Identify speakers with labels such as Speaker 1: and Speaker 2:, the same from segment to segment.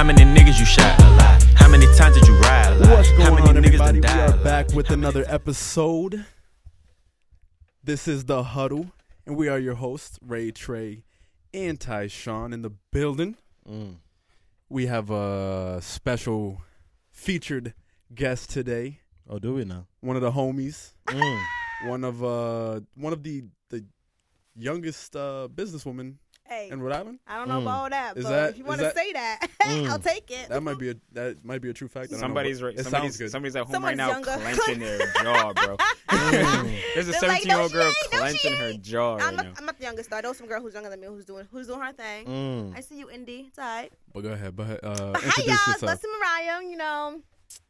Speaker 1: you shot? How many times did you ride?
Speaker 2: What's
Speaker 1: How
Speaker 2: going
Speaker 1: many
Speaker 2: on,
Speaker 1: niggas done
Speaker 2: everybody? We
Speaker 1: died?
Speaker 2: are back with another episode. This is the huddle, and we are your hosts, Ray Trey and Tyshawn in the building. We have a special featured guest today.
Speaker 3: Oh, do we now?
Speaker 2: One of the homies,
Speaker 3: Mm.
Speaker 2: one of uh, one of the the youngest uh, businesswoman
Speaker 4: Hey,
Speaker 2: in Rhode Island.
Speaker 4: I don't know about all that,
Speaker 2: Mm. Is
Speaker 4: but
Speaker 2: that-
Speaker 4: if you
Speaker 2: is
Speaker 4: want to
Speaker 2: that- Mm.
Speaker 4: say that, I'll take it.
Speaker 2: That might be a that might be a true fact. I don't know,
Speaker 5: Somebody's
Speaker 2: but
Speaker 5: right.
Speaker 2: It
Speaker 5: Somebody's,
Speaker 2: sounds good.
Speaker 5: somebody's at home
Speaker 4: Someone's
Speaker 5: right now
Speaker 4: younger.
Speaker 5: clenching their jaw, bro. There's a
Speaker 4: They're like,
Speaker 5: 17 year old
Speaker 4: "No, she ain't.
Speaker 5: girl
Speaker 4: No, she
Speaker 5: clenching her
Speaker 4: ain't."
Speaker 5: jaw right
Speaker 4: I'm,
Speaker 5: now.
Speaker 4: not, I'm not the youngest. Though. I know some girl who's younger than me who's doing who's doing her thing.
Speaker 3: Mm.
Speaker 4: I see you, Indy. It's all right.
Speaker 2: But go ahead, but uh,
Speaker 4: But hi,
Speaker 2: introduce
Speaker 4: y'all. It's
Speaker 2: yourself.
Speaker 4: Leslie Mariah. You know,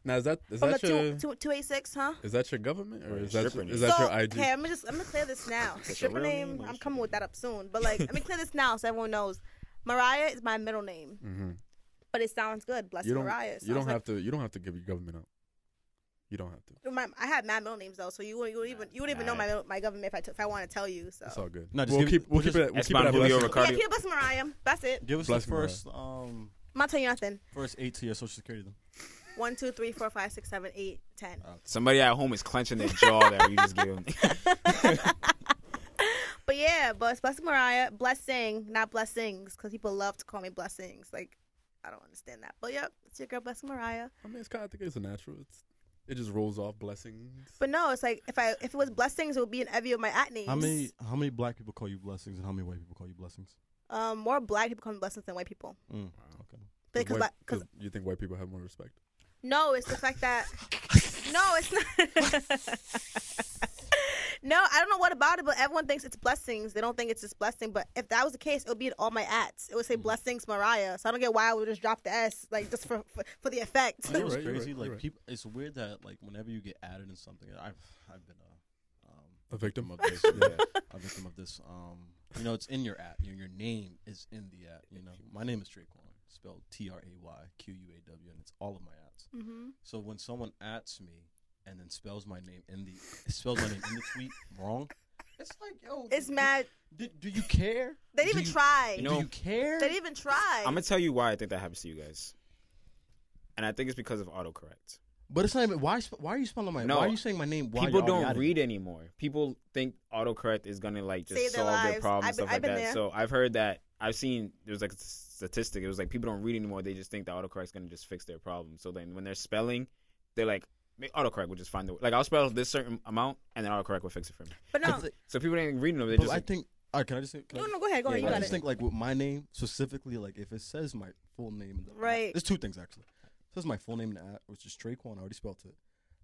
Speaker 2: Now is that is
Speaker 4: from the
Speaker 2: that your
Speaker 4: two, two, 286, huh?
Speaker 2: Is that your government or
Speaker 5: Or
Speaker 2: is
Speaker 5: your
Speaker 2: that
Speaker 5: stripper
Speaker 2: your,
Speaker 5: name.
Speaker 2: is that
Speaker 4: so,
Speaker 2: your IG?
Speaker 4: Okay, I'm gonna just I'm gonna clear this now.
Speaker 5: your
Speaker 4: Stripper
Speaker 5: real
Speaker 4: name.
Speaker 5: name or
Speaker 4: I'm
Speaker 5: your
Speaker 4: coming
Speaker 5: stripper
Speaker 4: with that up soon. But like, let me clear this now so everyone knows. Mariah is my middle name,
Speaker 2: hmm
Speaker 4: but it sounds good. Blessed
Speaker 2: You don't.
Speaker 4: Mariah. It
Speaker 2: you don't
Speaker 4: sounds like-
Speaker 2: have to. You don't have to give your government up. You don't have to.
Speaker 4: My, I have mad middle names though, so you wouldn't, you wouldn't even you wouldn't even know
Speaker 5: Nah.
Speaker 4: my middle- my government if I took if I want to tell you. So
Speaker 2: It's all good.
Speaker 3: No, just
Speaker 2: we'll
Speaker 3: give-
Speaker 2: keep. We'll
Speaker 3: just-
Speaker 2: keep it. at- We'll
Speaker 5: That's
Speaker 2: keep it
Speaker 5: my
Speaker 2: at
Speaker 5: Julio
Speaker 2: Blessing.
Speaker 5: Ricardo.
Speaker 4: yeah, Peter Bless Mariah. That's it.
Speaker 3: Give us
Speaker 2: Bless
Speaker 3: the
Speaker 2: me, Mariah.
Speaker 3: first um
Speaker 4: I'm not telling you nothing.
Speaker 3: first eight to your social security. Then.
Speaker 4: One, two, three, four, five, six, seven, eight, ten.
Speaker 5: Somebody at home is clenching their jaw that we just gave them.
Speaker 4: But yeah, but it's Blessing Mariah, blessing, not blessings, because people love to call me blessings. Like, I don't understand that. But yep, it's your girl, Blessing Mariah.
Speaker 2: I mean, it's kind. of- I think it's a natural. It's. It just rolls off blessings.
Speaker 4: But no, it's like if I if it was blessings, it would be in every of my at names.
Speaker 3: How many how many black people call you blessings and how many white people call you blessings?
Speaker 4: Um, more black people call me blessings than white people.
Speaker 3: Mm. Okay.
Speaker 4: Because
Speaker 2: white-
Speaker 4: because
Speaker 2: you think white people have more respect.
Speaker 4: No, it's the fact that. No, it's not. no, I don't know what about it, but everyone thinks it's blessings. They don't think it's just blessing. But if that was the case, it would be in all my ads. It would say blessings, Mariah. So I don't get why I would just drop the S, like just for for, for the effect.
Speaker 3: You know what's
Speaker 2: right, you're
Speaker 3: crazy?
Speaker 2: right,
Speaker 3: like
Speaker 2: you're right.
Speaker 3: people, it's weird that like whenever you get added in something, I've I've been a um,
Speaker 2: A victim.
Speaker 3: of this. yeah, a victim of this. Um, you know, it's in your at. Your, your name is in the at. You know, my name is Traquan, spelled T R A Y Q U A W, and it's all of my ats.
Speaker 4: Mm-hmm.
Speaker 3: So when someone adds me and then spells my name in the spells my name in the tweet wrong, it's like yo,
Speaker 4: It's
Speaker 3: do-
Speaker 4: mad.
Speaker 3: Do, do you care?
Speaker 4: They didn't
Speaker 3: Do
Speaker 4: even
Speaker 3: you-
Speaker 4: try.
Speaker 3: Do
Speaker 5: know-
Speaker 3: you care?
Speaker 4: They didn't even try.
Speaker 5: I'm gonna tell you why I think that happens to you guys, and I think it's because of autocorrect.
Speaker 3: but it's not even why. sp- Why are you spelling my?
Speaker 5: No.
Speaker 3: why are you saying my name? While
Speaker 5: People
Speaker 3: you're already
Speaker 5: don't
Speaker 3: adding
Speaker 5: read
Speaker 3: me?
Speaker 5: anymore. People think autocorrect is gonna like just
Speaker 4: Save their
Speaker 5: solve their,
Speaker 4: lives.
Speaker 5: problems
Speaker 4: I've been-
Speaker 5: stuff like
Speaker 4: I've been
Speaker 5: that.
Speaker 4: there.
Speaker 5: So I've heard that. I've seen there was like a statistic. It was like people don't read anymore. They just think the autocorrect is gonna just fix their problem. So then when they're spelling, they're like "Ma- autocorrect will just find the like I'll spell this certain amount and then autocorrect will fix it for me.
Speaker 4: but no,
Speaker 5: So people ain't reading them. They
Speaker 3: But
Speaker 5: just
Speaker 3: I
Speaker 5: like,
Speaker 3: think. All right, can I just say? Can I
Speaker 4: no,
Speaker 3: just-
Speaker 4: no. Go ahead, go ahead.
Speaker 5: Yeah,
Speaker 4: Oh, you
Speaker 3: I
Speaker 4: got
Speaker 3: just
Speaker 4: it.
Speaker 3: think like with my name specifically, like if it says my full name, in the app-
Speaker 4: Right.
Speaker 3: There's two things actually. It says my full name in the app, which is Traquan. I already spelled it.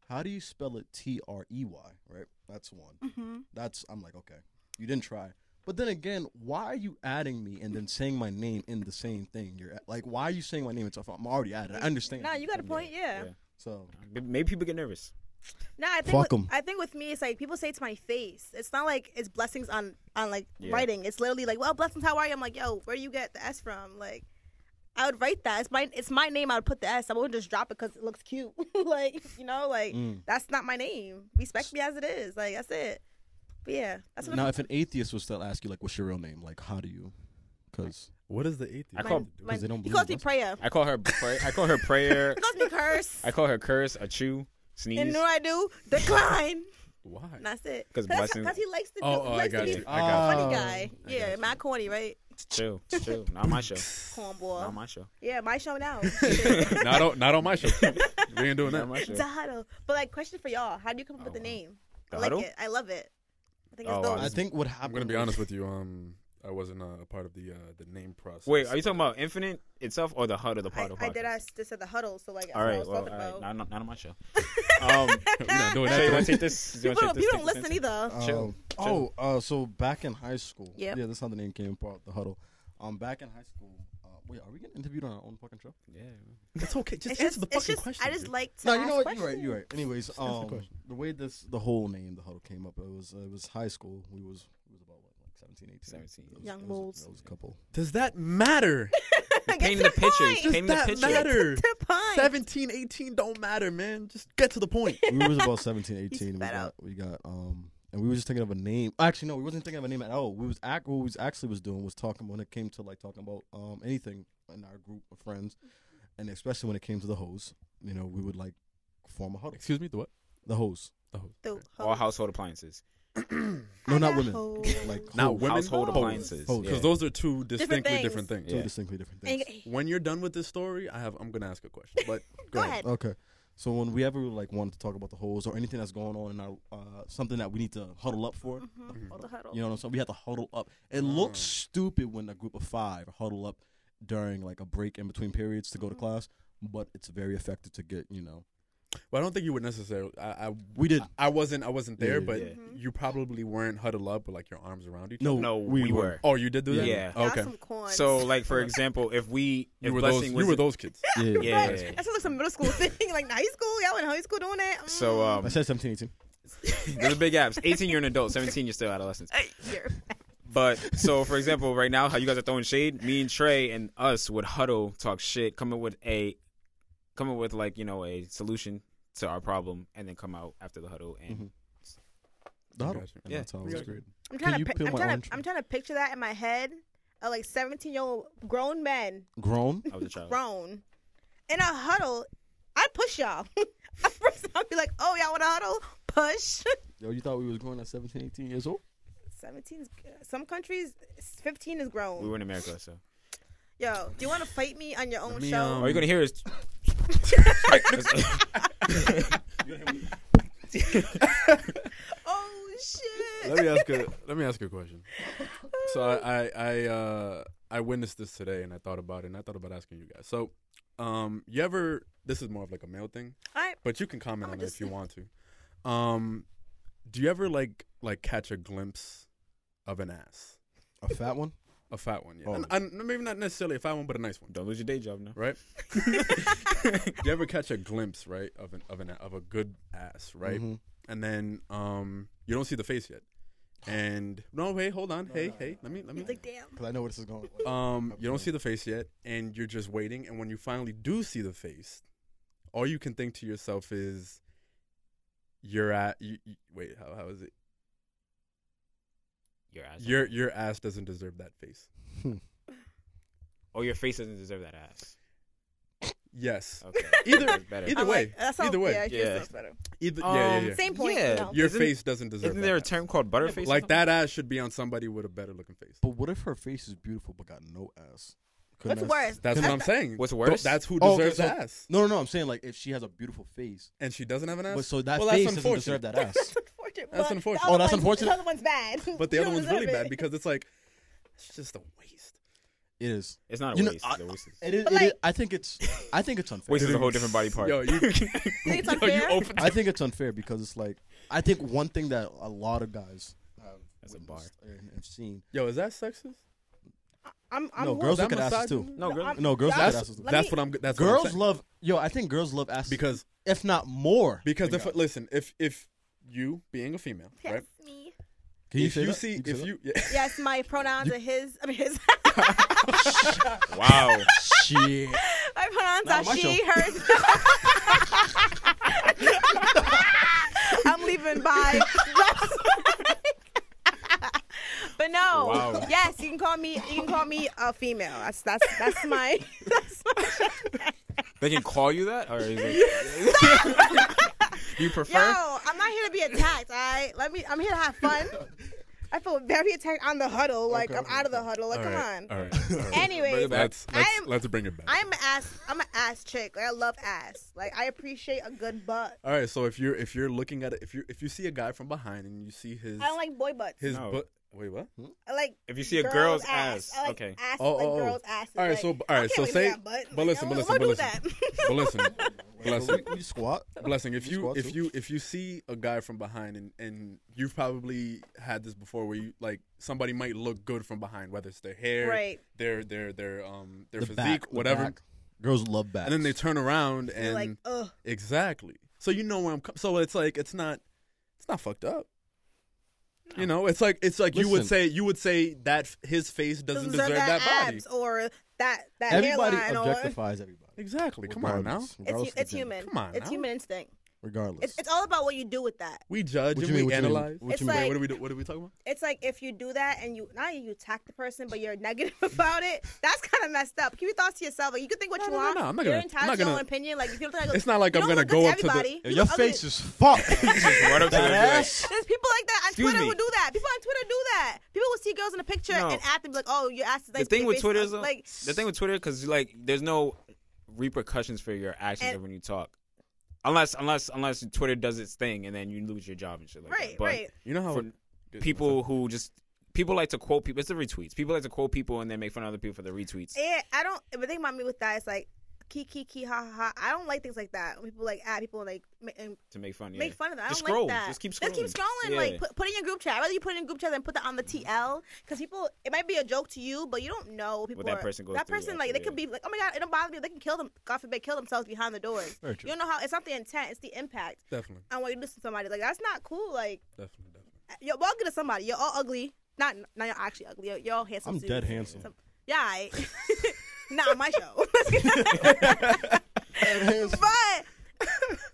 Speaker 3: How do you spell it? T R E Y. Right. That's one.
Speaker 4: hmm
Speaker 3: That's I'm like, okay, you didn't try. But then again, why are you adding me and then saying my name in the same thing? You're at- like, why are you saying my name? It's I'm already added. I understand.
Speaker 4: No, you got a point. yeah.
Speaker 5: yeah.
Speaker 3: so
Speaker 5: maybe people get nervous.
Speaker 4: No, I think
Speaker 3: Fuck
Speaker 4: with,
Speaker 3: 'em.
Speaker 4: I think with me, it's like people say it's my face. It's not like it's blessings on on like
Speaker 5: Yeah.
Speaker 4: writing. It's literally like, well, blessings, how are you? I'm like, yo, where you get the S from? Like, I would write that. It's my it's my name. I would put the S. I wouldn't just drop it because it looks cute. like you know, like
Speaker 3: Mm.
Speaker 4: that's not my name. Respect me as it is. Like that's it. But yeah, that's what
Speaker 3: now, if an atheist was to ask you, like, what's your real name? Like, how do you? Because
Speaker 2: What is the atheist?
Speaker 5: I call-
Speaker 4: my,
Speaker 3: they don't
Speaker 4: he
Speaker 3: believe
Speaker 4: calls me
Speaker 3: in
Speaker 4: prayer.
Speaker 5: I call her. Pray- I call her prayer.
Speaker 4: He calls me curse.
Speaker 5: I call her curse, a chew,
Speaker 4: and
Speaker 5: sneeze.
Speaker 4: you know what I do? Decline.
Speaker 2: Why?
Speaker 4: And that's it.
Speaker 5: 'Cause
Speaker 4: that's-
Speaker 5: blessings-
Speaker 4: that's he likes to do.
Speaker 2: Oh,
Speaker 4: he
Speaker 2: oh, I
Speaker 4: likes to
Speaker 2: got
Speaker 4: be
Speaker 2: you. I got
Speaker 4: a
Speaker 3: got
Speaker 2: you.
Speaker 3: you.
Speaker 4: funny
Speaker 3: Oh.
Speaker 4: guy. Yeah, not corny, right?
Speaker 5: chill, chill. Not my show.
Speaker 4: Cornball.
Speaker 5: Not my show.
Speaker 4: Yeah, my show now.
Speaker 2: not on not on my show. we ain't doing
Speaker 5: Not
Speaker 2: that.
Speaker 5: my show.
Speaker 4: Dado. But like, question for y'all: How do you come up with the
Speaker 5: Oh, wow.
Speaker 4: name? I
Speaker 5: The
Speaker 4: like
Speaker 5: huddle?
Speaker 4: it. I love it. I think
Speaker 5: Oh,
Speaker 4: it's
Speaker 5: wow.
Speaker 4: dope.
Speaker 3: I think what happened.
Speaker 2: I'm gonna be
Speaker 3: was-
Speaker 2: honest with you. Um, I wasn't uh, a part of the uh, the name process.
Speaker 5: Wait, are you talking about Infinite itself or the HUD or the
Speaker 4: I,
Speaker 5: Pod?
Speaker 4: I did. I just said the huddle. So like, that's
Speaker 5: All right,
Speaker 4: what I was
Speaker 5: well, all
Speaker 4: talking
Speaker 5: right.
Speaker 4: about.
Speaker 5: Not, not, not on my show. Um,
Speaker 2: We're not doing
Speaker 5: so you
Speaker 2: that.
Speaker 5: want to take this? You
Speaker 4: People don't,
Speaker 5: want to take this?
Speaker 4: people don't
Speaker 5: take
Speaker 4: listen
Speaker 5: this
Speaker 4: either.
Speaker 3: Um,
Speaker 5: Chill,
Speaker 3: Oh, uh, so back in high school.
Speaker 4: Yep.
Speaker 3: Yeah, that's how the name came about. The huddle. Um, back in high school. Uh, wait, are we getting interviewed on our own fucking show?
Speaker 5: Yeah.
Speaker 2: It's okay. Just
Speaker 4: it's just, it's just I just like to
Speaker 3: No,
Speaker 4: ask
Speaker 3: you know what?
Speaker 4: Questions.
Speaker 3: You're right. You're right. Anyways,
Speaker 2: ask the
Speaker 3: um,
Speaker 2: question.
Speaker 3: the way this, the whole name, the huddle came up. It was, it was high school. We was, we was about what, like 17, 18?
Speaker 5: 17.
Speaker 3: It was-
Speaker 4: Young
Speaker 3: it was a-
Speaker 4: moles.
Speaker 3: It was a couple.
Speaker 2: Does that matter?
Speaker 5: Painting the pictures.
Speaker 4: Does
Speaker 5: Painting the pictures.
Speaker 4: Tip pine.
Speaker 2: 17, 18 don't matter, man. Just get to the point.
Speaker 3: we was about 17, 18. We
Speaker 4: spat
Speaker 3: got,
Speaker 4: out.
Speaker 3: we got, um, and we were just thinking of a name. Actually, no, we wasn't thinking of a name at all. We was act. What we was actually was doing was talking when it came to like talking about um anything in our group of friends, and especially when it came to the hose, you know, we would like form a huddle.
Speaker 2: Excuse me, the what?
Speaker 3: The hose.
Speaker 4: The
Speaker 5: All household appliances.
Speaker 3: No,
Speaker 4: I
Speaker 3: not
Speaker 4: got
Speaker 3: women.
Speaker 4: hoes.
Speaker 3: Like
Speaker 2: Not
Speaker 3: hoes.
Speaker 2: women? Oh,
Speaker 5: Household
Speaker 2: Hose.
Speaker 5: appliances.
Speaker 3: Hose.
Speaker 5: Yeah.
Speaker 2: Because those are two distinctly
Speaker 4: things.
Speaker 2: different things.
Speaker 3: Two
Speaker 5: Yeah.
Speaker 3: distinctly different
Speaker 4: And
Speaker 3: things.
Speaker 4: you-
Speaker 2: When you're done with this story, I have I'm gonna ask a question. But
Speaker 4: Go ahead.
Speaker 3: Okay. So when we ever like wanted to talk about the holes or anything that's going on in our uh, something that we need to huddle up
Speaker 4: Mm-hmm.
Speaker 3: for,
Speaker 4: The huddle.
Speaker 3: you know what I'm saying? We had to huddle up. It looks stupid when a group of five huddle up during like a break in between periods to go to class, but it's very effective to get you know.
Speaker 2: Well, I don't think you would necessarily. I, I
Speaker 3: We did.
Speaker 2: I wasn't. I wasn't there,
Speaker 3: Yeah,
Speaker 2: but
Speaker 5: yeah.
Speaker 4: Mm-hmm.
Speaker 2: you probably weren't huddled up with like your arms around each.
Speaker 3: No,
Speaker 5: No,
Speaker 3: we,
Speaker 5: we
Speaker 3: were.
Speaker 5: were.
Speaker 2: Oh, you did do that.
Speaker 5: Yeah.
Speaker 4: Y'all
Speaker 2: Okay.
Speaker 4: some corns.
Speaker 5: So, like for example, if we if
Speaker 2: You were those.
Speaker 5: blessing was
Speaker 2: You were those kids.
Speaker 3: Yeah.
Speaker 5: Yeah.
Speaker 4: Right. That sounds like some middle school thing. Like in high school, y'all in high school doing that. Mm.
Speaker 5: so um
Speaker 3: I said 17, 18.
Speaker 5: there's big gaps. 18 you're an adult, 17 you're still adolescent.
Speaker 4: Hey, you're-
Speaker 5: But so, for example, right now, how you guys are throwing shade, me and Trey and us would huddle, talk shit, come up with a, come up with like you know a solution to our problem, and then come out after the huddle and
Speaker 3: Mhm. The huddle.
Speaker 2: Gotcha.
Speaker 3: And
Speaker 5: Yeah.
Speaker 3: That's how it was
Speaker 2: Gotcha.
Speaker 3: created.
Speaker 4: I'm
Speaker 3: Can
Speaker 4: trying to.
Speaker 3: you
Speaker 4: pic-
Speaker 3: peel
Speaker 4: I'm
Speaker 3: my
Speaker 4: trying
Speaker 3: orange?
Speaker 4: to. I'm trying to picture that in my head. Of like 17 year old grown men,
Speaker 3: Grown.
Speaker 5: I was a
Speaker 2: Oh.
Speaker 5: child.
Speaker 4: grown, in a huddle. I'd push y'all. At First, I'd be like, "Oh, y'all want a huddle? Push."
Speaker 3: Yo, you thought we was grown at 17, 18 years old?
Speaker 4: 17 is some countries. 15 is grown.
Speaker 5: We were in America, so.
Speaker 4: Yo, do you want to fight me on your own
Speaker 2: me,
Speaker 4: show?
Speaker 2: um,
Speaker 5: All you're gonna hear is.
Speaker 4: oh shit!
Speaker 2: let me ask a. Let me ask you a question. So I I I, uh, I witnessed this today, and I thought about it, and I thought about asking you guys. So, um, you ever? This is more of like a male thing.
Speaker 4: All right.
Speaker 2: but you can comment
Speaker 4: I'ma
Speaker 2: on it
Speaker 4: just
Speaker 2: if you want to. Um, do you ever like like catch a glimpse of an ass,
Speaker 3: A fat one?
Speaker 2: a fat one? Yeah,
Speaker 3: Oh.
Speaker 2: and, and maybe not necessarily a fat one, but a nice one,
Speaker 5: Don't lose your day job now.
Speaker 2: right? do you ever catch a glimpse, right, of an of an of a good ass, right?
Speaker 3: Mhm.
Speaker 2: And then um, you don't see the face yet, and no, hey, hold on, hey, hey, let me let me.
Speaker 4: It's like, damn.
Speaker 3: Because I know where this is going.
Speaker 2: Um,
Speaker 3: Up
Speaker 2: you don't
Speaker 3: to-
Speaker 2: see the face yet, and you're just waiting. And when you finally do see the face, all you can think to yourself is, "You're at you, you- wait how how is it?
Speaker 5: Your ass.
Speaker 2: Your your ass doesn't deserve that face."
Speaker 3: Hmm.
Speaker 5: Oh, your face doesn't deserve that ass.
Speaker 2: Yes,
Speaker 5: Okay.
Speaker 2: Either-
Speaker 5: That's better.
Speaker 2: either-
Speaker 4: I'm
Speaker 2: way,
Speaker 4: like, that's how-
Speaker 2: either way.
Speaker 4: Yeah, she
Speaker 5: Yeah.
Speaker 4: sounds better.
Speaker 2: either yeah,
Speaker 5: Um,
Speaker 2: yeah, yeah.
Speaker 4: Same point.
Speaker 5: Yeah.
Speaker 4: you know?
Speaker 2: Your
Speaker 5: Isn't-
Speaker 2: face doesn't deserve.
Speaker 5: Isn't there a
Speaker 2: that
Speaker 5: term called butterface?
Speaker 2: ass. like that ass should be on somebody with a better looking face?
Speaker 3: But what if her face is beautiful but got no ass?
Speaker 4: What's
Speaker 3: Couldn't ass-
Speaker 4: worse?
Speaker 2: That's what I'm saying.
Speaker 5: What's
Speaker 2: Th-
Speaker 5: worse?
Speaker 2: That's who
Speaker 3: Oh, okay,
Speaker 2: deserves
Speaker 3: so-
Speaker 2: the ass,
Speaker 3: No, no, no. I'm saying like if she has a beautiful face,
Speaker 2: and she doesn't have an ass.
Speaker 3: but so that
Speaker 2: well,
Speaker 3: face
Speaker 2: that's
Speaker 3: doesn't
Speaker 2: unfortunate.
Speaker 3: deserve that ass.
Speaker 4: Unfortunate,
Speaker 2: That's
Speaker 4: but the
Speaker 2: unfortunate.
Speaker 4: other
Speaker 3: Oh, that's
Speaker 4: one's-
Speaker 3: unfortunate?
Speaker 4: The other one's bad.
Speaker 2: But the
Speaker 4: You
Speaker 2: other
Speaker 4: don't
Speaker 2: one's really
Speaker 4: deserve
Speaker 2: bad
Speaker 4: it.
Speaker 2: because it's like, it's just a waste.
Speaker 3: it is.
Speaker 5: It's not a
Speaker 3: You know,
Speaker 5: waste.
Speaker 3: I-
Speaker 5: it's a waste.
Speaker 3: It is.
Speaker 4: But,
Speaker 3: it is-
Speaker 4: like-
Speaker 3: I think it's. I think it's unfair.
Speaker 5: Waste is a whole different body part.
Speaker 2: Yo, you,
Speaker 4: think it's
Speaker 2: yo, you
Speaker 4: unfair?
Speaker 2: open.
Speaker 3: I think it's unfair because it's like I think one thing that a lot of guys have
Speaker 5: That's a bar.
Speaker 3: witnessed and have seen.
Speaker 2: Yo, is that sexist?
Speaker 4: I'm, I'm
Speaker 3: No,
Speaker 4: who-
Speaker 3: girls
Speaker 2: That
Speaker 3: look at asses
Speaker 2: misogynist?
Speaker 3: too.
Speaker 5: no, girl.
Speaker 4: I'm-
Speaker 3: No, girls look at
Speaker 4: That's-
Speaker 3: asses. Too.
Speaker 4: let
Speaker 2: that's
Speaker 4: me-
Speaker 2: what I'm. That's what I'm
Speaker 3: Girls
Speaker 2: saying.
Speaker 3: love. Yo, I think girls love asses
Speaker 2: because
Speaker 3: if not more.
Speaker 2: because
Speaker 3: than
Speaker 2: if
Speaker 3: guys.
Speaker 2: listen if if you being a female
Speaker 4: Yes,
Speaker 2: right
Speaker 4: me.
Speaker 3: Can you
Speaker 2: if
Speaker 3: say
Speaker 2: you
Speaker 3: that?
Speaker 2: see
Speaker 3: can say
Speaker 2: if
Speaker 3: that?
Speaker 2: you yeah,
Speaker 4: Yes, my pronouns are his. I mean, his.
Speaker 5: Wow.
Speaker 3: shit.
Speaker 4: my pronouns
Speaker 3: Nah,
Speaker 4: are
Speaker 3: my
Speaker 4: she,
Speaker 3: show.
Speaker 4: hers. I'm leaving. Bye. but no.
Speaker 5: Wow.
Speaker 4: Yes, you can call me. You can call me a female. That's that's that's my. That's my
Speaker 5: they can call you that, or is it? you prefer?
Speaker 4: Yo, I'm not here to be attacked. All right, let me. I'm here to have fun. I feel very attacked on the huddle. Like
Speaker 3: Okay,
Speaker 4: I'm out of the huddle. Like
Speaker 2: all
Speaker 4: Oh, come
Speaker 2: right,
Speaker 4: on.
Speaker 2: all right, all right.
Speaker 4: Anyways,
Speaker 5: back.
Speaker 2: let's let's,
Speaker 4: I am-
Speaker 2: let's bring it back
Speaker 4: I'm an ass. I'm an ass chick. Like I love ass. Like I appreciate a good butt.
Speaker 2: all right so if you're if you're looking at it if you if you see a guy from behind and you see his
Speaker 4: I don't like boy butts.
Speaker 2: his
Speaker 5: No.
Speaker 2: butt wait what
Speaker 4: I like.
Speaker 5: If you see a girl's ass,
Speaker 4: I like
Speaker 5: okay.
Speaker 4: Ass,
Speaker 2: Oh,
Speaker 4: like
Speaker 2: oh, oh.
Speaker 4: girls' asses.
Speaker 2: All right,
Speaker 4: Like,
Speaker 2: so- all
Speaker 4: I
Speaker 2: right,
Speaker 4: can't
Speaker 2: so
Speaker 4: really
Speaker 2: say-
Speaker 4: got butt.
Speaker 2: but
Speaker 4: Like,
Speaker 2: listen,
Speaker 4: I'm
Speaker 2: but
Speaker 4: gonna
Speaker 2: listen,
Speaker 4: do that.
Speaker 2: but listen blessing
Speaker 3: We, we squat.
Speaker 2: blessing if
Speaker 3: We
Speaker 2: you
Speaker 3: squat
Speaker 2: if
Speaker 3: too.
Speaker 2: you if you see a guy from behind and and you've probably had this before where you like somebody might look good from behind whether it's their hair
Speaker 4: Right.
Speaker 2: their their their um their
Speaker 3: the
Speaker 2: physique
Speaker 3: back, the
Speaker 2: whatever
Speaker 3: back. Girls love back.
Speaker 2: and then they turn around
Speaker 4: You're
Speaker 2: and
Speaker 4: like, "Oh." ugh.
Speaker 2: Exactly. So you know where I'm. Com- so it's like it's not, it's not fucked up. You know, it's like it's like you would
Speaker 3: Listen.
Speaker 2: say you would say that f- his face doesn't deserve, that, body.
Speaker 4: abs or that that
Speaker 3: everybody
Speaker 4: hairline or
Speaker 3: objectifies everybody.
Speaker 2: Exactly. Come on now.
Speaker 3: Regardless-
Speaker 4: it's,
Speaker 3: regardless
Speaker 4: hu-
Speaker 3: of the
Speaker 4: it's
Speaker 3: gender.
Speaker 4: human.
Speaker 2: Come on
Speaker 4: it's
Speaker 2: now.
Speaker 4: human instinct.
Speaker 3: regardless.
Speaker 4: It's, it's all about what you do with that.
Speaker 2: We judge
Speaker 3: What
Speaker 2: and
Speaker 3: you mean,
Speaker 2: we
Speaker 3: what you mean?
Speaker 2: analyze.
Speaker 3: What
Speaker 4: It's
Speaker 3: you mean?
Speaker 4: like-
Speaker 3: What are we do- What are we talking about?
Speaker 4: It's like if you do that and you not you attack the person, but you're negative about it. That's kind of messed up. Keep your thoughts to yourself. Like, you can think what
Speaker 2: No,
Speaker 4: you
Speaker 2: no, no,
Speaker 4: want.
Speaker 2: no, I'm not
Speaker 4: you're
Speaker 2: gonna-
Speaker 4: entitled
Speaker 2: I'm not
Speaker 4: to your
Speaker 2: gonna-
Speaker 4: own opinion. Like if you look like a-
Speaker 2: It's not like
Speaker 4: you
Speaker 2: I'm
Speaker 4: don't
Speaker 2: gonna
Speaker 4: look good
Speaker 2: go up to the-
Speaker 4: everybody.
Speaker 3: Yo,
Speaker 4: You
Speaker 3: your
Speaker 4: look ugly.
Speaker 3: face is fucked.
Speaker 5: Right up to
Speaker 3: That
Speaker 5: the- like,
Speaker 3: ass.
Speaker 4: There's people like that on
Speaker 5: Excuse
Speaker 4: Twitter
Speaker 5: me.
Speaker 4: who do that. People on Twitter do that. People will see girls in a picture
Speaker 5: No.
Speaker 4: and act and be like, "Oh, your ass is nice."
Speaker 5: the
Speaker 4: but
Speaker 5: thing
Speaker 4: your
Speaker 5: with
Speaker 4: face
Speaker 5: Twitter
Speaker 4: is
Speaker 5: is though,
Speaker 4: like
Speaker 5: the thing with Twitter because like there's no repercussions for your actions
Speaker 4: And-
Speaker 5: when you talk, unless unless unless Twitter does its thing and then you lose your job and shit like
Speaker 4: right,
Speaker 5: that. But
Speaker 4: right.
Speaker 2: You know how
Speaker 3: Oh,
Speaker 5: for people who just people like to quote people. It's the retweets. People like to quote people and then make fun of other people for the retweets.
Speaker 4: Yeah, I don't. The thing about me with that is like, key, key, key, ha, ha, ha. I don't like things like that. When people like add people like ma- and
Speaker 5: to make fun. Yeah.
Speaker 4: make fun of them. I
Speaker 5: Just
Speaker 4: don't
Speaker 5: scroll.
Speaker 4: like that.
Speaker 5: Just keep
Speaker 4: Just keep
Speaker 5: scrolling.
Speaker 4: scrolling.
Speaker 5: Yeah.
Speaker 4: Like put, put it in your group chat. I'd rather you put it in group chat than put that on the TL because people. It might be a joke to you, but you don't know what people.
Speaker 5: that
Speaker 4: are-
Speaker 5: person goes
Speaker 4: That
Speaker 5: through
Speaker 4: person
Speaker 5: after,
Speaker 4: like they
Speaker 5: yeah.
Speaker 4: could be like, oh my god, it don't bother me. They can kill them. God forbid, kill themselves behind the doors.
Speaker 3: Very true.
Speaker 4: You don't know how. It's not the intent. It's the impact
Speaker 2: Definitely,
Speaker 4: on what you do to somebody. Like that's not cool. Like
Speaker 2: definitely, definitely.
Speaker 4: you're all good to somebody. You're all ugly. Not not you're actually ugly. You're, you're all handsome.
Speaker 3: I'm
Speaker 4: too.
Speaker 3: dead handsome.
Speaker 4: Some- yeah. I, not on my show. but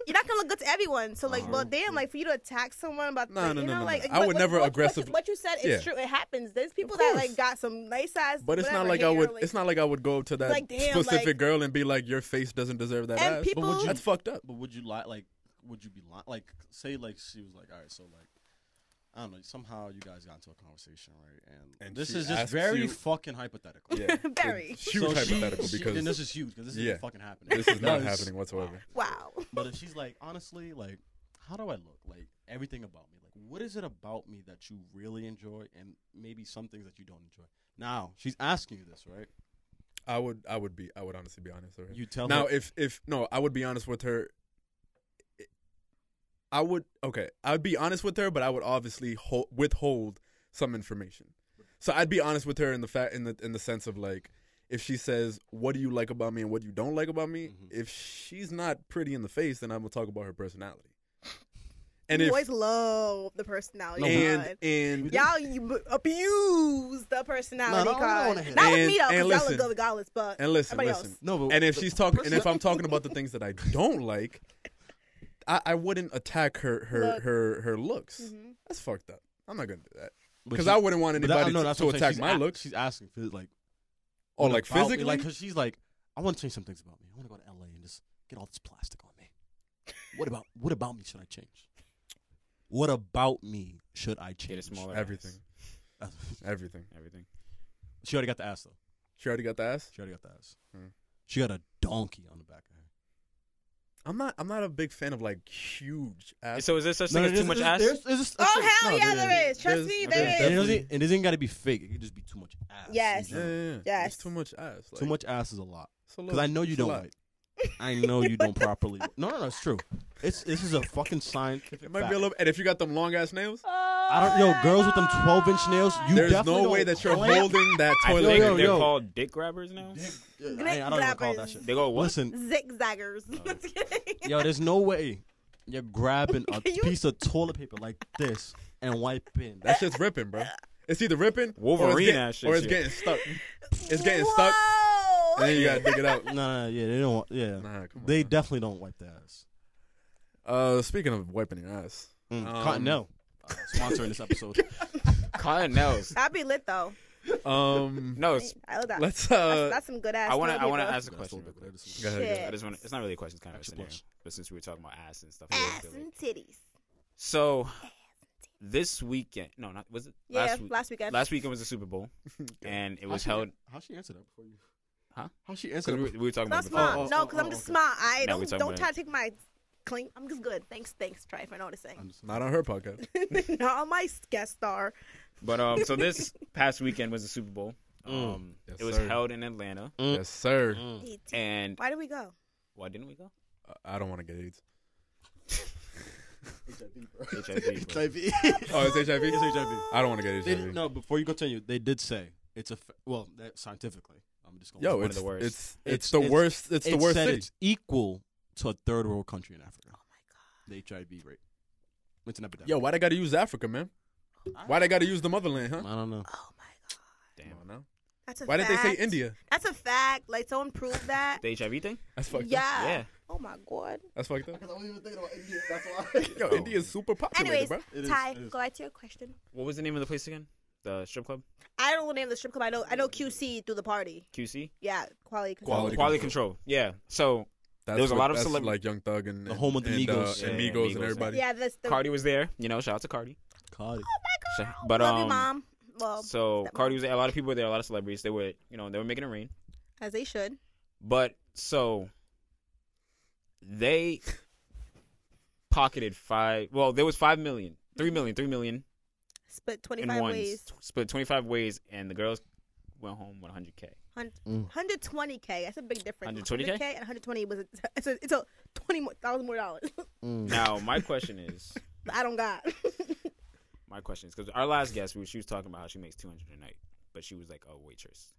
Speaker 4: you're not gonna look good to everyone. So like, well, damn, like for you to attack someone about,
Speaker 2: Uh-huh. No,
Speaker 4: like,
Speaker 2: no,
Speaker 4: you
Speaker 2: no,
Speaker 4: know,
Speaker 2: no,
Speaker 4: like
Speaker 2: no. I would never
Speaker 4: what,
Speaker 2: aggressively-
Speaker 4: What, you- what you said is
Speaker 2: Yeah.
Speaker 4: true. It happens. There's people
Speaker 2: Of
Speaker 4: that
Speaker 2: course.
Speaker 4: like got some nice ass.
Speaker 2: But it's not
Speaker 4: whatever
Speaker 2: like I
Speaker 4: hair,
Speaker 2: would.
Speaker 4: like-
Speaker 2: it's not like I would go up to that
Speaker 4: Like, damn,
Speaker 2: specific
Speaker 4: like-
Speaker 2: girl and be like, "Your face doesn't deserve that."
Speaker 4: And
Speaker 2: ass."
Speaker 4: people- But would you-
Speaker 2: that's fucked up.
Speaker 3: But would you lie? Like, would you be lying? Like, say, like she was like, all right, so like, I don't know. Somehow you guys got into a conversation, right? And,
Speaker 2: And
Speaker 3: this
Speaker 2: she
Speaker 3: is just
Speaker 2: asks
Speaker 3: very
Speaker 2: you-
Speaker 3: fucking hypothetical.
Speaker 2: Yeah,
Speaker 4: Very.
Speaker 2: It's huge
Speaker 3: So she-
Speaker 2: hypothetical
Speaker 3: she-
Speaker 2: because
Speaker 3: and this is huge because this
Speaker 2: Yeah.
Speaker 3: isn't fucking happening.
Speaker 2: this is not
Speaker 3: Because-
Speaker 2: happening whatsoever.
Speaker 4: wow.
Speaker 3: But if she's like, honestly, like, how do I look? Like everything about me. Like, what is it about me that you really enjoy, and maybe some things that you don't enjoy? Now she's asking you this, right?
Speaker 2: I would, I would be, I would honestly be honest with her.
Speaker 3: You tell
Speaker 2: now,
Speaker 3: her.
Speaker 2: if if no, I would be honest with her. I would okay. I'd be honest with her, but I would obviously ho- withhold some information. So I'd be honest with her in the fact in the in the sense of like, if she says what do you like about me and what you don't like about me,
Speaker 3: Mhm.
Speaker 2: if she's not pretty in the face, then I'm gonna talk about her personality.
Speaker 4: And
Speaker 2: And
Speaker 4: you
Speaker 2: if
Speaker 4: always love the personality. God.
Speaker 2: and and
Speaker 4: Y'all you b- abuse the personality
Speaker 3: No, no, I don't
Speaker 4: card.
Speaker 3: wanna hear
Speaker 4: Not
Speaker 2: that.
Speaker 4: with me though,
Speaker 2: And- and
Speaker 4: because y'all
Speaker 2: listen.
Speaker 4: look good regardless. But
Speaker 2: and listen,
Speaker 4: everybody
Speaker 2: listen.
Speaker 4: else.
Speaker 3: No, but
Speaker 2: and if
Speaker 3: the
Speaker 2: she's talking and if
Speaker 3: person-
Speaker 2: I'm talking about the things that I don't like, I, I wouldn't attack her her
Speaker 4: Look. Mm-hmm.
Speaker 2: her her looks. That's fucked up. I'm not gonna do that
Speaker 3: But
Speaker 2: because
Speaker 3: she-
Speaker 2: I wouldn't want
Speaker 3: but that-
Speaker 2: anybody
Speaker 3: no,
Speaker 2: to,
Speaker 3: that's
Speaker 2: to
Speaker 3: what I'm saying.
Speaker 2: attack
Speaker 3: She's
Speaker 2: my
Speaker 3: a-
Speaker 2: looks.
Speaker 3: She's asking for like,
Speaker 2: Or
Speaker 3: what
Speaker 2: like
Speaker 3: about me?
Speaker 2: physically,
Speaker 3: like because she's like, I want to change some things about me. I want to go to LA and just get all this plastic on me. What about what about me should I change? What about me should I change?
Speaker 5: Get a smaller ass.
Speaker 2: everything, everything.
Speaker 5: Everything.
Speaker 3: she already got the ass though.
Speaker 2: She already got the ass.
Speaker 3: She already got the ass.
Speaker 2: Hmm.
Speaker 3: She got a donkey on the back of her.
Speaker 2: I'm not. I'm not a big fan of like huge ass.
Speaker 5: So is there such thing as too much ass?
Speaker 4: Oh hell yeah,
Speaker 2: there
Speaker 4: there
Speaker 2: is.
Speaker 4: is. Trust
Speaker 2: There's-
Speaker 4: me,
Speaker 2: there's
Speaker 4: there
Speaker 3: And it
Speaker 4: is.
Speaker 2: definitely-
Speaker 3: doesn't. It doesn't got to be fake. It could just be too much ass. in
Speaker 4: Yes.
Speaker 2: yeah,
Speaker 3: general.
Speaker 2: yeah, yeah.
Speaker 4: Yes.
Speaker 2: It's too much ass. Like,
Speaker 3: Too much ass is a lot.
Speaker 2: it's a
Speaker 3: Because
Speaker 2: little-
Speaker 3: I know you
Speaker 2: it's a
Speaker 3: don't
Speaker 2: lot.
Speaker 3: like. I know you don't properly. No, no, no. It's true. It's this is a fucking scientific.
Speaker 2: It might
Speaker 3: fact.
Speaker 2: be a little. And if you got them long ass nails,
Speaker 3: I don't
Speaker 4: Oh,
Speaker 3: know. Girls with them 12 inch nails, you
Speaker 2: there's
Speaker 3: definitely
Speaker 2: no way
Speaker 3: don't
Speaker 2: that you're
Speaker 3: clamp.
Speaker 2: holding that
Speaker 5: I
Speaker 2: toilet.
Speaker 5: think
Speaker 3: yo,
Speaker 5: they're
Speaker 3: yo.
Speaker 5: called dick grabbers now.
Speaker 3: Yeah, I, I don't know what to call that
Speaker 4: Grabbers.
Speaker 3: shit.
Speaker 5: They go what?
Speaker 3: Listen,
Speaker 4: Zigzaggers. Just kidding.
Speaker 3: yo, there's no way you're grabbing a
Speaker 4: Can you-
Speaker 3: piece of toilet paper like this and wiping.
Speaker 2: That shit's ripping, bro. It's either ripping, or it's,
Speaker 5: Wolverine
Speaker 2: get-
Speaker 5: ass shit
Speaker 2: or it's
Speaker 5: shit.
Speaker 2: getting stuck. It's getting stuck,
Speaker 4: Whoa!
Speaker 2: and then you gotta dig it out.
Speaker 3: no, no, no, yeah, they don't. Yeah,
Speaker 2: Nah, come on.
Speaker 3: they
Speaker 2: man.
Speaker 3: definitely don't wipe their ass.
Speaker 2: uh, speaking of wiping your ass,
Speaker 3: Mm.
Speaker 2: Um,
Speaker 3: Cottonelle uh, sponsoring this episode.
Speaker 5: Cotton nails.
Speaker 4: That'd be lit though.
Speaker 2: um,
Speaker 5: No, it's,
Speaker 4: I love that.
Speaker 2: let's
Speaker 4: that's,
Speaker 2: uh,
Speaker 4: that's some good ass.
Speaker 5: I want to.
Speaker 4: toilet
Speaker 5: I want to
Speaker 4: paper.
Speaker 5: ask a question. real quick.
Speaker 2: go ahead, go ahead.
Speaker 5: I just want. It's not really a question. It's kind of a
Speaker 3: Extra
Speaker 5: scenario.
Speaker 3: blush.
Speaker 5: But since we were talking about ass and stuff, I
Speaker 4: Ass
Speaker 5: feel like-
Speaker 4: and titties.
Speaker 5: so this weekend. No, not was it
Speaker 4: Yeah,
Speaker 5: last
Speaker 4: last,
Speaker 5: week.
Speaker 4: weekend.
Speaker 5: Last weekend was the Super Bowl, and it was held.
Speaker 3: How she answered that before you?
Speaker 5: Huh?
Speaker 3: How she
Speaker 5: 'cause
Speaker 3: answered
Speaker 5: we,
Speaker 3: that?
Speaker 5: were- we were talking
Speaker 4: Not
Speaker 5: about it before.
Speaker 4: smart.
Speaker 3: Oh, oh,
Speaker 4: no,
Speaker 3: oh,
Speaker 4: because I'm
Speaker 3: oh,
Speaker 4: just
Speaker 3: okay.
Speaker 4: smart. I
Speaker 5: No, we
Speaker 4: don't
Speaker 5: talking
Speaker 4: don't
Speaker 5: about
Speaker 4: try
Speaker 5: it.
Speaker 4: to take my clean. I'm just good. Thanks, thanks, Trey, for noticing.
Speaker 2: not on her podcast.
Speaker 4: Not on my guest star.
Speaker 5: But um, so this past weekend was the Super Bowl.
Speaker 3: Mm.
Speaker 5: Um,
Speaker 2: Yes,
Speaker 5: it was
Speaker 2: sir.
Speaker 5: held in Atlanta,
Speaker 3: Mm.
Speaker 2: yes, sir.
Speaker 5: and
Speaker 4: E Why did we go?
Speaker 5: why didn't we go?
Speaker 2: Uh, I don't want to get AIDS.
Speaker 5: HIV, bro.
Speaker 2: Oh, it's HIV.
Speaker 3: It's HIV.
Speaker 2: I don't want to get
Speaker 3: They,
Speaker 2: HIV.
Speaker 3: no, before you continue, they did say it's a f- well that, scientifically. I'm just gonna
Speaker 2: Yo,
Speaker 5: one
Speaker 2: it's,
Speaker 5: of the worst.
Speaker 2: it's it's
Speaker 3: It's-
Speaker 2: the
Speaker 3: it's-
Speaker 2: worst. It's the
Speaker 3: it
Speaker 2: worst.
Speaker 3: said
Speaker 2: City.
Speaker 3: it's equal to a third world country in Africa. Oh my god, the HIV rate. It's an epidemic.
Speaker 2: Yo, why they gotta use Africa, man? Why they gotta use the motherland, huh?
Speaker 3: I don't know.
Speaker 4: Oh my god.
Speaker 5: Damn.
Speaker 2: Come on now.
Speaker 4: That's a
Speaker 2: Why did
Speaker 4: fact.
Speaker 2: they say India?
Speaker 4: That's a fact. Like someone proved that.
Speaker 5: The HIV thing?
Speaker 2: That's fucked up.
Speaker 4: yeah.
Speaker 5: Yeah.
Speaker 4: Oh my god.
Speaker 2: That's fucked up.
Speaker 3: I wasn't even thinking about India. That's why.
Speaker 2: Yo, India's super popular,
Speaker 4: Anyways,
Speaker 2: bro.
Speaker 3: It is-
Speaker 4: Ty,
Speaker 3: it is.
Speaker 4: go back to your question.
Speaker 5: What was the name of the place again? The strip club?
Speaker 4: I don't know the name of the strip club. I know I know QC through the party.
Speaker 5: QC?
Speaker 4: Yeah, quality. Control.
Speaker 2: Quality
Speaker 5: Quality control. Yeah. So
Speaker 2: That's
Speaker 5: There was a
Speaker 2: what-
Speaker 5: lot of
Speaker 2: that's
Speaker 5: celeb-
Speaker 2: like Young Thug and
Speaker 3: The home of the
Speaker 2: and, uh,
Speaker 3: Migos.
Speaker 2: and
Speaker 5: Yeah,
Speaker 2: Migos,
Speaker 5: Migos,
Speaker 2: and
Speaker 5: yeah.
Speaker 2: everybody.
Speaker 4: Yeah, that's the
Speaker 5: Cardi was there. You know, shout out to Cardi.
Speaker 3: Cardi.
Speaker 5: Sh- But
Speaker 4: Love
Speaker 5: um,
Speaker 4: you, mom. Well,
Speaker 5: so
Speaker 4: stepmom.
Speaker 5: Cardi was there. A lot of people were there. A lot of celebrities. They were, you know, they were making it rain.
Speaker 4: as they should.
Speaker 5: But so they pocketed five. Well, there was five million, three million, three million
Speaker 4: Split twenty
Speaker 5: in
Speaker 4: five
Speaker 5: one
Speaker 4: ways.
Speaker 5: split twenty five ways, and the girls went home with hundred k.
Speaker 4: Hundred twenty k. That's a big difference.
Speaker 5: 120K?
Speaker 4: 100K and one hundred twenty was a, it's a, it's a twenty more, thousand more dollars.
Speaker 5: Now my question is,
Speaker 4: I don't got.
Speaker 5: my question is because our last guest, we, she was talking about how she makes two hundred a night, but she was like a waitress.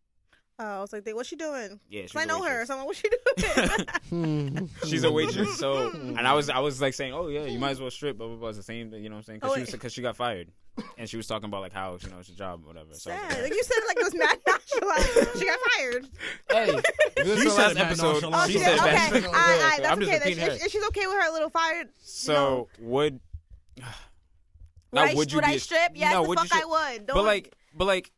Speaker 4: oh, I was like, "Wait, what's she doing?
Speaker 5: Yeah, she
Speaker 4: Cause I
Speaker 5: was a
Speaker 4: know her.
Speaker 5: waitress.
Speaker 4: So I'm like, what's she doing?
Speaker 5: She's a waitress, so and I was I was like saying, oh yeah, you might as well strip, blah blah blah. It's the same, you know what I'm saying? Because
Speaker 4: Oh,
Speaker 5: she was
Speaker 4: wait.
Speaker 5: because she got fired, and she was talking about like how you know it's a job, whatever. So I was
Speaker 4: Sad. Like you said, it like it was mad nonchalant. she got fired.
Speaker 5: like, hey, this is the
Speaker 3: said
Speaker 5: last
Speaker 3: it, man,
Speaker 5: episode.
Speaker 3: nonchalant. Oh,
Speaker 5: she
Speaker 3: she
Speaker 5: said
Speaker 3: did?
Speaker 5: that.
Speaker 4: okay. all right, all right, that's
Speaker 5: I'm just
Speaker 4: okay.
Speaker 5: repeating
Speaker 4: Then
Speaker 5: her.
Speaker 4: she- if she's okay with her little fire,
Speaker 5: So would
Speaker 4: would
Speaker 5: Now,
Speaker 4: I,
Speaker 5: would you
Speaker 4: would I
Speaker 5: be-
Speaker 4: strip? Yes,
Speaker 5: No,
Speaker 4: the
Speaker 5: would you
Speaker 4: fuck I
Speaker 5: strip?
Speaker 4: would. Don't
Speaker 5: but like but like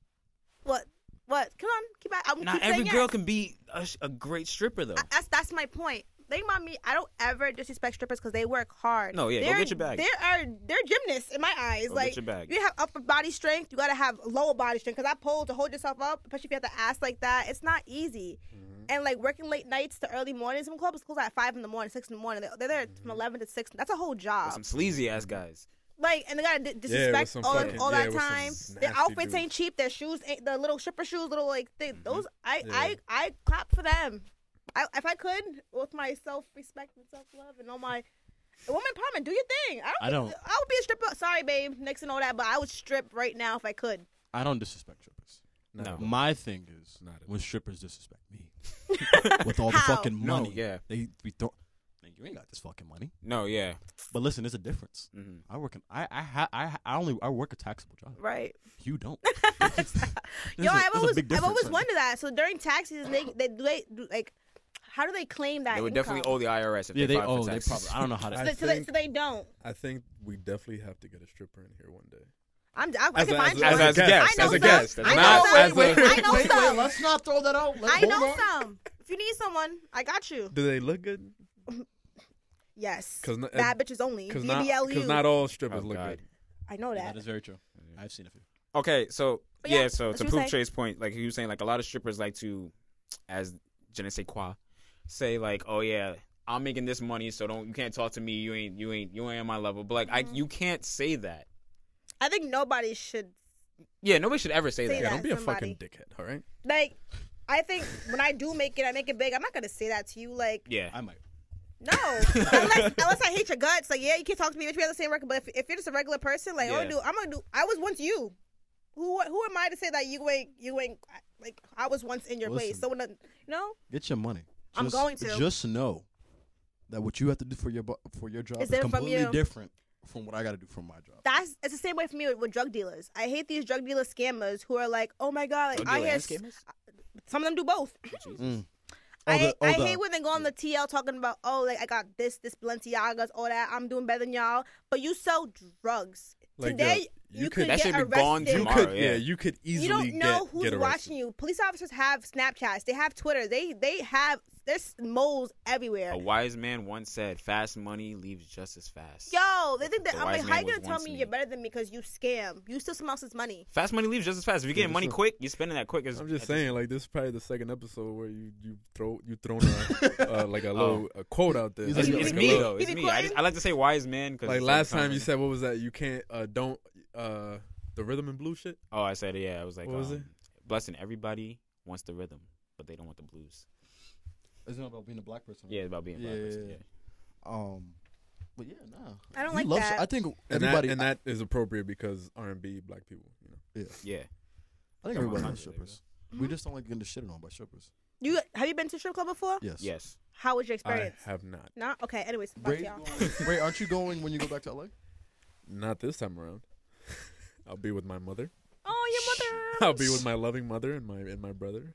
Speaker 4: what? What? Come on, keep. I- I'm
Speaker 5: not
Speaker 4: keep saying
Speaker 5: every
Speaker 4: yes.
Speaker 5: girl can be a, sh- a great stripper though.
Speaker 4: That's that's my point. Think about me. I don't ever disrespect strippers because they work hard.
Speaker 5: No, yeah, go
Speaker 4: they're,
Speaker 5: get your bag.
Speaker 4: They are they're gymnasts in my eyes.
Speaker 5: Go get
Speaker 4: like
Speaker 5: your bag.
Speaker 4: you have upper body strength, you gotta have lower body strength because I pull to hold yourself up, especially if you have the ass like that. It's not easy.
Speaker 5: Mm-hmm.
Speaker 4: And like working late nights to early mornings, some clubs close at five in the morning, six in the morning. They're, they're there
Speaker 5: Mm-hmm.
Speaker 4: from eleven to six. That's a whole job.
Speaker 5: Some sleazy ass guys.
Speaker 4: Like and they gotta di- disrespect
Speaker 2: some
Speaker 4: all,
Speaker 2: fucking-
Speaker 4: all
Speaker 2: yeah,
Speaker 4: that
Speaker 2: with some
Speaker 4: time. Their
Speaker 2: nasty
Speaker 4: outfits
Speaker 2: dudes. Mm-hmm.
Speaker 4: ain't cheap. Their shoes, ain't, the little stripper shoes, little like they, those. I, I I clap for them. I, if I could, with my self respect and self love and all my woman empowerment, do your thing. I don't.
Speaker 3: I don't.
Speaker 4: I would be a stripper. Sorry, babe, next and all that, but I would strip right now if I could.
Speaker 3: I don't disrespect strippers.
Speaker 5: No.
Speaker 3: My thing is
Speaker 2: Not at all.
Speaker 3: when strippers disrespect me with all the
Speaker 4: How?
Speaker 3: fucking
Speaker 5: No,
Speaker 3: money.
Speaker 5: yeah.
Speaker 3: They we throw. Man, you ain't got this fucking money.
Speaker 5: No, yeah.
Speaker 3: But listen, there's a difference.
Speaker 2: Mm-hmm.
Speaker 5: Mhm.
Speaker 3: I work. In, I I ha, I ha- I only I work a taxable job.
Speaker 4: Right.
Speaker 3: You don't.
Speaker 4: Yo,
Speaker 3: i
Speaker 4: i I've always I've always wondered that. So during tax season, they they, do they do, like how do they claim that?
Speaker 5: They would
Speaker 4: income?
Speaker 5: definitely owe the IRS if
Speaker 3: Yeah,
Speaker 5: they,
Speaker 3: they.
Speaker 5: filed
Speaker 3: Oh,
Speaker 5: for
Speaker 3: they
Speaker 5: taxes.
Speaker 3: probably. I don't know how
Speaker 4: So
Speaker 3: to.
Speaker 4: they, so, they,
Speaker 2: think-
Speaker 4: so they don't.
Speaker 2: I think we definitely have to get a stripper in here one day.
Speaker 4: I'm, I, I
Speaker 2: As
Speaker 4: can
Speaker 2: a-
Speaker 4: find
Speaker 2: as
Speaker 4: you
Speaker 2: a-
Speaker 5: as,
Speaker 4: one.
Speaker 5: as a guest,
Speaker 4: I know
Speaker 5: as a
Speaker 4: some.
Speaker 5: guest,
Speaker 4: I know
Speaker 5: not
Speaker 4: some.
Speaker 5: as a.
Speaker 4: I know some.
Speaker 3: let's not throw that out. Let-
Speaker 4: I
Speaker 3: hold
Speaker 4: know
Speaker 3: on.
Speaker 4: some. If you need someone, I got you.
Speaker 2: Do they look good?
Speaker 4: Yes.
Speaker 2: 'Cause n-
Speaker 4: bad bitches only.
Speaker 2: Because not,
Speaker 4: BBLU.
Speaker 2: cause not all strippers
Speaker 5: Oh,
Speaker 2: look
Speaker 5: God.
Speaker 2: good.
Speaker 4: I know
Speaker 3: Yeah,
Speaker 4: that.
Speaker 3: That is very true. I've seen a few.
Speaker 5: Okay, so
Speaker 4: But
Speaker 5: yeah,
Speaker 4: yeah,
Speaker 5: so
Speaker 4: as
Speaker 5: to
Speaker 4: you
Speaker 5: prove
Speaker 4: say.
Speaker 5: Trey's point, like he was saying, like a lot of strippers like to, as je ne sais quoi, say like, oh yeah, I'm making this money, so don't you can't talk to me. You ain't you ain't you ain't on my level. But like
Speaker 4: Mm-hmm.
Speaker 5: I, you can't say that.
Speaker 4: I think nobody should
Speaker 5: Yeah, nobody should ever
Speaker 4: Say
Speaker 5: say that.
Speaker 2: Yeah,
Speaker 4: that.
Speaker 2: don't be a
Speaker 4: somebody.
Speaker 2: fucking dickhead, all right?
Speaker 4: like. I think when I do make it, I make it big. I'm not gonna say that to you. Like,
Speaker 5: Yeah,
Speaker 3: I might.
Speaker 4: no, unless, unless I hate your guts. Like, yeah, you can't talk to me. Bitch, we have the same record. But if, if you're just a regular person, like,
Speaker 5: Yeah.
Speaker 4: oh, dude, I'm gonna do. I was once you. Who who am I to say that you ain't you ain't like I was once in your place?
Speaker 3: Listen.
Speaker 4: So when the, you know,
Speaker 3: Get your money.
Speaker 4: I'm
Speaker 3: Just-
Speaker 4: going to.
Speaker 3: Just know that what you have to do for your bu- for your job
Speaker 4: Is
Speaker 3: is,
Speaker 4: different from
Speaker 3: completely
Speaker 4: you.
Speaker 3: different from what I got to do for my job.
Speaker 4: that's it's the same way for me with, with drug dealers. I hate these drug dealer scammers who are like, oh my god, like,
Speaker 5: Drug
Speaker 4: I
Speaker 5: dealer
Speaker 4: hear
Speaker 5: and
Speaker 4: s-
Speaker 5: scammers?
Speaker 4: some of them do both.
Speaker 3: Mm.
Speaker 4: I,
Speaker 3: Oh, the- oh,
Speaker 4: I
Speaker 3: the-
Speaker 4: hate when they go on the TL talking about, oh, like I got this, this Balenciagas, all that. I'm doing better than y'all, but you sell drugs.
Speaker 2: Like,
Speaker 4: Today
Speaker 2: yeah,
Speaker 4: you,
Speaker 2: you
Speaker 4: could
Speaker 2: could-
Speaker 5: That
Speaker 4: get
Speaker 5: should
Speaker 4: arrested.
Speaker 5: be gone
Speaker 2: You
Speaker 5: Tomorrow,
Speaker 2: could,
Speaker 5: yeah.
Speaker 2: yeah. you could easily
Speaker 4: You don't know
Speaker 2: get,
Speaker 4: who's
Speaker 2: get arrested.
Speaker 4: watching you. Police officers have Snapchats. They have Twitter. They they have there's moles everywhere.
Speaker 5: a wise man once said, "Fast money leaves just as fast."
Speaker 4: Yo, they think that
Speaker 5: The
Speaker 4: I'm
Speaker 5: wise
Speaker 4: like, how
Speaker 5: man
Speaker 4: you gonna
Speaker 5: was
Speaker 4: tell
Speaker 5: once
Speaker 4: me
Speaker 5: me.
Speaker 4: you're better than me because you scam? You steal someone else's money.
Speaker 5: Fast money leaves just as fast. If you're getting
Speaker 2: that's
Speaker 5: money
Speaker 2: true.
Speaker 5: quick, you're spending that quick. As,
Speaker 2: I'm just
Speaker 5: at this-
Speaker 2: saying, like this is probably the second episode where you you throw you thrown a, uh, like a little a quote out there.
Speaker 3: He's
Speaker 5: It's,
Speaker 2: Like,
Speaker 3: like,
Speaker 5: it's
Speaker 2: a
Speaker 5: me
Speaker 2: little-
Speaker 5: though. It's
Speaker 4: Keep it
Speaker 5: me. I,
Speaker 4: quiet.
Speaker 5: just, I like to say wise man because
Speaker 2: Like last time you said, what was that? You can't uh don't uh the rhythm and blue shit.
Speaker 5: Oh, I said it, yeah. I was like,
Speaker 2: What was
Speaker 5: um, Blessing everybody wants the rhythm, but they don't want the blues.
Speaker 3: Isn't it about being a black person?
Speaker 5: Yeah, it's about being black.
Speaker 3: Yeah,
Speaker 5: person,
Speaker 3: yeah,
Speaker 5: yeah.
Speaker 3: Um. But yeah, nah.
Speaker 4: I don't
Speaker 3: You
Speaker 4: like
Speaker 3: love-
Speaker 4: that.
Speaker 3: I think
Speaker 2: And
Speaker 3: everybody.
Speaker 2: that and that is appropriate because R and B black people. You know,
Speaker 5: Yeah.
Speaker 3: I think
Speaker 5: Come on,
Speaker 3: everybody
Speaker 5: Kanye,
Speaker 3: loves
Speaker 5: there we
Speaker 3: strippers. We just don't like getting shitted on by strippers.
Speaker 4: You have you been to strip club before?
Speaker 3: Yes.
Speaker 5: Yes.
Speaker 4: How was your experience?
Speaker 2: I have not.
Speaker 4: No. Okay. Anyways, back to
Speaker 3: Wait,
Speaker 4: y'all.
Speaker 3: wait, aren't you going when you go back to LA?
Speaker 2: Not this time around. I'll be with my mother.
Speaker 4: Oh, your mother.
Speaker 2: I'll be with my loving mother and my and my brother,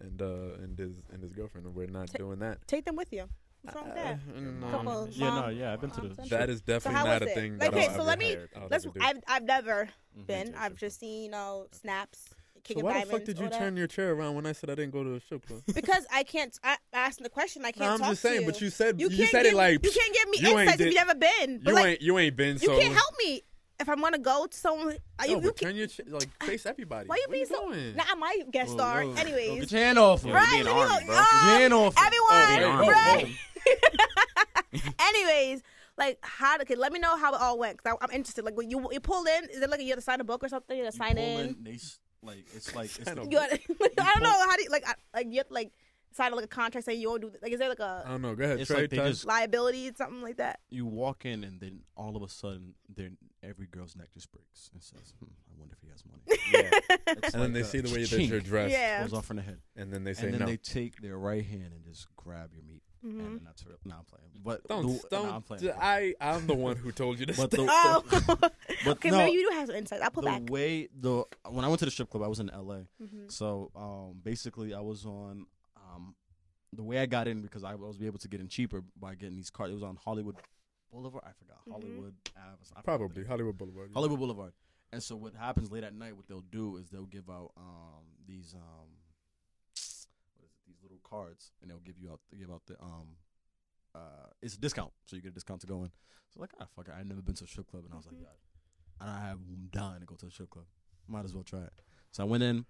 Speaker 2: and uh and his and his girlfriend. and We're not
Speaker 4: Ta-
Speaker 2: doing that.
Speaker 4: Take them with you. What's wrong with that?
Speaker 2: Uh, no.
Speaker 4: Couple of
Speaker 3: yeah, no,
Speaker 4: mom-
Speaker 3: yeah, I've been to
Speaker 4: mom
Speaker 3: the-
Speaker 4: sons.
Speaker 2: That is definitely
Speaker 4: how
Speaker 2: not a
Speaker 4: is it?
Speaker 2: thing.
Speaker 4: Like,
Speaker 2: that I'll
Speaker 4: okay, so
Speaker 2: ever
Speaker 4: let me-
Speaker 2: hire- I'll
Speaker 4: Let's.
Speaker 2: ever do. Mm-hmm.
Speaker 4: I've I've never
Speaker 3: Mhm.
Speaker 4: been.
Speaker 2: Jason.
Speaker 4: I've just seen you know snaps.
Speaker 2: So
Speaker 4: Kicking
Speaker 2: why the
Speaker 4: diamonds,
Speaker 2: fuck did you
Speaker 4: all that.
Speaker 2: turn your chair around when I said I didn't go to a strip club?
Speaker 4: Because I can't. I I asked him the question. I
Speaker 2: No,
Speaker 4: can't.
Speaker 2: I'm
Speaker 4: talk
Speaker 2: just
Speaker 4: to
Speaker 2: saying,
Speaker 4: you.
Speaker 2: but you said
Speaker 4: You
Speaker 2: you,
Speaker 4: can't
Speaker 2: said
Speaker 4: give,
Speaker 2: it like
Speaker 4: you can't give me
Speaker 2: you ain't
Speaker 4: insights if
Speaker 2: did-
Speaker 4: you've never been. But
Speaker 2: you
Speaker 4: like,
Speaker 2: ain't you ain't been.
Speaker 4: you
Speaker 2: so
Speaker 4: can't help me if I'm gonna go to someone. Are you,
Speaker 2: No,
Speaker 4: you
Speaker 2: but
Speaker 4: can,
Speaker 2: turn your ch- like face everybody.
Speaker 4: why you
Speaker 2: What
Speaker 4: being so?
Speaker 2: doing?
Speaker 4: Nah, my guest
Speaker 3: Whoa,
Speaker 4: star.
Speaker 3: whoa. Yo,
Speaker 4: Anyways,
Speaker 3: get your hand off him.
Speaker 5: You're
Speaker 4: right? let
Speaker 5: being
Speaker 4: me
Speaker 5: armed,
Speaker 4: go-
Speaker 5: bro.
Speaker 4: Ah,
Speaker 3: Get your hand off him.
Speaker 2: Oh,
Speaker 5: being
Speaker 4: everyone,
Speaker 5: armed.
Speaker 4: right? Anyways, like how? Okay, let me know how it all went. Cause I, I'm interested. Like when you you pull in, is it like you have to sign a book or something? You have to
Speaker 3: You
Speaker 4: sign
Speaker 3: pull
Speaker 4: in.
Speaker 3: They s- like it's like it's
Speaker 2: Sign
Speaker 3: the,
Speaker 2: a
Speaker 4: You gotta, I
Speaker 3: pull-
Speaker 4: don't know how do you, like I, like you have to, like sign like a contract saying you won't do th- like is there like
Speaker 2: I
Speaker 3: Uh.
Speaker 4: a
Speaker 2: don't know. Go ahead.
Speaker 3: It's
Speaker 2: Trey,
Speaker 3: like they
Speaker 2: Ty.
Speaker 3: just-
Speaker 4: liability something like that?
Speaker 3: you walk in and then all of a sudden, then every girl's neck just breaks and says, hmm, "I wonder if he has money." It's
Speaker 2: and then they
Speaker 3: like a
Speaker 2: see the way that you're
Speaker 3: chink
Speaker 2: dressed,
Speaker 4: Yeah.
Speaker 3: goes off in the head,
Speaker 2: and then they say
Speaker 3: and then
Speaker 2: no.
Speaker 3: they take their right hand and just grab your meat.
Speaker 4: hmm
Speaker 3: And then that's real. Nah, I'm playing. But
Speaker 2: Don't,
Speaker 3: the, nah, I'm
Speaker 2: don't.
Speaker 3: playing.
Speaker 2: I, I'm the one who told you this.
Speaker 3: But the-
Speaker 4: Oh,
Speaker 3: but
Speaker 4: okay.
Speaker 3: no,
Speaker 4: maybe you do have some insight. I'll pull
Speaker 3: the
Speaker 4: back.
Speaker 3: way the when I went to the strip club, I was in L.A.
Speaker 4: Mhm.
Speaker 3: So um, basically, I was on um, the way I got in because I was able to get in cheaper by getting these cards. It was on Hollywood Boulevard. I forgot
Speaker 4: Mhm.
Speaker 3: Hollywood. Ave or something. I forgot what
Speaker 2: Probably
Speaker 3: it-
Speaker 2: Hollywood Boulevard.
Speaker 3: Hollywood Boulevard. And so what happens late at night? What they'll do is they'll give out um, these um, what is it? These little cards, and they'll give you out. They give out the um, uh, it's a discount, so you get a discount to go in. So like, ah, fuck it. I've never been to a strip club, and I was like,
Speaker 4: Mhm.
Speaker 3: God, and I have I'm dying to go to a strip club. Might as well try it. So I went in,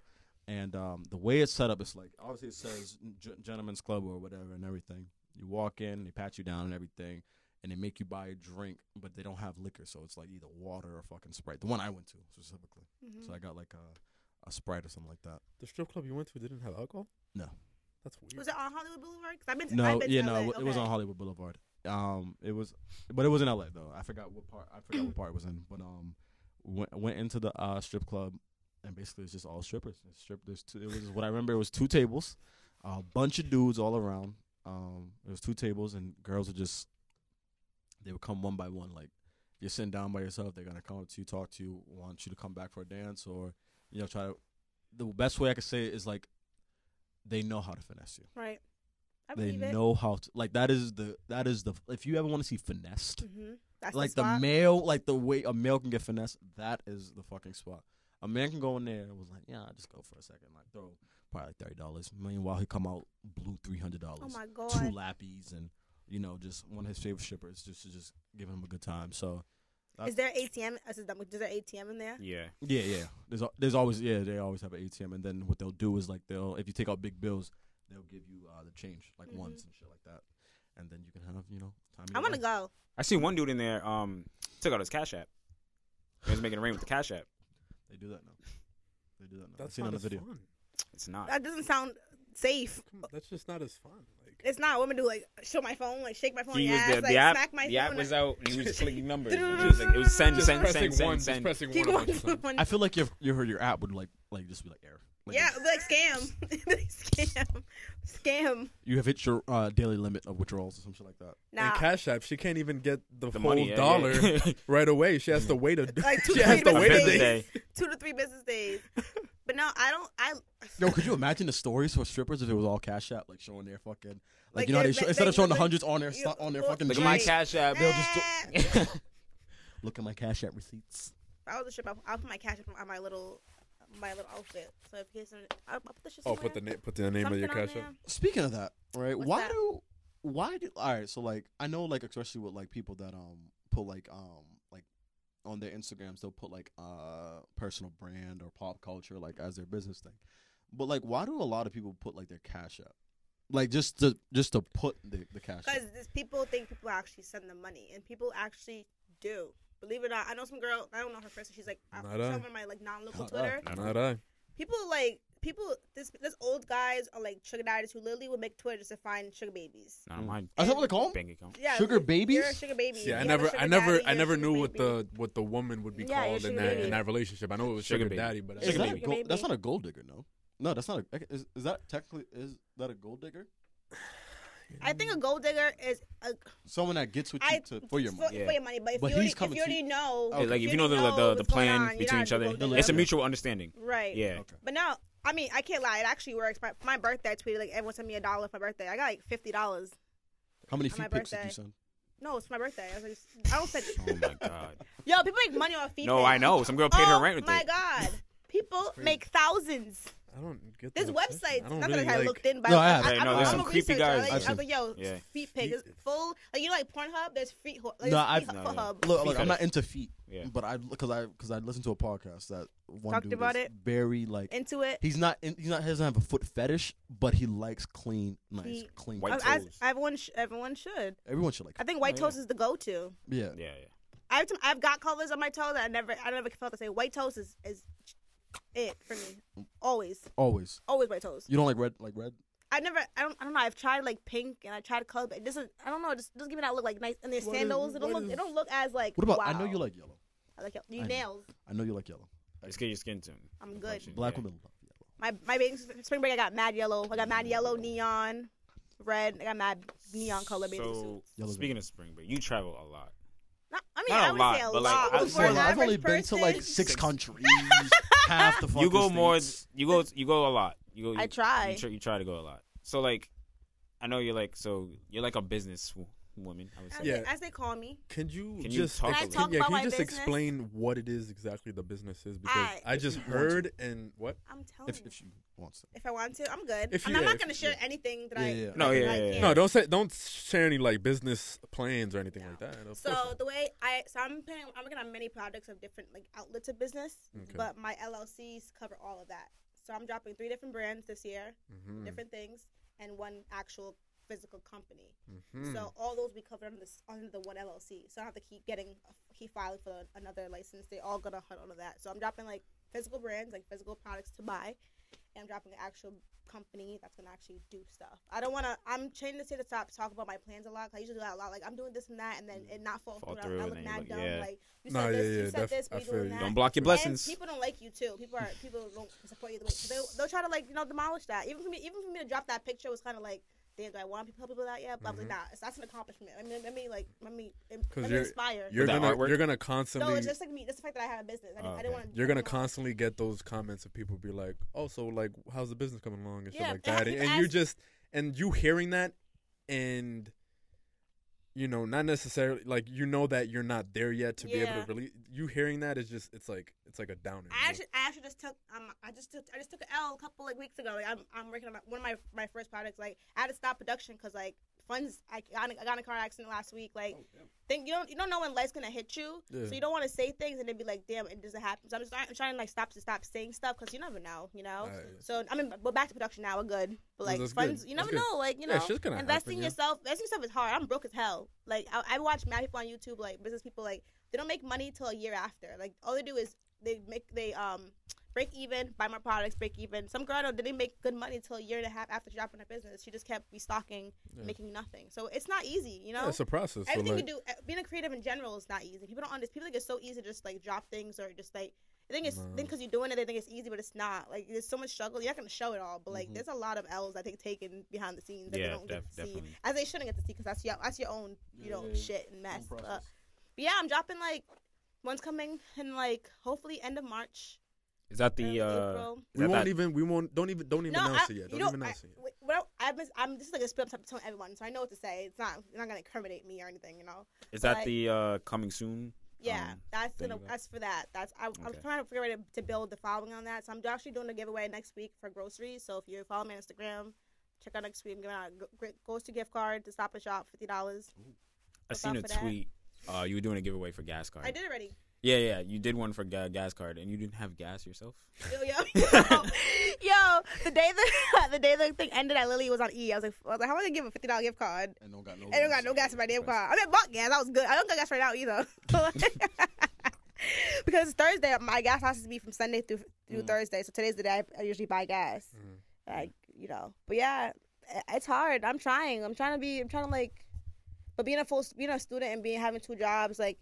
Speaker 3: and um, the way it's set up, it's like obviously it says gen- gentleman's club or whatever, and everything. You walk in, they pat you down and everything and they make you buy a drink, but they don't have liquor, so it's like either water or fucking Sprite. The one I went to specifically,
Speaker 4: Mhm.
Speaker 3: so I got like a, a Sprite or something like that.
Speaker 2: The strip club you went to didn't have alcohol.
Speaker 3: No.
Speaker 2: that's weird.
Speaker 4: Was it on Hollywood Boulevard? Because I've been to, I've
Speaker 3: No,
Speaker 4: been
Speaker 3: yeah,
Speaker 4: to
Speaker 3: no,
Speaker 4: LA.
Speaker 3: it wa- it was
Speaker 4: Okay.
Speaker 3: on Hollywood Boulevard. Um, it was, but it was in LA though. I forgot what part. I forgot what part it was in, but um, went went into the uh, strip club, and basically it's just all strippers. It's strip. There's two. It was what I remember. It was two tables, a bunch of dudes all around. Um, it was two tables, and girls would just they would come one by one. Like if you're sitting down by yourself, they're gonna come up to you, talk to you, want you to come back for a dance, or you know, try to. The best way I could say it is like they know how to finesse you
Speaker 4: Right. I
Speaker 3: they
Speaker 4: believe it.
Speaker 3: know how to like that is the that is the if you ever want to see finessed
Speaker 4: hmm That's
Speaker 3: like
Speaker 4: the,
Speaker 3: the,
Speaker 4: spot.
Speaker 3: male like the way a male can get finessed that is the fucking spot a man can go in there and was like yeah I'll just go for a second like throw probably like thirty dollars meanwhile he come out blew three hundred
Speaker 4: Oh
Speaker 3: dollars
Speaker 4: my
Speaker 3: two
Speaker 4: god.
Speaker 3: lappies and you know just one of his favorite shippers just to just giving him a good time so
Speaker 4: Is there ATM? Is there is there ATM in there?
Speaker 5: Yeah.
Speaker 3: yeah yeah there's al- there's always yeah they always have an ATM and then what they'll do is like they'll if you take out big bills they'll give you uh the change like
Speaker 4: Mhm.
Speaker 3: ones and shit like that and then you can have you know time
Speaker 4: I
Speaker 3: your
Speaker 4: want
Speaker 3: life.
Speaker 4: to go.
Speaker 5: I see one dude in there. Um, took out his cash app. He was making it rain with the cash app.
Speaker 3: They do that now. They do that now. I've
Speaker 2: That's
Speaker 3: seen
Speaker 2: not
Speaker 3: it on the
Speaker 2: as
Speaker 3: video.
Speaker 2: fun.
Speaker 5: It's not.
Speaker 4: That doesn't sound safe.
Speaker 2: Come on, That's just not as fun. Like
Speaker 4: It's not. Women do like show my phone, like shake my phone,
Speaker 5: He
Speaker 4: yeah,
Speaker 5: was the,
Speaker 4: like
Speaker 5: the app.
Speaker 4: smack my
Speaker 5: The
Speaker 4: phone.
Speaker 5: app was out. And he was just clicking numbers. It
Speaker 4: Just
Speaker 5: was, like, it was send,
Speaker 4: Just
Speaker 5: send, send,
Speaker 2: one,
Speaker 5: send,
Speaker 2: just
Speaker 5: send.
Speaker 2: pressing
Speaker 4: Keep
Speaker 2: one.
Speaker 4: going.
Speaker 2: on each side.
Speaker 3: I feel like your your your app would like like just be like error. Like,
Speaker 4: yeah, like scam, Like, scam, scam.
Speaker 3: You have hit your uh, daily limit of withdrawals or some shit like
Speaker 2: And
Speaker 3: that.
Speaker 4: Nah,
Speaker 2: Cash App, she can't even get the,
Speaker 5: The
Speaker 2: whole
Speaker 5: money yeah,
Speaker 2: dollar
Speaker 5: yeah.
Speaker 2: right away. She has to wait a.
Speaker 4: like two
Speaker 2: she
Speaker 4: to
Speaker 2: has
Speaker 4: three
Speaker 2: to
Speaker 5: I
Speaker 2: wait
Speaker 5: bet
Speaker 2: a
Speaker 4: business
Speaker 5: the
Speaker 2: day.
Speaker 4: days.
Speaker 5: day.
Speaker 4: Two to three business days. But no, I don't. I
Speaker 3: Yo, could you imagine the stories for strippers if it was all cash app, like showing their fucking like,
Speaker 4: Like,
Speaker 3: you know how
Speaker 4: they-
Speaker 3: they
Speaker 4: they-
Speaker 3: show, instead of
Speaker 4: they
Speaker 3: showing the
Speaker 4: look-
Speaker 3: hundreds on their
Speaker 4: you-
Speaker 3: sto- on their
Speaker 4: look-
Speaker 3: fucking
Speaker 5: Look at my
Speaker 4: Right.
Speaker 3: sheets,
Speaker 5: cash app.
Speaker 3: They'll just do- look at my cash app receipts.
Speaker 4: if I was a strip, I'll, I'll put my cash on my little, my little outfit. So if you guys, don't- I'll, I'll put the shit.
Speaker 2: Oh, put the name, put the name of your Cash App.
Speaker 3: Speaking of that, right?
Speaker 4: What's
Speaker 3: why
Speaker 4: that?
Speaker 3: do why do all right? So like I know like especially with like people that um put like um like on their Instagrams they'll put like uh personal brand or pop culture like as their business thing, but like why do a lot of people put like their cash up? Like just to just to put the, the cash up.
Speaker 4: Because people think people actually send them money, and people actually do. Believe it or not, I know some girl. I don't know her person. She's like
Speaker 2: Not I.
Speaker 4: someone on my like non-local
Speaker 3: Not
Speaker 4: Twitter.
Speaker 2: Not I.
Speaker 4: People like people. This this old guys are like sugar daddies who literally would make Twitter just to find sugar babies.
Speaker 5: Not mine.
Speaker 3: Is that what they call 'em?
Speaker 5: Bank account.
Speaker 4: Yeah,
Speaker 3: Sugar
Speaker 4: you're-
Speaker 3: babies?
Speaker 4: You're a sugar baby.
Speaker 2: Yeah, I
Speaker 4: You have a
Speaker 2: never,
Speaker 4: sugar
Speaker 2: I never,
Speaker 4: daddy,
Speaker 2: I
Speaker 4: you're a
Speaker 2: never
Speaker 4: sugar
Speaker 2: knew what
Speaker 4: baby.
Speaker 2: the what the woman would be
Speaker 4: Yeah,
Speaker 2: called
Speaker 4: yeah,
Speaker 2: in
Speaker 4: sugar
Speaker 2: that
Speaker 4: baby.
Speaker 2: in that relationship. I know it was
Speaker 5: Sugar
Speaker 2: sugar,
Speaker 5: baby.
Speaker 2: daddy, but I
Speaker 3: Is
Speaker 5: Sugar
Speaker 3: that a
Speaker 5: baby.
Speaker 3: gold, that's
Speaker 4: Baby.
Speaker 3: not a gold digger, no. No, that's not a. Is, is that technically is that a gold digger?
Speaker 4: I think a gold digger is a,
Speaker 3: Someone that gets with you
Speaker 4: I
Speaker 3: to, for your money.
Speaker 4: for,
Speaker 5: Yeah.
Speaker 4: for your money. But if
Speaker 3: But
Speaker 4: you already,
Speaker 3: he's coming
Speaker 4: if you
Speaker 3: to
Speaker 4: already
Speaker 3: you.
Speaker 4: know,
Speaker 3: Okay.
Speaker 5: like if you know the like, the, the
Speaker 4: what's going
Speaker 5: plan
Speaker 4: on, you're
Speaker 5: between
Speaker 4: not
Speaker 5: each other,
Speaker 4: gonna go do
Speaker 5: it's a
Speaker 4: that.
Speaker 5: mutual understanding.
Speaker 4: right?
Speaker 5: Yeah,
Speaker 3: Okay.
Speaker 4: But now, I mean, I can't lie. It actually works. My, my birthday, I tweeted like everyone sent me a dollar for my birthday. I got like fifty dollars.
Speaker 3: How many
Speaker 4: On
Speaker 3: feet
Speaker 4: my
Speaker 3: pics did you
Speaker 4: birthday.
Speaker 3: send?
Speaker 4: No, it's my birthday. I, was like, I don't send.
Speaker 5: Oh my god.
Speaker 4: Yo, people make money off feet.
Speaker 5: no,
Speaker 4: pics.
Speaker 5: I know. Some girl paid
Speaker 4: oh
Speaker 5: her rent with
Speaker 4: my
Speaker 5: it.
Speaker 4: god, people make thousands.
Speaker 2: I don't get
Speaker 4: There's
Speaker 2: that
Speaker 4: websites.
Speaker 2: obsession. I don't
Speaker 4: Not
Speaker 2: really
Speaker 4: that I
Speaker 2: like,
Speaker 4: looked in, but
Speaker 3: No, I
Speaker 4: I,
Speaker 3: have.
Speaker 5: Hey, no,
Speaker 4: am
Speaker 5: there's
Speaker 4: I'm
Speaker 5: some
Speaker 4: a
Speaker 5: creepy
Speaker 4: researcher.
Speaker 5: guys.
Speaker 4: I, like,
Speaker 3: I've
Speaker 4: I was like, yo,
Speaker 5: Yeah.
Speaker 4: feet pic is full. Like you know, like Pornhub, there's feet. ho- Like,
Speaker 3: No,
Speaker 4: there's
Speaker 3: I've-
Speaker 4: feet
Speaker 5: No,
Speaker 4: for
Speaker 5: no.
Speaker 4: hub.
Speaker 3: Look,
Speaker 5: Feet
Speaker 3: look, I'm not
Speaker 5: fetish.
Speaker 3: into feet,
Speaker 5: Yeah.
Speaker 3: but I because I because I listened to a podcast that one
Speaker 4: Talked
Speaker 3: dude
Speaker 4: about
Speaker 3: is
Speaker 4: it.
Speaker 3: very like
Speaker 4: Into it.
Speaker 3: he's not in, he's not he doesn't have a foot fetish, but he likes clean, nice,
Speaker 4: He-
Speaker 3: clean.
Speaker 5: White
Speaker 3: toes.
Speaker 4: I- I-
Speaker 5: toes.
Speaker 4: everyone, sh- everyone should.
Speaker 3: Everyone should like.
Speaker 4: I think white
Speaker 5: Oh, yeah.
Speaker 4: toast is the go-to.
Speaker 3: yeah.
Speaker 5: Yeah, yeah.
Speaker 4: Every time I've got colors on my toes, I never, I never felt the same. White toast is is it for me. Always,
Speaker 3: Always.
Speaker 4: always white toast.
Speaker 3: You don't like red, like red.
Speaker 4: I never, I don't, I don't know. I've tried like pink and I tried color, but it doesn't. I don't know. It just doesn't give me that look like nice. And their
Speaker 3: What is-
Speaker 4: sandals, it don't
Speaker 3: what
Speaker 4: look,
Speaker 3: is-
Speaker 4: it don't look as like.
Speaker 3: What about?
Speaker 4: Wow.
Speaker 3: I know you like yellow.
Speaker 4: I like your,
Speaker 3: I
Speaker 4: your
Speaker 3: know.
Speaker 4: nails.
Speaker 3: I know you like yellow.
Speaker 5: Let's get your skin tone.
Speaker 4: I'm good.
Speaker 3: Black
Speaker 5: Yeah.
Speaker 3: women love yellow.
Speaker 4: My my baby, spring break. I got mad yellow. I got mad yellow, neon, red. I got mad neon color bathing suit.
Speaker 5: So
Speaker 3: Yellow
Speaker 5: speaking of spring break, you travel a lot.
Speaker 4: Not, I mean,
Speaker 5: Not a
Speaker 4: I would
Speaker 5: lot,
Speaker 4: say a
Speaker 5: but, like,
Speaker 4: lot.
Speaker 5: I
Speaker 4: but
Speaker 5: would
Speaker 4: for
Speaker 5: say
Speaker 4: an
Speaker 5: like-
Speaker 3: I've only
Speaker 4: average
Speaker 3: been to like
Speaker 4: person,
Speaker 3: six countries. half the fucking
Speaker 5: you go more.
Speaker 3: states.
Speaker 5: You go. You go a lot. You go.
Speaker 4: I
Speaker 5: you-
Speaker 4: try.
Speaker 5: You, tr- you try to go a lot. So like, I know you're like. So you're like a business w- woman. I would say.
Speaker 4: As,
Speaker 2: Yeah.
Speaker 4: they, as they call me.
Speaker 2: Can you
Speaker 5: Can you
Speaker 2: just
Speaker 5: talk
Speaker 2: ex-
Speaker 5: a little
Speaker 2: yeah,
Speaker 4: bit?
Speaker 2: can
Speaker 4: Talk
Speaker 2: you just
Speaker 4: about my
Speaker 2: explain what it is exactly the business is because
Speaker 4: Alright.
Speaker 2: I just
Speaker 3: If you want to.
Speaker 2: heard and what
Speaker 4: I'm telling
Speaker 3: If,
Speaker 4: you.
Speaker 3: if she wants to.
Speaker 4: Oh. If I want to, I'm good.
Speaker 2: If
Speaker 4: and
Speaker 2: you-
Speaker 4: I'm
Speaker 2: yeah,
Speaker 4: not
Speaker 2: if
Speaker 4: going to
Speaker 2: you-
Speaker 4: share anything that
Speaker 3: Yeah,
Speaker 4: I.
Speaker 3: yeah.
Speaker 5: No,
Speaker 4: that
Speaker 5: yeah,
Speaker 4: I
Speaker 5: yeah, yeah.
Speaker 4: can't.
Speaker 2: No, don't say don't share any like business plans or anything like that. Of course
Speaker 4: So
Speaker 2: not.
Speaker 4: the way I so I'm planning I'm working on many projects of different like outlets of business,
Speaker 2: Okay.
Speaker 4: but my LLCs cover all of that. So I'm dropping three different brands this year,
Speaker 2: Mhm,
Speaker 4: different things, and one actual physical company.
Speaker 2: mhm.
Speaker 5: Hmm.
Speaker 4: So all those we covered under this under the one LLC. So I don't have to keep getting uh, keep filing for another license. They all gonna hunt under that. So I'm dropping like physical brands, like physical products to buy, and I'm dropping an actual company that's gonna actually do stuff. I don't wanna. I'm trying to say to stop talk about my plans a lot. 'cause I usually do that a lot. Like I'm doing this and that, and then it not fall,
Speaker 5: Mm. Fall
Speaker 4: through.
Speaker 5: through,
Speaker 4: I, I
Speaker 5: and
Speaker 4: look
Speaker 5: then
Speaker 4: mad
Speaker 5: you look-
Speaker 4: dumb.
Speaker 5: yeah.
Speaker 4: Like you
Speaker 2: Nah,
Speaker 4: said this,
Speaker 2: yeah, yeah,
Speaker 4: you said
Speaker 2: def-
Speaker 4: this,
Speaker 2: I
Speaker 4: we
Speaker 2: feel you.
Speaker 4: doing that.
Speaker 5: Don't block your blessings.
Speaker 4: And people don't like you too. People are people don't support you the way so they'll, they'll try to like you know demolish that. Even for me, even for me to drop that picture was kind of like, damn, do I want to help people out yet? But I was like, nah, it's, that's an accomplishment. I mean, let me like let me let me
Speaker 2: Mm-hmm. you're-
Speaker 4: inspire.
Speaker 2: You're
Speaker 5: With the
Speaker 2: gonna
Speaker 5: artwork?
Speaker 2: you're gonna
Speaker 4: no,
Speaker 2: constantly
Speaker 4: it's just like me. That's the fact that I had a business. I didn't,
Speaker 5: Oh,
Speaker 4: I didn't
Speaker 5: okay.
Speaker 4: want to.
Speaker 2: you're gonna constantly get those comments of people be like, "Oh, so like, how's the business coming along and shit like
Speaker 4: Yeah, and
Speaker 2: that,"
Speaker 4: people
Speaker 2: and, you
Speaker 4: ask-
Speaker 2: just and you hearing that, and you know, not necessarily like you know that you're not there yet to be able
Speaker 4: Yeah.
Speaker 2: to really. You hearing that is just it's like it's like a downer. you
Speaker 4: I
Speaker 2: know?
Speaker 4: actually, I actually just took um, I just took, I just took an L a couple like weeks ago. Like I'm, I'm working on my, one of my my first products. Like I had to stop production because like funds. I got, in, I got in a car accident last week. Like,
Speaker 2: Oh,
Speaker 4: think you don't you don't know when life's gonna hit you,
Speaker 2: Yeah.
Speaker 4: so you don't want to say things and then be like, damn, it doesn't happen. So I'm just I'm trying to like stop to stop saying stuff because you never know, you know.
Speaker 2: Right, yeah.
Speaker 4: So I mean, we're back to production now. We're good, but
Speaker 2: No,
Speaker 4: like
Speaker 2: that's good.
Speaker 4: funds, you
Speaker 2: That's
Speaker 4: never
Speaker 2: good.
Speaker 4: know. Like you
Speaker 2: Yeah,
Speaker 4: know,
Speaker 2: shit's gonna happen,
Speaker 4: investing
Speaker 2: yeah.
Speaker 4: yourself, investing yourself is hard. I'm broke as hell. Like I, I watch mad people on YouTube, like business people, like they don't make money till a year after. Like all they do is they make they um break even, buy more products, break even. Some girl though, didn't make good money till a year and a half after she dropping her business. She just kept restocking, making nothing. So it's not easy, you know.
Speaker 2: Yeah, it's a process. So
Speaker 4: Everything
Speaker 2: like,
Speaker 4: you do, uh, being a creative in general is not easy. People don't understand. People think it's so easy to just like drop things or just like. I think it's
Speaker 2: No.
Speaker 4: think because you're doing it, they think it's easy, but it's not. Like there's so much struggle. You're not gonna show it all, but
Speaker 2: Mm-hmm.
Speaker 4: like there's a lot of L's I think taken behind the scenes that
Speaker 5: Yeah,
Speaker 4: they don't
Speaker 5: def-
Speaker 4: get to see,
Speaker 5: definitely.
Speaker 4: as they shouldn't get to see because that's your that's your own you
Speaker 3: Yeah,
Speaker 4: know
Speaker 3: yeah, yeah.
Speaker 4: shit and mess. But, but
Speaker 3: process.
Speaker 4: yeah, I'm dropping like one's coming in like hopefully end of March.
Speaker 5: Is that
Speaker 4: early
Speaker 5: the? uh
Speaker 4: April.
Speaker 5: is
Speaker 2: we
Speaker 5: that
Speaker 2: won't
Speaker 5: that-
Speaker 2: even we won't don't even don't even announce it yet. Don't
Speaker 4: you know,
Speaker 2: even announce
Speaker 4: I,
Speaker 2: it yet.
Speaker 4: wait, Well, I've been, I'm this is like a split. I'm telling everyone, so I know what to say. It's not you're not gonna incriminate me or anything, you know.
Speaker 5: Is that
Speaker 4: like-
Speaker 5: the uh coming soon?
Speaker 4: Yeah,
Speaker 5: um,
Speaker 4: that's
Speaker 5: thing
Speaker 4: gonna,
Speaker 5: about-
Speaker 4: that's for that. That's I, I'm
Speaker 5: Okay.
Speaker 4: trying to figure out a- to build the following on that. So I'm actually doing a giveaway next week for groceries. So if you follow me on Instagram, check out next week. I'm giving out a gr- great grocery gift card to Stop and Shop, fifty dollars.
Speaker 5: I seen
Speaker 4: out
Speaker 5: a
Speaker 4: for that.
Speaker 5: tweet. Uh, you were doing a giveaway for gas card.
Speaker 4: I did already.
Speaker 5: Yeah, yeah. You did one for ga- gas card, and you didn't have gas yourself.
Speaker 4: Yo, yo, yo, yo, the day the the day the thing ended, I literally was on E. I was like, I was like, how am I gonna give a fifty dollar gift card?
Speaker 3: And don't got no.
Speaker 4: I don't got no gas in my damn car. I mean, I bought gas. I was good. I don't got gas right now either. because it's Thursday, my gas has to be from Sunday through through Thursday. So today's the day I, I usually buy gas. Like you know, but yeah, i- it's hard. I'm trying. I'm trying to be. I'm trying to like, but being a full being a student and being having two jobs, like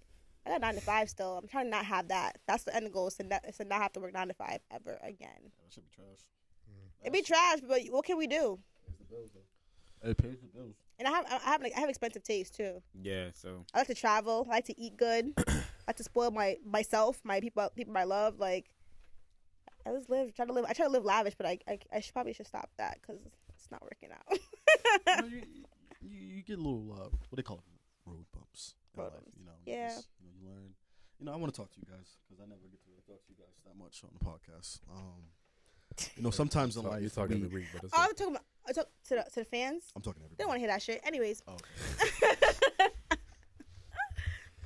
Speaker 4: I got nine to five still. I'm trying to not have that. That's the end goal. Is to not, is to not have to work nine to five ever again.
Speaker 3: That should be trash.
Speaker 4: It'd be trash, but what can we do?
Speaker 3: It pays the bills.
Speaker 4: And I have I have like I have expensive taste too.
Speaker 5: Yeah, so
Speaker 4: I like to travel. I like to eat good. I like to spoil my myself, my people, people I love. Like I just live, try to live. I try to live lavish, but I I, I should, probably should stop that because it's not working out.
Speaker 3: know, you, you, you get little uh, what they call it, road bumps. in
Speaker 4: Road
Speaker 3: life,
Speaker 4: bumps.
Speaker 3: you know,
Speaker 4: Yeah.
Speaker 3: just, you know, you learn. You know, I want to talk to you guys because I never get to really talk to you guys that much on the podcast. Um, you know, sometimes in
Speaker 2: So
Speaker 3: life
Speaker 2: you talk every
Speaker 3: we-
Speaker 2: week, but it's
Speaker 4: All Oh, I'm talking about I talk to the, to the fans.
Speaker 3: I'm talking to everybody.
Speaker 4: They don't want to hear that shit. Anyways,
Speaker 3: Oh, okay.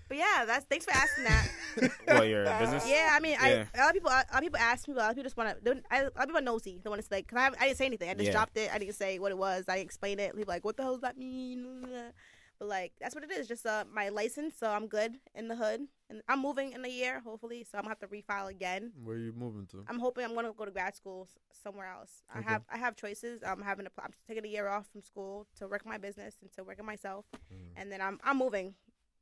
Speaker 4: but yeah, that's thanks for asking that.
Speaker 5: what your business?
Speaker 4: yeah, I mean,
Speaker 5: Yeah.
Speaker 4: I a lot of people, a lot of people ask me, but a lot of people just want to. A lot of people are nosy. They want to like, cause I, haven't- I didn't say anything. I just
Speaker 5: Yeah.
Speaker 4: dropped it. I didn't say what it was. I explained it. People like, what the hell does that mean? But like, that's what it is. Just uh, my license, so I'm good in the hood, and I'm moving in a year, hopefully. So I'm gonna have to refile again.
Speaker 2: where you moving to?
Speaker 4: I'm hoping I'm gonna go to grad school s- somewhere else. I
Speaker 2: Okay.
Speaker 4: have I have choices. I'm having a, pl- I'm taking a year off from school to work on my business and to work on myself,
Speaker 2: Mm-hmm.
Speaker 4: and then I'm I'm moving.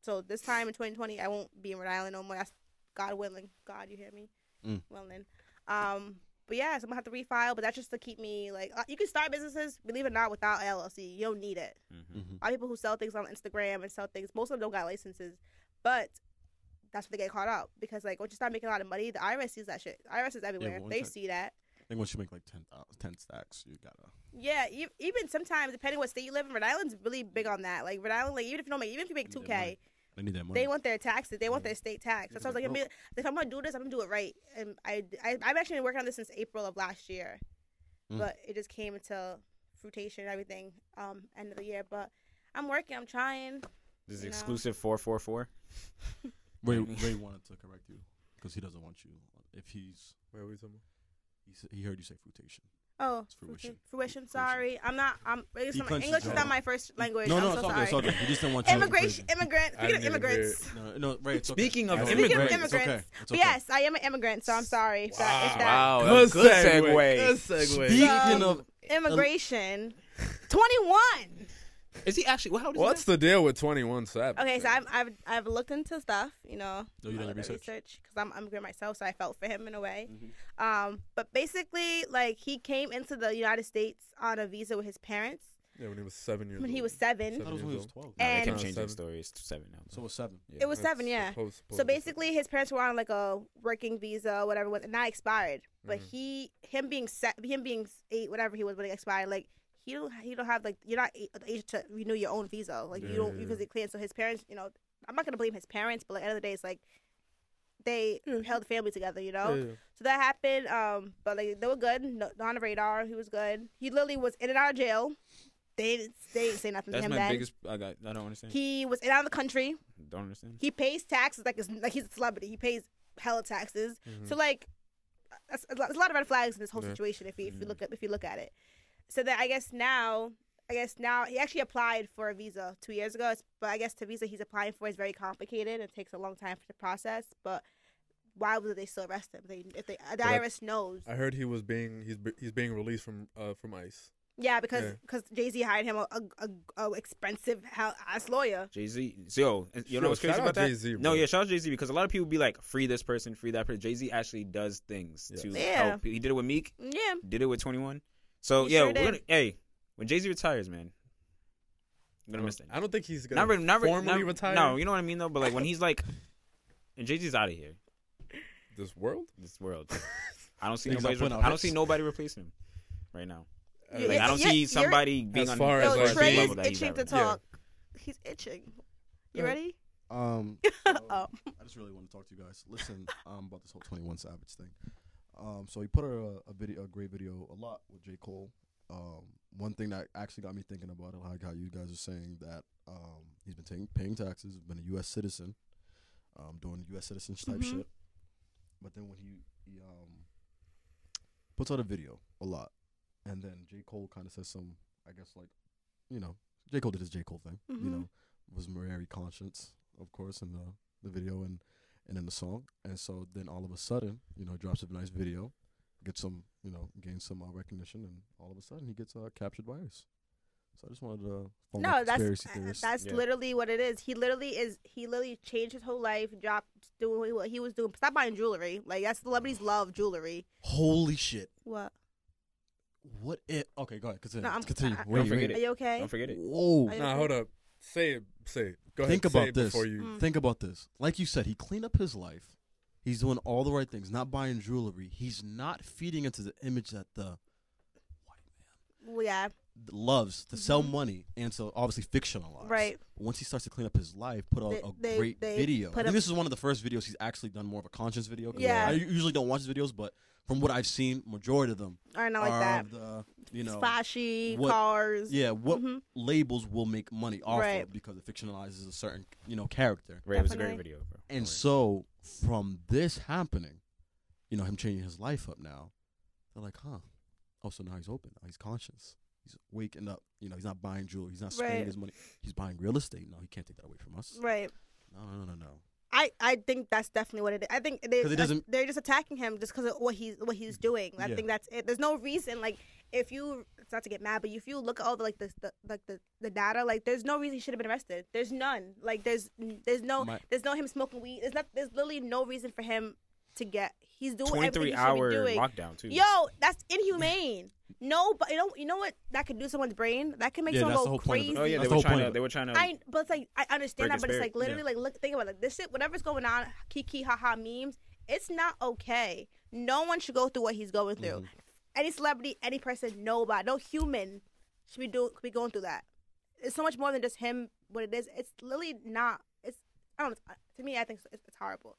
Speaker 4: So this time in 2020, I won't be in Rhode Island no more. That's God willing. God, you hear me?
Speaker 3: Mm.
Speaker 4: Willing. Um, but yeah, so I'm gonna have to refile. But that's just to keep me like uh, you can start businesses, believe it or not, without LLC. You don't need it.
Speaker 5: Mm-hmm.
Speaker 4: A lot of people who sell things on Instagram and sell things, most of them don't got licenses, but that's where they get caught up because like once you start making a lot of money, the IRS sees that shit. The IRS is everywhere.
Speaker 3: but once
Speaker 4: they
Speaker 3: I-
Speaker 4: see that.
Speaker 3: I think once you make like 10, thou- 10 stacks, you gotta.
Speaker 4: Yeah, e- even sometimes depending what state you live in, Rhode Island's really big on that. Like Rhode Island, like even if you don't make, even if you make
Speaker 3: They
Speaker 4: two
Speaker 3: want
Speaker 4: K,
Speaker 3: They need that money.
Speaker 4: they want their taxes. They want their state tax.
Speaker 3: Yeah,
Speaker 4: That's why I was
Speaker 3: like,
Speaker 4: like, I mean, if I'm gonna do this, I'm gonna do it right. And I, I I've actually been working on this since April of last year,
Speaker 3: Mm.
Speaker 4: but it just came into fruition and everything um end of the year. But I'm working. I'm trying.
Speaker 5: This is
Speaker 4: No.
Speaker 5: exclusive four four four.
Speaker 3: Ray, Ray wanted to correct you because he doesn't want you. uh, If he's
Speaker 2: Where we talking?
Speaker 3: he, s- he heard you say fruitation.
Speaker 4: Oh,
Speaker 3: It's fruition.
Speaker 4: fruition. Fruition. Sorry, I'm not. I'm it's
Speaker 3: He
Speaker 4: not my-
Speaker 3: clenched his
Speaker 4: English is not
Speaker 3: jaw.
Speaker 4: my first language.
Speaker 3: no, no,
Speaker 4: I'm
Speaker 3: it's
Speaker 4: so
Speaker 3: all
Speaker 4: sorry.
Speaker 3: good. It's all good. He just didn't want you.
Speaker 4: Immigration, immigrant.
Speaker 2: I
Speaker 4: Speaking
Speaker 2: didn't even
Speaker 4: of
Speaker 2: hear
Speaker 4: immigrants,
Speaker 2: it.
Speaker 3: No, no, Ray. It's okay.
Speaker 5: Speaking of
Speaker 3: It's okay.
Speaker 4: speaking of
Speaker 5: immigrants.
Speaker 3: It's okay.
Speaker 4: immigrants,
Speaker 3: It's
Speaker 4: but
Speaker 3: okay.
Speaker 4: yes, I am an immigrant, so I'm sorry. If that, if that
Speaker 5: Wow, that was Oh, good segue.
Speaker 2: segue.
Speaker 3: Speaking of
Speaker 4: immigration,
Speaker 3: Um,
Speaker 4: 21.
Speaker 5: Is he actually? How old is he
Speaker 2: What's the deal with Twenty One Savage?
Speaker 4: Okay, so I've I've I've looked into stuff, you know.
Speaker 3: No, Oh, you done your research? Mm-hmm.
Speaker 4: because I'm I'm immigrant myself, so I felt for him in a way. Um, but basically, like he came into the United States on a visa with his parents
Speaker 2: yeah, when he was seven years
Speaker 4: when
Speaker 2: old.
Speaker 4: he was seven.
Speaker 3: I thought it was when he was twelve.
Speaker 5: now? Nah, they
Speaker 4: and-
Speaker 5: kept changing
Speaker 2: Seven.
Speaker 5: the story. It's to seven now.
Speaker 3: So it was seven.
Speaker 4: It was seven, yeah.
Speaker 2: Close,
Speaker 4: So basically, his parents were on like a working visa, whatever, was not expired. But
Speaker 5: Mm.
Speaker 4: he, him being set, him being eight, whatever he was when it expired, like he don't, he don't have like you're not a- the age to renew your own visa, like you
Speaker 2: Yeah,
Speaker 4: don't
Speaker 2: yeah,
Speaker 4: you
Speaker 2: yeah.
Speaker 4: physically clean. So his parents, you know, I'm not gonna blame his parents, but like at the end of the day, it's like they held the family together, you know. So that happened, um, but like they were good, no, on the radar. He was good. He literally was in and out of jail. They didn't, they didn't say nothing
Speaker 5: That's
Speaker 4: to him
Speaker 5: my
Speaker 4: then.
Speaker 5: biggest. I got. I don't understand.
Speaker 4: He was in and out of the country.
Speaker 5: don't understand.
Speaker 4: He pays taxes like it's, like he's a celebrity. He pays hella taxes. So like, that's, a lot- there's a lot of red flags in this whole
Speaker 2: Mm-hmm. Yeah. Mm-hmm.
Speaker 4: situation if you if you
Speaker 5: Mhm.
Speaker 4: look at if you look at it. So that I guess now, I guess now he actually applied for a visa two years ago, It's- but I guess the visa he's applying for is very complicated and takes a long time for the process. But why would they still arrest him? They if they the
Speaker 2: I-
Speaker 4: IRS knows.
Speaker 2: I heard he was being he's be- he's being released from uh from ICE.
Speaker 4: yeah, because
Speaker 2: yeah.
Speaker 4: because Jay Z hired him a a, a, a expensive hell ass lawyer.
Speaker 5: Jay Z. Yo, and you know
Speaker 2: Yo,
Speaker 5: what's crazy
Speaker 2: shout out
Speaker 5: about that?
Speaker 2: Jay-Z,
Speaker 5: no,
Speaker 2: bro.
Speaker 5: yeah, shout out Jay Z because a lot of people be like, free this person, free that person. Jay Z actually does things
Speaker 2: Yeah.
Speaker 5: to
Speaker 4: Yeah.
Speaker 5: help. He did it with Meek.
Speaker 4: Yeah,
Speaker 5: Did it with Twenty One. So
Speaker 4: He
Speaker 5: yeah,
Speaker 4: sure
Speaker 5: we're
Speaker 4: did.
Speaker 5: gonna, hey, when Jay Z retires, man, Oh, I'm
Speaker 2: I
Speaker 5: gonna
Speaker 2: don't-
Speaker 5: miss that.
Speaker 2: I don't think he's gonna
Speaker 5: Not really, not re-
Speaker 2: formally
Speaker 5: not-
Speaker 2: retire.
Speaker 5: No, you know what I mean though. But like when he's like, and Jay Z's out of here,
Speaker 2: this world.
Speaker 5: this world. I don't see
Speaker 3: Things
Speaker 5: nobody.
Speaker 3: I'll put
Speaker 5: re-
Speaker 3: out
Speaker 5: I don't
Speaker 3: next.
Speaker 5: see nobody replacing him right now.
Speaker 4: Yeah,
Speaker 5: Like I don't
Speaker 4: yeah,
Speaker 5: see
Speaker 4: you're-
Speaker 5: somebody being
Speaker 2: As
Speaker 5: on
Speaker 2: far as
Speaker 5: as
Speaker 4: Yo,
Speaker 5: far
Speaker 2: like
Speaker 5: as the
Speaker 4: Trey
Speaker 2: being-
Speaker 5: level
Speaker 4: is
Speaker 5: that he's
Speaker 4: itching
Speaker 5: at
Speaker 4: to
Speaker 5: right
Speaker 2: Yeah.
Speaker 4: talk. He's itching.
Speaker 2: Yeah.
Speaker 4: You ready?
Speaker 3: Um, so
Speaker 4: Oh.
Speaker 3: I just really want to talk to you guys. Listen, um, about this whole Twenty One Savage thing. Um, so he put out a, a video, a great video, a lot with J Cole. Um, one thing that actually got me thinking about it, like how you guys are saying that um, he's been taking, paying taxes, been a U.S. citizen, um, doing U.S. citizen type
Speaker 4: Mhm.
Speaker 3: shit. But then when he, he um, puts out a video a lot, and then J Cole kind of says some, I guess like, you know, J Cole did his J Cole thing, you
Speaker 4: Mhm.
Speaker 3: know, was Mary Conscience, of course, in the the video and and in the song, and so then all of a sudden, you know, drops a nice video, gets some, you know, gains some uh, recognition, and all of a sudden he gets uh, captured by ICE. So I just wanted to phone
Speaker 4: No,
Speaker 3: up
Speaker 4: that's
Speaker 3: conspiracy
Speaker 4: uh,
Speaker 3: theorists.
Speaker 4: that's
Speaker 5: Yeah.
Speaker 4: literally what it is. He literally is. He literally changed his whole life. Dropped doing what he was doing. Stop buying jewelry. Like that's celebrities love jewelry.
Speaker 3: Holy shit!
Speaker 4: What?
Speaker 3: What if? Okay, go ahead. Continue.
Speaker 4: No, I'm-
Speaker 3: continue.
Speaker 4: I- I-
Speaker 3: Wait,
Speaker 5: Don't forget
Speaker 3: wait.
Speaker 4: Are you okay?
Speaker 5: Don't forget it.
Speaker 3: Whoa.
Speaker 4: I-
Speaker 2: Nah, hold up. Say it. Say it. Go ahead.
Speaker 3: Think
Speaker 2: say
Speaker 3: about
Speaker 2: it
Speaker 3: this.
Speaker 2: before you.
Speaker 4: Mm.
Speaker 3: Think about this. Like you said, he cleaned up his life. He's doing all the right things. Not buying jewelry. He's not feeding into the image that the
Speaker 4: Well, yeah,
Speaker 3: loves to sell
Speaker 4: Mhm.
Speaker 3: money and so obviously fictionalize.
Speaker 4: Right.
Speaker 3: But once he starts to clean up his life, put out
Speaker 4: They-
Speaker 3: a
Speaker 4: they-
Speaker 3: great
Speaker 4: they
Speaker 3: video.
Speaker 4: put
Speaker 3: I think
Speaker 4: up-
Speaker 3: this is one of the first videos he's actually done more of a conscious video. 'cause
Speaker 4: Yeah.
Speaker 3: I usually don't watch his videos, but from what I've seen, majority of them
Speaker 4: or not like
Speaker 5: Um,
Speaker 3: are
Speaker 4: that.
Speaker 3: of the you know
Speaker 4: Splashy
Speaker 3: what-
Speaker 4: cars.
Speaker 3: yeah what
Speaker 4: Mhm.
Speaker 3: labels will make money off
Speaker 4: Right.
Speaker 3: of because it fictionalizes a certain you know character.
Speaker 5: Ray, it was a great
Speaker 4: Definitely.
Speaker 5: video, bro. Don't
Speaker 3: And
Speaker 5: worry.
Speaker 3: so from this happening, you know, him changing his life up now, they're like, huh. Oh, so now he's open. Now he's conscious. He's waking up. You know, he's not buying jewelry. He's not spending
Speaker 4: Right.
Speaker 3: his money. He's buying real estate. No, he can't take that away from us.
Speaker 4: Right.
Speaker 3: No, no, no, no, no.
Speaker 4: I, I think that's definitely what it is. I think they,
Speaker 3: 'Cause it doesn't- Mm-hmm.
Speaker 4: they're just attacking him just because of what he's what he's doing. I
Speaker 3: Yeah.
Speaker 4: think that's it. There's no reason like if you it's not to get mad, but if you look at all the like the, the like the, the data, like there's no reason he should have been arrested. There's none. Like there's there's no
Speaker 3: My-
Speaker 4: there's no him smoking weed. There's not there's literally no reason for him to get. He's doing everything
Speaker 5: 23
Speaker 4: he
Speaker 5: hour
Speaker 4: should be doing.
Speaker 5: lockdown too.
Speaker 4: Yo, that's inhumane. No, but you know you know what that could do to someone's brain. That could make
Speaker 3: Yeah,
Speaker 4: someone
Speaker 3: that's
Speaker 4: go
Speaker 3: the whole point of
Speaker 4: crazy.
Speaker 3: it.
Speaker 5: Oh yeah,
Speaker 3: That's
Speaker 5: they
Speaker 3: the
Speaker 5: were
Speaker 3: whole
Speaker 5: trying
Speaker 3: point
Speaker 5: to.
Speaker 3: of it.
Speaker 5: They were trying to.
Speaker 4: I but it's like I understand
Speaker 5: Break
Speaker 4: that,
Speaker 5: his
Speaker 4: but it's
Speaker 5: spirit.
Speaker 4: like literally like look think about it, like this shit whatever's going on kiki haha memes it's not okay. No one should go through what he's going through.
Speaker 3: Mm-hmm.
Speaker 4: Any celebrity, any person, nobody, no human should be doing be going through that. It's so much more than just him. What it is, it's literally not. It's I don't. know, it's- uh, To me, I think it's, it's horrible.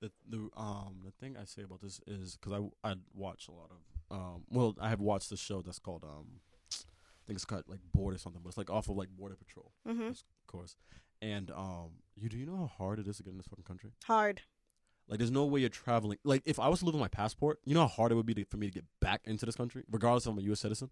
Speaker 3: The, the um the thing I say about this is because I I watch a lot of um well I have watched the show that's called um I think it's called like Board or something but it's like off of like Border Patrol
Speaker 4: Mm-hmm.
Speaker 3: of course and um you do you know how hard it is to get in this fucking country
Speaker 4: Hard.
Speaker 3: Like, there's no way you're traveling. Like, if I was to live with my passport, you know how hard it would be to, for me to get back into this country, regardless if I'm a U.S. citizen.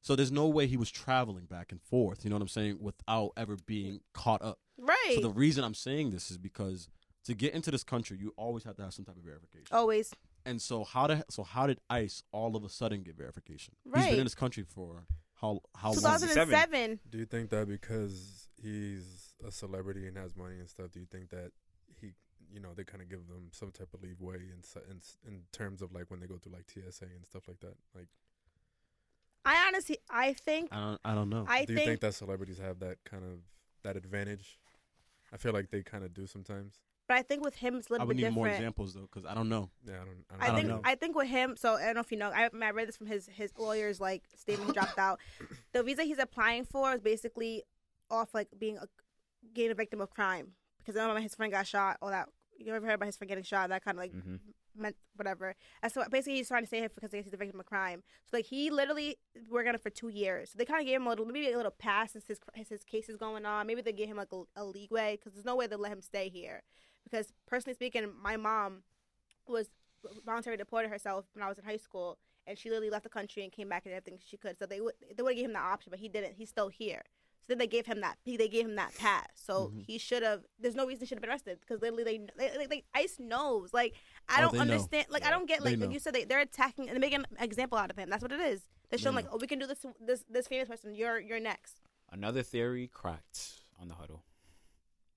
Speaker 3: So there's no way he was traveling back and forth. You know what I'm saying? Without ever being caught up.
Speaker 4: Right.
Speaker 3: So the reason I'm saying this is because to get into this country, you always have to have some type of verification.
Speaker 4: Always.
Speaker 3: And so how did so how did ICE all of a sudden get verification? He's
Speaker 4: Right.
Speaker 3: been in this country for how how long?
Speaker 4: 2007.
Speaker 2: Do you think that because he's a celebrity and has money and stuff, do you think that he, you know, they kind of give them some type of leeway in, s- in s- in terms of like when they go through like TSA and stuff like that? Like,
Speaker 4: I honestly, I think,
Speaker 3: I don't I don't know.
Speaker 4: I
Speaker 2: do you think,
Speaker 4: think,
Speaker 2: that celebrities have that kind of that advantage? I feel like they kind of do sometimes.
Speaker 4: but I think with him, it's a
Speaker 3: I
Speaker 4: little
Speaker 3: would
Speaker 4: bit
Speaker 3: need
Speaker 4: different.
Speaker 3: more examples though, because I don't know.
Speaker 2: Yeah, I don't. I
Speaker 4: I
Speaker 2: don't,
Speaker 4: think
Speaker 2: know.
Speaker 4: I think with him. So I don't know if you know. I, I mean, I read this from his his lawyer's like statement he dropped out. The visa he's applying for is basically off like being a being a victim of crime because remember his friend got shot. All that you ever heard about his friend getting shot? That kind of like
Speaker 2: Mm-hmm.
Speaker 5: Mhm.
Speaker 4: meant whatever. And so basically, he's trying to save him because he's a victim of crime. So like he literally worked on it for two years. So they kind of gave him a little maybe a little pass since his since his case is going on. Maybe they gave him like a, a leeway because there's no way they'll let him stay here. Because personally speaking, my mom was voluntarily deported herself when I was in high school, and she literally left the country and came back and everything she could. So they would they would have gave him the option, but he didn't. He's still here. So then they gave him that they gave him that pass. So
Speaker 3: Mhm.
Speaker 4: he should have. There's no reason he should have been arrested because literally they, they, they, they ICE knows. Like I
Speaker 3: Oh,
Speaker 4: don't
Speaker 3: they know.
Speaker 4: understand. Like I don't get
Speaker 3: They
Speaker 4: like, like
Speaker 3: know.
Speaker 4: you said they they're attacking and they're making an example out of him. That's what it is. They're showing
Speaker 3: They
Speaker 4: like oh we can do this to this this famous person. You're you're next.
Speaker 5: Another theory cracked on the huddle.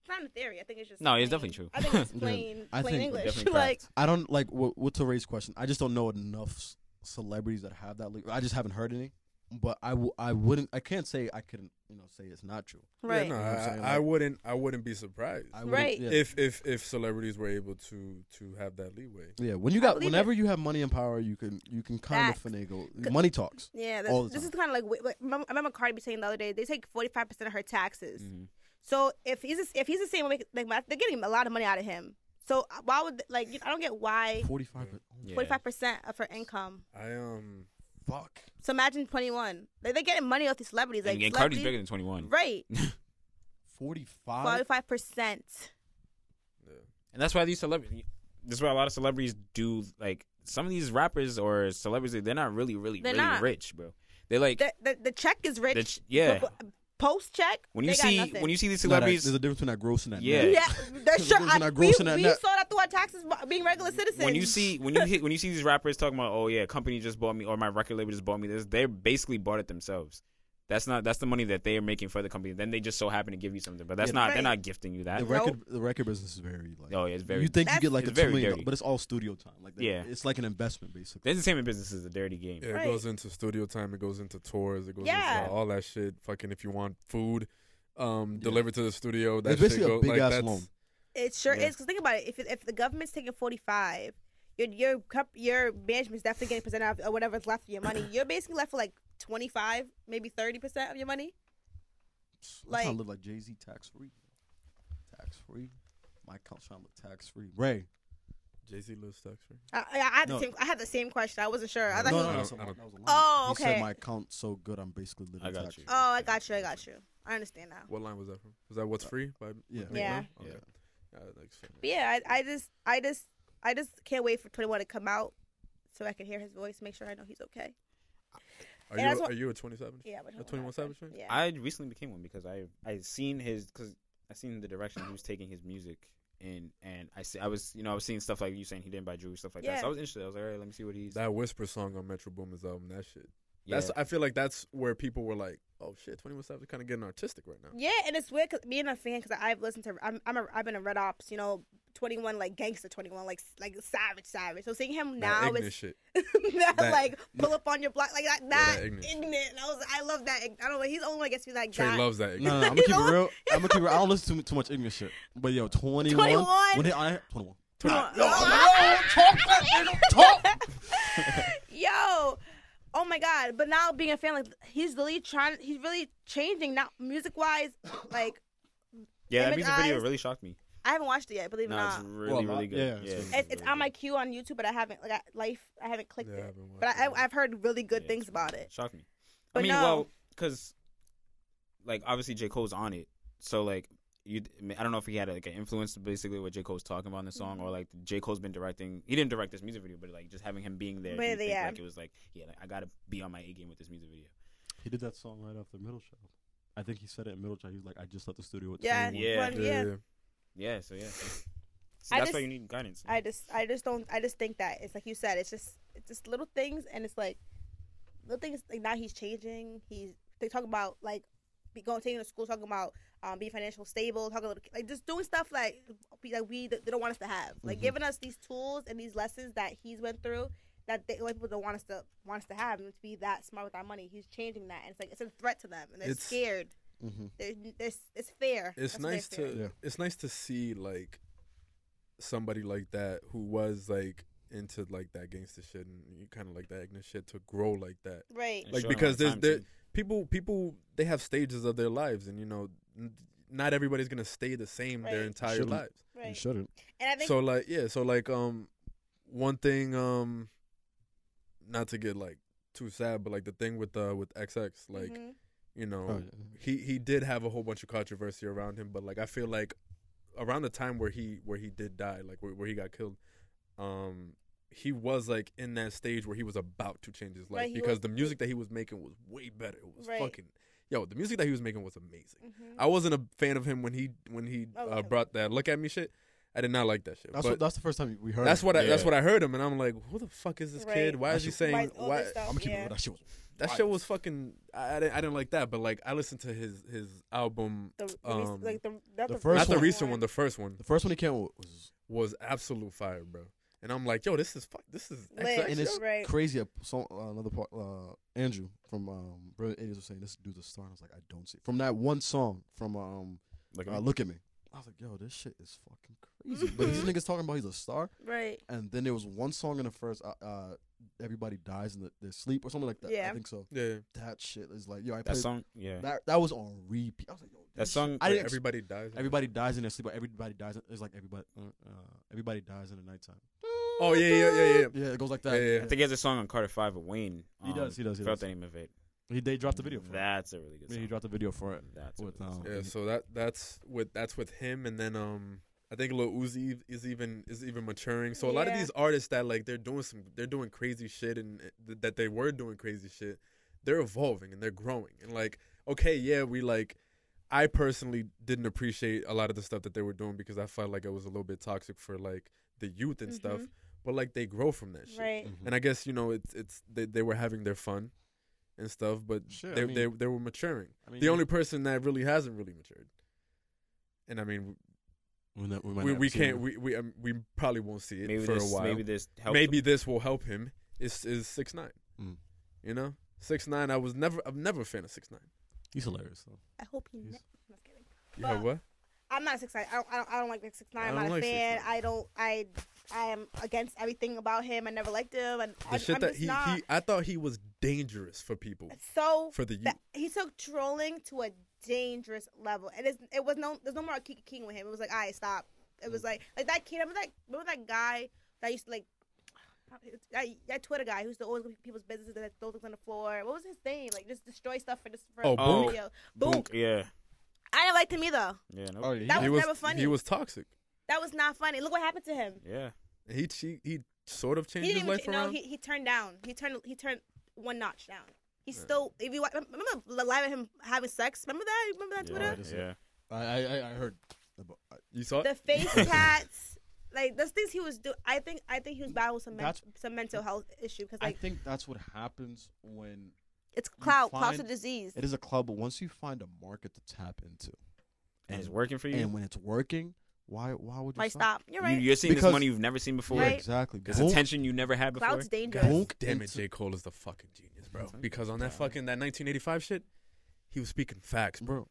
Speaker 4: It's not a theory. I think it's just
Speaker 5: No, it's
Speaker 4: plain-
Speaker 5: definitely true.
Speaker 4: I think it's
Speaker 3: Yeah.
Speaker 4: plain
Speaker 3: I
Speaker 4: plain
Speaker 3: think-
Speaker 4: English.
Speaker 5: Definitely
Speaker 4: like
Speaker 5: cracked.
Speaker 3: I don't like what, what to raise question. I just don't know enough s- celebrities that have that. le- I just haven't heard any. But I w- I wouldn't. I can't say I couldn't. You know, say it's not true.
Speaker 2: Yeah, no,
Speaker 4: right.
Speaker 3: You know what I'm saying?
Speaker 2: I, I
Speaker 3: Like-
Speaker 2: wouldn't. I wouldn't be surprised
Speaker 3: I wouldn't-
Speaker 4: Right.
Speaker 3: Yeah.
Speaker 2: if if if celebrities were able to to have that leeway.
Speaker 3: yeah. When you
Speaker 4: I
Speaker 3: got,
Speaker 4: believe
Speaker 3: whenever you have money and power, you can you can kind
Speaker 4: Facts.
Speaker 3: of finagle.
Speaker 4: C-
Speaker 3: Money talks.
Speaker 4: Yeah,
Speaker 3: all
Speaker 4: that's,
Speaker 3: the
Speaker 4: this
Speaker 3: time.
Speaker 4: is kind of like, wi- like remem- I remember Cardi B saying the other day they take forty five percent of her taxes.
Speaker 3: Mm-hmm.
Speaker 5: Mhm.
Speaker 4: So if he's the- if he's the same, like they're getting a lot of money out of him. So uh, why would like you- I don't get why
Speaker 3: Forty five.
Speaker 5: Yeah.
Speaker 4: forty five percent of her income.
Speaker 2: I um.
Speaker 3: Fuck.
Speaker 4: So imagine twenty one. Like they're getting money off these celebrities. Like
Speaker 5: and, and Cardi's bigger
Speaker 4: celebrity-
Speaker 5: than 21.
Speaker 4: right,
Speaker 3: Forty
Speaker 4: forty
Speaker 3: five.
Speaker 4: five percent.
Speaker 5: And that's why these celebrities, that's why a lot of celebrities do, like, some of these rappers or celebrities, they're not really, really,
Speaker 4: They're
Speaker 5: really
Speaker 4: not.
Speaker 5: rich, bro. They're like,
Speaker 4: The, the the check is rich.
Speaker 5: the ch- yeah.
Speaker 4: Post check.
Speaker 5: When you
Speaker 4: they got
Speaker 5: see,
Speaker 4: nothing.
Speaker 5: when you see these
Speaker 3: there's
Speaker 5: celebrities,
Speaker 3: a difference between that gross and that.
Speaker 5: Yeah.
Speaker 3: net.
Speaker 4: yeah, that's sure.
Speaker 3: Those are
Speaker 4: I,
Speaker 3: not
Speaker 4: we we
Speaker 3: gross in
Speaker 4: saw
Speaker 3: that net.
Speaker 4: that through our taxes bu- being regular citizens.
Speaker 5: when you see, when you hit, when you see these rappers talking about, oh yeah, company just bought me or my record label just bought me this, they basically bought it themselves. That's not that's the money that they are making for the company. Then they just so happen to give you something, but that's
Speaker 3: Yeah.
Speaker 5: not they're
Speaker 4: Right.
Speaker 5: not gifting you that.
Speaker 3: The
Speaker 4: Nope.
Speaker 3: record, the record business is very like.
Speaker 5: Oh yeah, it's very.
Speaker 3: you think you
Speaker 4: That's-
Speaker 3: get like
Speaker 5: It's
Speaker 3: a
Speaker 5: very
Speaker 3: two million,
Speaker 5: dirty.
Speaker 3: dollars, but it's all studio time. Like that,
Speaker 5: Yeah.
Speaker 3: it's like an investment basically.
Speaker 5: the entertainment business is a dirty game.
Speaker 2: Yeah,
Speaker 4: Right.
Speaker 2: it goes into studio time. It goes into tours. It goes
Speaker 4: Yeah.
Speaker 2: into all that shit. Fucking if you want food, um,
Speaker 3: Yeah.
Speaker 2: delivered to the studio. That
Speaker 3: It's basically
Speaker 2: shit
Speaker 3: a
Speaker 2: go-
Speaker 3: big
Speaker 2: like,
Speaker 3: ass
Speaker 2: that's-
Speaker 3: loan.
Speaker 4: It sure is.
Speaker 5: Yeah.
Speaker 4: 'Cause is. Cause think about it. If if the government's taking forty five, your your cup your management's definitely getting percent of or whatever's left of your money. You're basically left with like twenty five, maybe thirty percent of your money.
Speaker 3: I'm trying
Speaker 4: Like-
Speaker 3: to live like Jay Z, tax free, tax free. My account's trying to look tax free. Ray,
Speaker 2: Jay Z lives tax free.
Speaker 4: I, I I had
Speaker 3: No.
Speaker 4: the same. I had the same question. I wasn't sure. I thought
Speaker 2: No,
Speaker 4: he-
Speaker 2: no, no.
Speaker 3: that's a-
Speaker 2: I don't-
Speaker 3: that was a line.
Speaker 4: Oh,
Speaker 3: He
Speaker 4: okay.
Speaker 3: said my account's so good, I'm basically living
Speaker 5: I got
Speaker 3: tax
Speaker 5: you.
Speaker 4: Oh,
Speaker 3: free.
Speaker 4: I got you. I got you. I understand now.
Speaker 2: What line was that from? Was that what's free? By
Speaker 3: Uh, Yeah.
Speaker 2: Meek
Speaker 4: Yeah.
Speaker 2: Mill? Okay. Yeah, that's fine.
Speaker 4: But yeah, I, I just, I just, I just can't wait for 21 to come out so I can hear his voice, make sure I know he's okay.
Speaker 2: Are
Speaker 4: And
Speaker 2: you
Speaker 4: that's what-
Speaker 2: are you a twenty seven?
Speaker 4: Yeah, but
Speaker 2: A 21 Savage fan?
Speaker 4: Yeah.
Speaker 5: I recently became one because I I seen his because I seen the direction he was taking his music in, and I see I was you know I was seeing stuff like you saying he didn't buy jewelry stuff like that.
Speaker 4: Yeah.
Speaker 5: So I was interested. I was like, all right, let me see what he's.
Speaker 2: That whisper song on Metro Boomin's album. That shit.
Speaker 5: yeah.
Speaker 2: That's I feel like that's where people were like, oh shit, twenty one Savage is kind of getting artistic right now.
Speaker 4: yeah, and it's weird 'cause being a fan because I've listened to, I'm, I'm a, I've been a Red Ops, you know, 21 like gangster 21 like like savage savage. So seeing him
Speaker 2: That
Speaker 4: now
Speaker 2: ignorant
Speaker 4: is
Speaker 2: shit.
Speaker 4: that,
Speaker 2: That-
Speaker 4: like pull up on your block like that that,
Speaker 2: that ignorant.
Speaker 4: ignorant. And I was I love that. ign- I don't know. He's the only one that gets me like
Speaker 2: Trey
Speaker 4: that.
Speaker 2: loves that. ignorant
Speaker 3: No, no, no, I'm gonna
Speaker 4: He's
Speaker 3: keep it
Speaker 4: all-
Speaker 3: real. I'm gonna keep it real. I don't listen to too much ignorant shit. But yo, 21.
Speaker 4: 21.
Speaker 3: When they, I, 21.
Speaker 4: Oh, Yo, oh my god! But now being a fan, like he's really trying. He's really changing now, music wise. Like
Speaker 5: yeah, that
Speaker 4: Image
Speaker 5: music video
Speaker 4: Eyes.
Speaker 5: really shocked me.
Speaker 4: I haven't watched it yet. Believe it or
Speaker 5: No, it's
Speaker 4: not,
Speaker 5: really
Speaker 3: Well,
Speaker 5: really
Speaker 3: uh,
Speaker 5: good.
Speaker 3: yeah,
Speaker 5: Yeah,
Speaker 3: it's really
Speaker 4: it's, it's
Speaker 5: really
Speaker 4: on my
Speaker 5: good.
Speaker 4: queue on YouTube, but I haven't like I, life. I haven't clicked
Speaker 2: Yeah, I
Speaker 4: it.
Speaker 2: haven't
Speaker 4: But
Speaker 2: watched
Speaker 4: I,
Speaker 2: it yet.
Speaker 4: I've heard really good
Speaker 5: Yeah,
Speaker 4: things
Speaker 5: it's
Speaker 4: about it.
Speaker 5: Shocked me.
Speaker 4: But
Speaker 5: I mean,
Speaker 4: no.
Speaker 5: well, because like obviously J Cole's on it, so like you, I mean, I don't know if he had like an influence basically what J Cole's talking about in the song,
Speaker 4: Mm-hmm.
Speaker 5: or like J Cole's been directing. He didn't direct this music video, but like just having him being there,
Speaker 4: Where
Speaker 5: you
Speaker 4: they
Speaker 5: think,
Speaker 4: at?
Speaker 5: like it was like yeah, like, I gotta be on my A game with this music video.
Speaker 3: He did that song right after Middle Child. I think he said it in Middle Child. He was like, I just left the studio with
Speaker 4: Yeah,
Speaker 3: 21.
Speaker 5: Yeah.
Speaker 4: But yeah,
Speaker 5: Yeah, so yeah, so- See,
Speaker 4: I
Speaker 5: that's why
Speaker 4: just-
Speaker 5: you need guidance.
Speaker 4: I just, I just don't, I just think that it's like you said, it's just, it's just little things, and it's like little things. Like now he's changing. He's they talk about like be going taking to school, talking about um being financial stable, talking about like just doing stuff like be- like we they don't want us to have,
Speaker 2: Mm-hmm.
Speaker 4: like giving us these tools and these lessons that he's went through that they like people don't want us to want us to have and to be that smart with our money. He's changing that, and it's like it's a threat to them, and they're
Speaker 2: It's-
Speaker 4: scared.
Speaker 3: Mhm.
Speaker 4: They're, they're, it's fair.
Speaker 2: It's
Speaker 4: That's what
Speaker 2: nice
Speaker 4: they're
Speaker 2: to
Speaker 4: fearing.
Speaker 3: Yeah.
Speaker 2: it's nice to see like somebody like that who was like into like that gangster shit and you kind of like that ignorant shit to grow like that.
Speaker 4: right.
Speaker 2: like, because there's- there- People people they have stages of their lives and you know n- not everybody's gonna stay the same their
Speaker 4: Right.
Speaker 2: entire
Speaker 3: Shouldn't.
Speaker 2: lives.
Speaker 3: You
Speaker 4: Right.
Speaker 3: shouldn't.
Speaker 4: And I think
Speaker 2: So like yeah, so like um one thing um not to get like too sad, but like the thing with uh with XX like
Speaker 4: mhm.
Speaker 2: you know
Speaker 3: Oh, yeah.
Speaker 2: he he did have a whole bunch of controversy around him, but like I feel like around the time where he where he did die, like where, where he got killed, um, he was like in that stage where he was about to change his life
Speaker 4: Right, he
Speaker 2: because
Speaker 4: was-
Speaker 2: the music that he was making was way better. It was
Speaker 4: Right.
Speaker 2: fucking yo, the music that he was making was amazing.
Speaker 4: Mhm.
Speaker 2: I wasn't a fan of him when he when he
Speaker 4: Oh,
Speaker 2: uh,
Speaker 4: okay.
Speaker 2: brought that look at me shit. I did not like that shit.
Speaker 3: That's,
Speaker 2: but
Speaker 3: what, that's the first time we heard
Speaker 2: that's
Speaker 3: it.
Speaker 2: what I, that's
Speaker 5: Yeah.
Speaker 2: what I heard him, and I'm like, who the fuck is this
Speaker 4: Right.
Speaker 2: kid? Why
Speaker 3: That
Speaker 2: is he
Speaker 3: shit-
Speaker 2: saying
Speaker 4: Why is all
Speaker 2: why?
Speaker 4: this
Speaker 3: I'm
Speaker 4: stuff,
Speaker 3: gonna keep it
Speaker 4: yeah.
Speaker 3: real. That shit was
Speaker 2: That
Speaker 3: wild.
Speaker 2: shit was fucking. I, I didn't. I didn't like that. But like, I listened to his his album.
Speaker 4: the, the rec-
Speaker 2: um,
Speaker 4: like the, not
Speaker 3: the
Speaker 4: the
Speaker 3: first
Speaker 2: not the
Speaker 3: one.
Speaker 2: recent one. The first one
Speaker 3: The first one he came out with was
Speaker 2: was absolute fire, bro. And I'm like, yo, this is fuck. This is
Speaker 4: Lit.
Speaker 2: XX,
Speaker 3: and it's
Speaker 2: yo.
Speaker 4: right.
Speaker 3: crazy. A song, uh, another part, uh, Andrew from um, Brilliant Idiots was saying this dude's a star. And I was like, I don't see from that one song from um,
Speaker 5: like,
Speaker 3: uh, Look at Me. I was like, yo, this shit is fucking crazy. but these
Speaker 4: Mhm.
Speaker 3: niggas talking about he's a star,
Speaker 4: right.
Speaker 3: and then there was one song in the first, uh, uh everybody dies in the, their sleep or something like that. I
Speaker 4: Yeah.
Speaker 3: think so.
Speaker 2: yeah.
Speaker 3: That shit is like, yo, I
Speaker 5: that
Speaker 3: played
Speaker 5: song, yeah,
Speaker 3: that. That was on repeat. I was like, yo,
Speaker 5: that
Speaker 3: this
Speaker 5: song.
Speaker 3: I
Speaker 2: Wait,
Speaker 3: didn't ex-
Speaker 2: everybody dies.
Speaker 3: shit- Everybody dies in their sleep. But everybody dies. In, it's like everybody, uh, uh, everybody dies in the nighttime.
Speaker 2: Oh yeah, yeah, yeah, yeah.
Speaker 3: Yeah, it goes like that.
Speaker 2: Yeah, yeah, yeah.
Speaker 5: I think he has a song on Carter Five with Wayne.
Speaker 3: He does, he does, he
Speaker 5: forgot
Speaker 3: does.
Speaker 5: the name of it. Mm,
Speaker 3: He, they dropped the video for it.
Speaker 5: That's a really good.
Speaker 3: Yeah,
Speaker 5: song.
Speaker 3: he dropped the video for it.
Speaker 5: That's
Speaker 3: with,
Speaker 5: what it is.
Speaker 3: um,
Speaker 2: Yeah. So that that's with that's with him, and then um. I think Lil Uzi e, is even is even maturing. So a lot of
Speaker 4: Yeah.
Speaker 2: these artists that like they're doing some they're doing crazy shit and uh, th- that they were doing crazy shit, they're evolving and they're growing. And like okay, yeah, we like I personally didn't appreciate a lot of the stuff that they were doing because I felt like it was a little bit toxic for like the youth and stuff. Mm.
Speaker 4: Mhm.
Speaker 2: But like they grow from that shit.
Speaker 4: Right.
Speaker 3: Mhm.
Speaker 2: And I guess you know it's it's they, they were having their fun, and stuff, but
Speaker 3: Shit, I
Speaker 2: they,
Speaker 3: mean-
Speaker 2: they they were maturing.
Speaker 3: I mean,
Speaker 2: the only person that really hasn't really matured, and I mean,
Speaker 3: we, we, might
Speaker 2: we,
Speaker 3: not
Speaker 2: we
Speaker 3: see him.
Speaker 2: can't we we, um, we probably won't see it
Speaker 5: Maybe
Speaker 2: for
Speaker 5: this,
Speaker 2: a while.
Speaker 5: maybe
Speaker 2: Maybe,
Speaker 5: this helps.
Speaker 2: this will help him. Is is six nine?
Speaker 3: Mm.
Speaker 2: You know, six nine. I was never I'm never a fan of six nine.
Speaker 3: He's hilarious. Though.
Speaker 4: I hope he. Ne-
Speaker 3: He's-
Speaker 4: I'm just kidding.
Speaker 2: You heard
Speaker 4: But-
Speaker 2: what?
Speaker 4: I'm not six nine. I don't. I don't, I don't like the six nine.
Speaker 2: I
Speaker 4: I'm
Speaker 2: don't
Speaker 4: not
Speaker 2: like
Speaker 4: a fan.
Speaker 2: 6'9".
Speaker 4: I don't. I. I am against everything about him. I never liked him, and
Speaker 2: The
Speaker 4: I,
Speaker 2: shit
Speaker 4: am
Speaker 2: that
Speaker 4: just
Speaker 2: he,
Speaker 4: not.
Speaker 2: he I thought he was dangerous for people
Speaker 4: so
Speaker 2: for the youth.
Speaker 4: that- he took trolling to a dangerous level. It is. It was no. There's no more Kiki King with him. It was like, all right, stop. It was like like that kid. Remember that. Remember that guy that used to like. That, that Twitter guy who used to always go to people's businesses that throw things on the floor. What was his name? Like just destroy stuff for just for
Speaker 2: Oh, Boonk?
Speaker 4: video. Boonk.
Speaker 5: Yeah.
Speaker 4: I didn't like him either.
Speaker 5: Yeah. No.
Speaker 3: Oh, yeah,
Speaker 4: That
Speaker 2: he
Speaker 4: was
Speaker 2: was
Speaker 4: never funny.
Speaker 2: he was toxic.
Speaker 4: That was not funny. Look what happened to him.
Speaker 5: Yeah.
Speaker 2: He he, he sort of changed
Speaker 4: He
Speaker 2: his
Speaker 4: didn't even.
Speaker 2: life
Speaker 4: ch- No,
Speaker 2: around.
Speaker 4: he, he turned down. He turned. He turned one notch down. He still. If you wa- remember the live of him having sex, remember that? Remember that
Speaker 5: Yeah.
Speaker 4: Twitter?
Speaker 3: just-
Speaker 5: yeah.
Speaker 3: I, I I heard. About,
Speaker 2: you saw it?
Speaker 4: The face tats, like those things he was doing. I think. I think he was battling some men-
Speaker 3: That's-
Speaker 4: some mental health issue because
Speaker 3: I
Speaker 4: like
Speaker 3: think that's what happens when
Speaker 4: it's clout, clout's a
Speaker 3: find-
Speaker 4: disease.
Speaker 3: it is a club. But once you find a market to tap into,
Speaker 5: And it's working for you.
Speaker 3: and when it's working, why why would you
Speaker 4: Like stop. You're right.
Speaker 5: you are seeing
Speaker 3: Because-
Speaker 5: this money you've never seen before.
Speaker 3: Yeah,
Speaker 4: Right.
Speaker 3: exactly.
Speaker 5: It's
Speaker 3: Boonk-
Speaker 5: attention you never had before.
Speaker 4: Clout's dangerous.
Speaker 2: God
Speaker 3: Boonk
Speaker 2: damn it,
Speaker 3: into-
Speaker 2: J. Cole is the fucking genius, bro.
Speaker 5: Thank
Speaker 2: Because on that fucking that 1985 shit, he was speaking facts, bro.
Speaker 3: bro.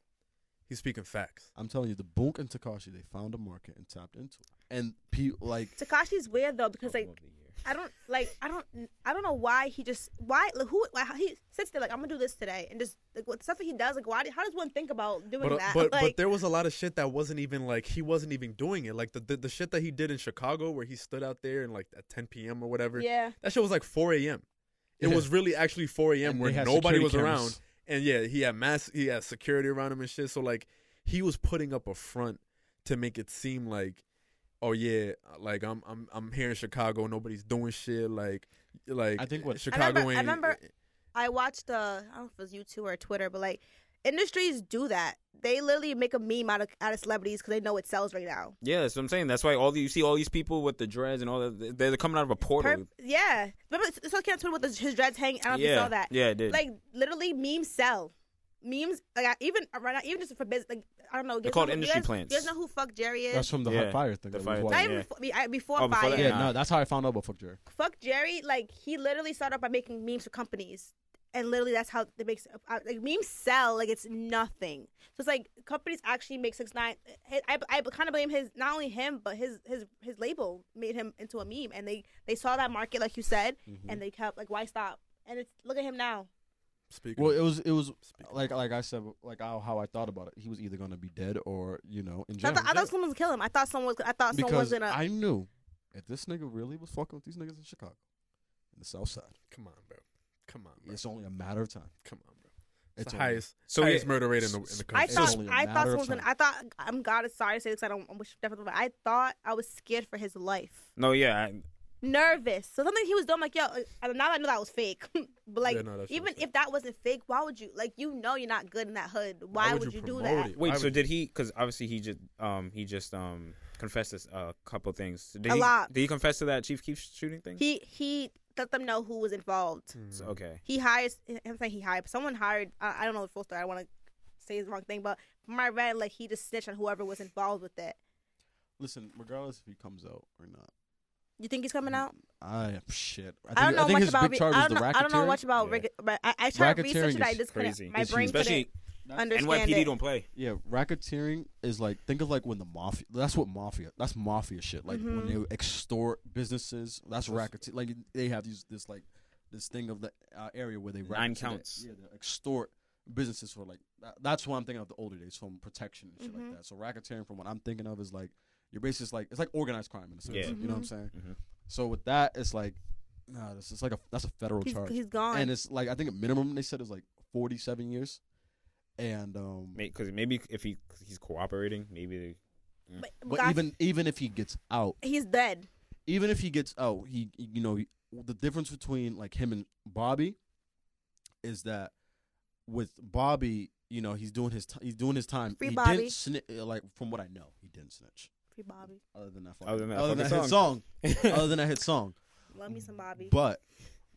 Speaker 2: He's speaking facts.
Speaker 3: I'm telling you, the Boonk and Takashi, they found a market and tapped into it. And people like
Speaker 4: Takashi's weird though because like
Speaker 5: Album of the year.
Speaker 4: I don't like I don't I don't know why he just why like, who like, how he sits there like I'm gonna do this today and just like what stuff that he does like why do- how does one think about doing
Speaker 2: But uh,
Speaker 4: that
Speaker 2: but
Speaker 4: like
Speaker 2: but there was a lot of shit that wasn't even like he wasn't even doing it. Like the, the the shit that he did in Chicago where he stood out there and like at 10 p.m. or whatever.
Speaker 4: yeah
Speaker 2: That shit was like 4 a.m. It
Speaker 3: Yeah.
Speaker 2: was really actually 4 a.m.
Speaker 3: And
Speaker 2: where
Speaker 3: they had
Speaker 2: nobody
Speaker 3: security
Speaker 2: was
Speaker 3: cameras.
Speaker 2: around. And yeah, he had mass he had security around him and shit. So like he was putting up a front to make it seem like oh yeah, like I'm I'm I'm here in Chicago, nobody's doing shit like like
Speaker 3: I think what- I
Speaker 2: Chicago
Speaker 4: remember- I
Speaker 2: ain't eh,
Speaker 4: remember- I watched uh I don't know if it was YouTube or Twitter, but like industries do that. They literally make a meme out of out of celebrities because they know it sells right now.
Speaker 5: Yeah, that's what I'm saying. That's why all the, you see all these people with the dreads and all that. They're coming out of a portal.
Speaker 4: Per- yeah, remember this whole kid on Twitter with his, his dreads hanging. I don't know if
Speaker 5: yeah,
Speaker 4: you saw that.
Speaker 5: yeah, it did.
Speaker 4: Like literally, memes sell. Memes like I, even uh, right now, even just for business. Like I don't know.
Speaker 5: They're called
Speaker 4: you guys-
Speaker 5: industry
Speaker 4: you guys,
Speaker 5: plants.
Speaker 4: You guys know who Fuck Jerry is?
Speaker 3: that's from the
Speaker 5: Yeah,
Speaker 3: hot fire thing.
Speaker 5: the
Speaker 3: that we
Speaker 5: fire
Speaker 3: watched.
Speaker 4: Not
Speaker 5: thing,
Speaker 4: even
Speaker 5: yeah.
Speaker 4: before, be- I- before,
Speaker 5: Oh, before
Speaker 4: Fire.
Speaker 5: that,
Speaker 3: Yeah,
Speaker 5: Nah.
Speaker 3: no, that's how I found out about Fuck Jerry.
Speaker 4: Fuck Jerry. Like he literally started off by making memes for companies, and literally that's how they make uh, like memes sell like it's nothing. So it's like companies actually make six nine. I, I, kind of blame his not only him but his his his label made him into a meme, and they they saw that market like you said,
Speaker 3: Mm-hmm.
Speaker 4: and they kept like why stop? And it's look at him now.
Speaker 2: speaking
Speaker 3: Well,
Speaker 2: of-
Speaker 3: it was it was
Speaker 2: speaking of-
Speaker 3: like like I said like how, how I thought about it. He was either gonna be dead or you know in
Speaker 4: I
Speaker 3: jail.
Speaker 4: thought, I thought someone was gonna kill him. I thought someone was. I thought someone was
Speaker 3: because
Speaker 4: gonna.
Speaker 3: I knew if this nigga really was fucking with these niggas in Chicago, in the South Side,
Speaker 2: come on, bro. Come on, bro.
Speaker 3: it's only a matter of time.
Speaker 2: Come on, bro. It's,
Speaker 3: It's
Speaker 2: the
Speaker 3: only-
Speaker 2: highest,
Speaker 5: So
Speaker 2: highest
Speaker 5: yeah,
Speaker 2: murder rate in the, in the country.
Speaker 4: I
Speaker 3: It's
Speaker 4: thought
Speaker 3: only a
Speaker 4: I
Speaker 3: matter
Speaker 4: thought
Speaker 3: of
Speaker 4: someone was gonna,
Speaker 3: time.
Speaker 4: I thought I'm God. Sorry to say this. I don't wish death, but I thought I was scared for his life.
Speaker 5: no, yeah, I,
Speaker 4: nervous. So something he was doing, I'm like, yo, uh, now that I know that was fake. but like,
Speaker 2: Yeah, no, that's what
Speaker 4: even
Speaker 2: I'm saying.
Speaker 4: if that wasn't fake, why would you? Like, you know, you're not good in that hood. Why,
Speaker 2: would
Speaker 4: would
Speaker 2: you
Speaker 4: you, do
Speaker 2: promote
Speaker 4: that?
Speaker 2: it?
Speaker 5: Wait,
Speaker 2: I
Speaker 5: so
Speaker 2: would-
Speaker 5: did he? Because obviously he just um he just um confessed this a couple things. Did
Speaker 4: A
Speaker 5: he,
Speaker 4: lot.
Speaker 5: Did he confess to that Chief Keef shooting thing?
Speaker 4: He he let them know who was involved.
Speaker 2: Hmm.
Speaker 5: So- okay.
Speaker 4: He hires. I'm saying he hired. Someone hired. I, I don't know the full story. I want to say the wrong thing, but from my read, like he just snitched on whoever was involved with it.
Speaker 3: Listen, regardless if he comes out or not,
Speaker 4: You think he's coming out?
Speaker 3: I shit. I, think,
Speaker 4: I, don't know
Speaker 3: think
Speaker 4: much
Speaker 3: his
Speaker 4: about.
Speaker 3: big charge
Speaker 4: I
Speaker 3: was
Speaker 4: don't
Speaker 3: the
Speaker 4: know, I don't know
Speaker 3: racketeering.
Speaker 4: much about.
Speaker 5: Yeah.
Speaker 4: Rick, but I, I tried to research
Speaker 3: Racketeering
Speaker 4: it. I
Speaker 3: is
Speaker 4: just
Speaker 5: crazy.
Speaker 4: couldn't. My
Speaker 5: It's
Speaker 4: brain
Speaker 5: huge. Especially
Speaker 4: couldn't understand
Speaker 5: NYPD
Speaker 4: it.
Speaker 5: don't play.
Speaker 3: Yeah, racketeering is like think of like when the mafia. That's what mafia. That's mafia shit. Like when
Speaker 5: Mm-hmm.
Speaker 3: they extort businesses. That's racketeering. Like they have these this like this thing of the uh, area where they
Speaker 5: Nine
Speaker 3: racketeer-
Speaker 5: counts.
Speaker 3: yeah, they extort businesses for like that, that's what I'm thinking of the older days from protection and shit
Speaker 5: Mm-hmm.
Speaker 3: like that. So racketeering from what I'm thinking of is like you're basically just like it's like organized crime in a sense.
Speaker 5: Yeah.
Speaker 3: You know what I'm saying?
Speaker 5: Mhm.
Speaker 3: So with that, it's like nah, this is like a that's a federal
Speaker 4: He's,
Speaker 3: charge.
Speaker 4: he's gone.
Speaker 3: and it's like I think a minimum they said is like 47 years. And um,
Speaker 5: Because maybe if he 'cause he's cooperating, maybe they,
Speaker 4: but
Speaker 3: But
Speaker 4: God-
Speaker 3: even even if he gets out,
Speaker 4: he's dead.
Speaker 3: even if he gets out, he you know he- the difference between like him and Bobby is that with Bobby, you know, he's doing his t- he's doing his time.
Speaker 4: Free
Speaker 3: he
Speaker 4: Bobby.
Speaker 3: didn't snitch. Like from what I know, he didn't snitch.
Speaker 4: Free Bobby.
Speaker 3: Other than that, fucking,
Speaker 5: Other than that
Speaker 3: other than
Speaker 5: fucking
Speaker 3: that hit song. other than that hit song.
Speaker 4: Love me some Bobby.
Speaker 3: But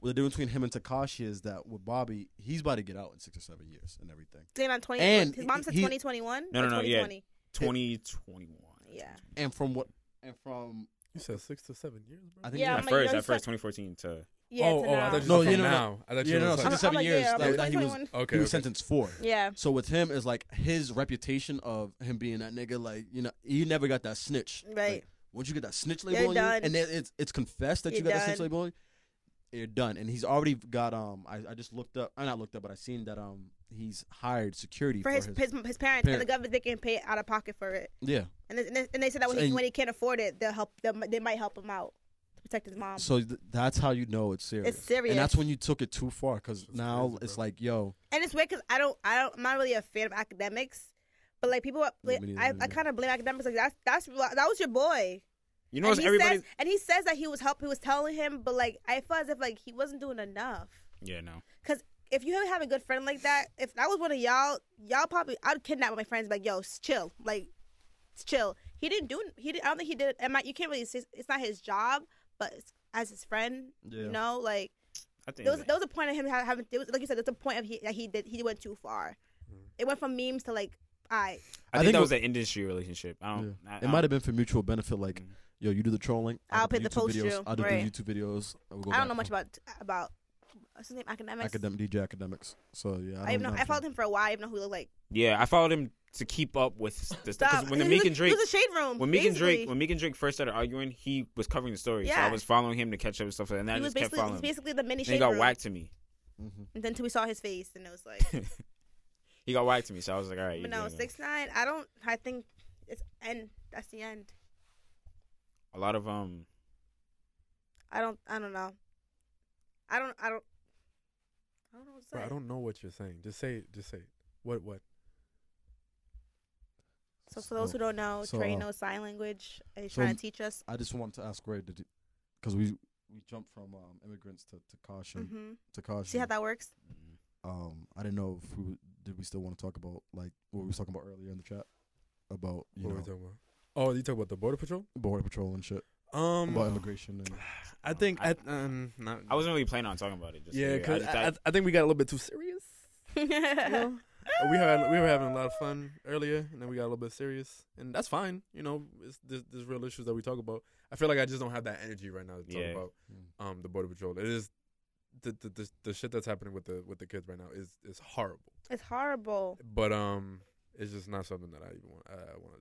Speaker 3: the difference between him and Takashi is that with Bobby, he's about to get out in six or seven years and everything.
Speaker 4: Damn, I'm 20.
Speaker 3: And
Speaker 4: his mom said
Speaker 3: he-
Speaker 4: 2021.
Speaker 5: No, no, no, yeah.
Speaker 4: 2020.
Speaker 5: 2021.
Speaker 4: Yeah.
Speaker 3: And from what? And from
Speaker 2: You said six to seven years, bro.
Speaker 3: I think
Speaker 4: Yeah,
Speaker 3: it
Speaker 4: I'm
Speaker 5: At
Speaker 4: like,
Speaker 5: first,
Speaker 4: yo,
Speaker 5: at
Speaker 4: he's
Speaker 5: first,
Speaker 4: like-
Speaker 5: 2014 to
Speaker 4: Yeah,
Speaker 2: oh,
Speaker 4: to
Speaker 2: oh, I
Speaker 4: now.
Speaker 2: thought you
Speaker 3: No,
Speaker 2: said
Speaker 3: you
Speaker 2: from
Speaker 3: know,
Speaker 2: now. I
Speaker 3: was,
Speaker 2: thought
Speaker 3: yeah,
Speaker 2: you were
Speaker 3: no, no,
Speaker 2: talking-
Speaker 3: six or seven
Speaker 4: like,
Speaker 3: years.
Speaker 4: yeah,
Speaker 3: that, that he was,
Speaker 4: okay,
Speaker 2: Okay.
Speaker 3: he
Speaker 2: okay.
Speaker 3: was sentenced for.
Speaker 4: Yeah.
Speaker 3: So with him is like his reputation of him being that nigga. Like you know, you never got that snitch.
Speaker 4: Right.
Speaker 3: Like, once you get that snitch label
Speaker 4: You're
Speaker 3: on
Speaker 4: done.
Speaker 3: you, and then it's it's confessed that you
Speaker 4: You're
Speaker 3: got that snitch
Speaker 4: done.
Speaker 3: label on you, you're done. And he's already got um. I, I just looked up. I not looked up, but I seen that um. He's hired security
Speaker 4: For his, his, his parents, and the
Speaker 3: parent.
Speaker 4: government, they can pay out of pocket for it.
Speaker 3: yeah.
Speaker 4: And, they- and they- and they said that when,
Speaker 3: So
Speaker 4: he,
Speaker 3: you-
Speaker 4: when he can't afford it, they'll help. Them, they might help him out to protect his mom.
Speaker 3: So th- that's how you know it's serious.
Speaker 4: serious.
Speaker 3: And that's when you took it too far because now
Speaker 2: crazy,
Speaker 3: it's
Speaker 2: bro.
Speaker 3: like, yo,
Speaker 4: and it's weird because I don't, I don't, I'm not really a fan of academics, but like people,
Speaker 3: Yeah,
Speaker 4: like,
Speaker 3: me neither,
Speaker 4: I,
Speaker 3: me
Speaker 4: I
Speaker 3: neither.
Speaker 4: kind of blame academics. Like that's that's that was your boy.
Speaker 5: you know
Speaker 4: and
Speaker 5: what's
Speaker 4: he
Speaker 5: everybody.
Speaker 4: says, and he says that he was help, he was telling him, but like I felt as if like he wasn't doing enough.
Speaker 5: Yeah, no.
Speaker 4: Cause if you have a good friend like that, if I was one of y'all, y'all probably I'd kidnap my friends. Like yo, s- chill, like s- chill. He didn't do. He didn't, I don't think he did. And my, you can't really. say It's not his job, but it's, as his friend,
Speaker 3: Yeah.
Speaker 4: you know, like
Speaker 5: I think
Speaker 4: there was
Speaker 5: that-
Speaker 4: there was a point of him ha- having. There was, like you said, there's a point of he that he did. He went too far.
Speaker 5: Hmm.
Speaker 4: It went from memes to like I.
Speaker 5: I
Speaker 3: I
Speaker 5: think
Speaker 3: think
Speaker 5: that
Speaker 3: it-
Speaker 5: was an industry relationship.
Speaker 2: Um,
Speaker 5: I don't. I, I
Speaker 3: it might have been for mutual benefit. Like,
Speaker 2: Mm-hmm.
Speaker 3: yo, you do the trolling.
Speaker 4: I'll
Speaker 3: do
Speaker 4: pay the post
Speaker 3: YouTube videos.
Speaker 4: you,
Speaker 3: I'll do
Speaker 4: right.
Speaker 3: the YouTube videos. I'll go
Speaker 4: I don't
Speaker 3: back
Speaker 4: know much
Speaker 3: to
Speaker 4: about about what's his name academics.
Speaker 3: academic DJ academics. So yeah, I,
Speaker 4: I,
Speaker 3: don't
Speaker 4: even know. I
Speaker 3: how
Speaker 4: followed him for a while. I even know who he looked like.
Speaker 5: Yeah, I followed him to keep up with the stuff. 'cause
Speaker 4: Stop.
Speaker 5: When the
Speaker 4: He
Speaker 5: Meek
Speaker 4: was-
Speaker 5: and Drake,
Speaker 4: He was a shade room.
Speaker 5: when Meek and
Speaker 4: basically.
Speaker 5: Drake, when Meek and Drake first started arguing, he was covering the story. So
Speaker 4: Yeah.
Speaker 5: I was following him to catch up and stuff, like that, and I
Speaker 4: he was
Speaker 5: just kept
Speaker 4: basically he
Speaker 5: following.
Speaker 4: was
Speaker 5: him.
Speaker 4: basically the mini
Speaker 5: Then he
Speaker 4: shade
Speaker 5: got
Speaker 4: room.
Speaker 5: whacked to me.
Speaker 3: Mm-hmm.
Speaker 4: And then till we saw his face, and it was like,
Speaker 5: He got whacked to me, so I was like, all right.
Speaker 4: but
Speaker 5: you're
Speaker 4: no,
Speaker 5: doing it.
Speaker 4: six nine. I don't. I think it's end. That's the end.
Speaker 5: A lot of um.
Speaker 4: I don't. I don't know. I don't. I don't. I don't know. What to
Speaker 2: Bro,
Speaker 4: say.
Speaker 2: I don't know what you're saying. Just say it. Just say it. What? What?
Speaker 4: So for those who don't know,
Speaker 3: So,
Speaker 4: Trey
Speaker 3: uh,
Speaker 4: knows sign language. And he's
Speaker 3: so-
Speaker 4: trying to teach us.
Speaker 3: I just want to ask Ray, did because we we jumped from um, immigrants to Takashi.
Speaker 4: hmm
Speaker 3: Takashi.
Speaker 4: See how that works?
Speaker 3: um, I didn't know if we did. We still want to talk about like what we were talking about earlier in the chat about
Speaker 2: What
Speaker 3: you
Speaker 2: were
Speaker 3: know,
Speaker 2: we talking about? Oh, you talking about the border patrol?
Speaker 3: border patrol and shit
Speaker 2: Um,
Speaker 3: about immigration and
Speaker 2: I think
Speaker 5: I-
Speaker 2: I, um, not,
Speaker 5: I wasn't really planning on talking about it. Just
Speaker 2: Yeah,
Speaker 5: I
Speaker 2: cause
Speaker 5: just-
Speaker 2: I, I, I think we got a little bit too serious. You know? we had we were having a lot of fun earlier, and then we got a little bit serious, and that's fine. You know, it's there's, there's real issues that we talk about. I feel like I just don't have that energy right now to talk
Speaker 5: Yeah.
Speaker 2: about
Speaker 3: Mm.
Speaker 2: um the border patrol. It is the the, the the shit that's happening with the with the kids right now is is horrible.
Speaker 4: it's horrible.
Speaker 2: But um, it's just not something that I even want I want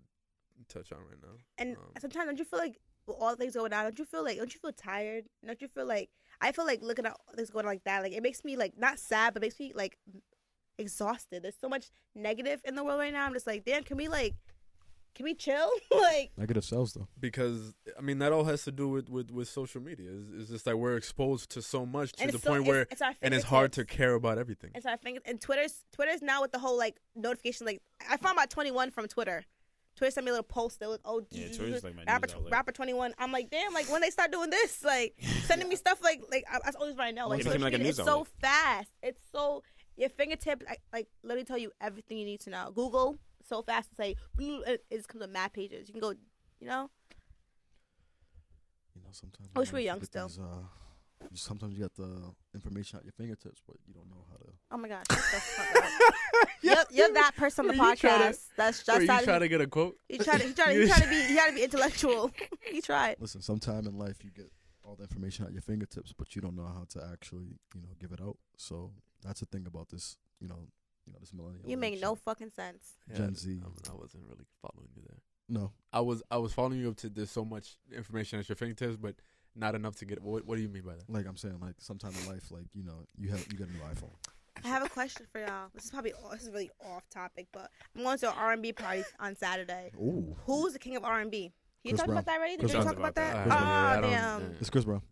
Speaker 2: to touch on right now.
Speaker 4: And
Speaker 2: Um,
Speaker 4: sometimes don't you feel like with all the things going on, don't you feel like don't you feel tired? Don't you feel like I feel like looking at all things going on like that, like it makes me like not sad, but makes me like exhausted. There's so much negative in the world right now. I'm just like, damn, can we like can we chill? like
Speaker 3: negative sales though.
Speaker 2: because I mean that all has to do with with, with social media. It's, it's just like we're exposed to so much to
Speaker 4: and
Speaker 2: the
Speaker 4: it's so-
Speaker 2: point
Speaker 4: it's-
Speaker 2: where
Speaker 4: it's our
Speaker 2: and it's hard to
Speaker 4: fingertips.
Speaker 2: care about everything.
Speaker 4: And so I think and Twitter's Twitter's now with the whole like notification like I found my 21 from Twitter. Twitter sent me a little post that was oh
Speaker 5: Yeah,
Speaker 4: zzz,
Speaker 5: Twitter's
Speaker 4: zzz,
Speaker 5: like my
Speaker 4: rapper,
Speaker 5: news outlet.
Speaker 4: rapper 21. I'm like damn like when they start doing this like sending me stuff like like I, that's always what I know like,
Speaker 5: It became
Speaker 4: social
Speaker 5: like a
Speaker 4: media,
Speaker 5: news
Speaker 4: it's so fast it's so your fingertips I, like let me tell you everything you need to know Google so fast to say it, it just comes with map pages you can go you know
Speaker 3: You know, sometimes.
Speaker 4: I wish
Speaker 3: you
Speaker 4: we were
Speaker 3: gotta
Speaker 4: young
Speaker 3: get
Speaker 4: still.
Speaker 3: these, uh, you- sometimes you got the information at your fingertips, but you don't know how to.
Speaker 4: oh my gosh shut the fuck up. you're, you're that person on the
Speaker 2: Were you tryna-
Speaker 4: podcast that's
Speaker 2: Wait,
Speaker 4: just
Speaker 2: you
Speaker 4: out of
Speaker 2: trying to get a quote?
Speaker 4: He tried. To, he tried. To, he tried to be. He tried to be intellectual. he tried.
Speaker 3: Listen, sometime in life you get all the information at your fingertips, but you don't know how to actually, you know, give it out. So that's the thing about this, you know, you know, this millennial.
Speaker 4: You make
Speaker 3: age,
Speaker 4: no fucking sense.
Speaker 3: Gen Z.
Speaker 2: I, mean, I wasn't really following you there.
Speaker 3: No,
Speaker 2: I was I was following you up to there's so much information at your fingertips, but not enough to get. What, what do you mean by that?
Speaker 3: like I'm saying, like sometime in life, like you know, you have you got a new iPhone.
Speaker 4: I have a question for y'all. This is probably oh, this is really off topic, but I'm going to an R&B party on Saturday.
Speaker 3: Ooh,
Speaker 4: Who's the king of R&B? You
Speaker 3: Chris
Speaker 4: talked
Speaker 3: Brown.
Speaker 4: about that already. Did
Speaker 3: Chris
Speaker 4: you
Speaker 3: Brown.
Speaker 4: talk about that?
Speaker 2: Uh,
Speaker 4: Oh
Speaker 2: I don't-
Speaker 4: damn!
Speaker 2: yeah.
Speaker 3: it's Chris Brown.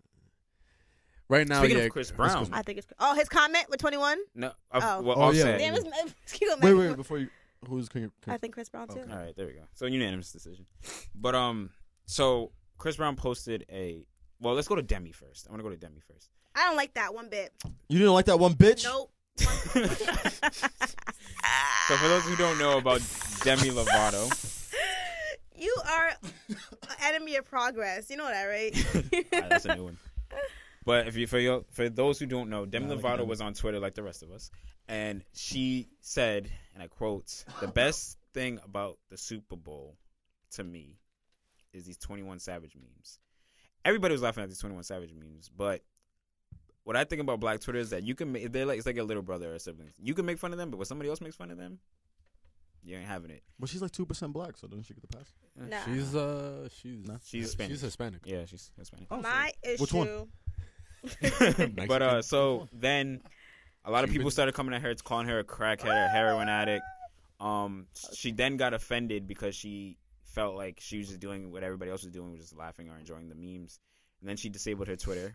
Speaker 2: Right now,
Speaker 5: Speaking
Speaker 2: yeah,
Speaker 5: of Chris Brown,
Speaker 4: I think it's oh his comment with 21.
Speaker 5: no, of,
Speaker 4: Oh.
Speaker 5: well,
Speaker 3: Oh, yeah.
Speaker 5: Offset.
Speaker 4: Damn, it's, keep going,
Speaker 3: Wait,
Speaker 4: man.
Speaker 3: wait, wait, before you, who's King? King
Speaker 4: I think Chris Brown too.
Speaker 5: All right, there we go. So unanimous decision. But um, so Chris Brown posted a. Well, let's go to Demi first. I want to go to Demi first.
Speaker 4: I don't like that one bit.
Speaker 3: you didn't like that one, bitch.
Speaker 4: Nope.
Speaker 5: So for those who don't know about Demi Lovato,
Speaker 4: you are an enemy of progress. You know that, right?
Speaker 5: Alright, that's a new one. But if you for your, for those who don't know, Demi
Speaker 3: Nah, look at
Speaker 5: Lovato
Speaker 3: them.
Speaker 5: was on Twitter like the rest of us, and she said, and I quote, "The best thing about the Super Bowl, to me, is these Twenty One Savage memes. Everybody was laughing at these Twenty One Savage memes, but." What I think about Black Twitter is that you can make they're like it's like a little brother or siblings. You can make fun of them, but when somebody else makes fun of them, you ain't having it.
Speaker 3: Well, she's like two percent black, so doesn't she get the pass?
Speaker 4: Nah.
Speaker 2: She's uh, she's
Speaker 3: No.
Speaker 5: She's Hispanic.
Speaker 2: She's Hispanic.
Speaker 5: Yeah, she's Hispanic.
Speaker 3: Oh,
Speaker 4: My issue.
Speaker 3: Which one?
Speaker 5: but uh,
Speaker 3: Mexican.
Speaker 5: so then a lot of people started coming at her, calling her a crackhead, a heroin addict. Um, she then got offended because she felt like she was just doing what everybody else was doing, was just laughing or enjoying the memes. And then she disabled her Twitter,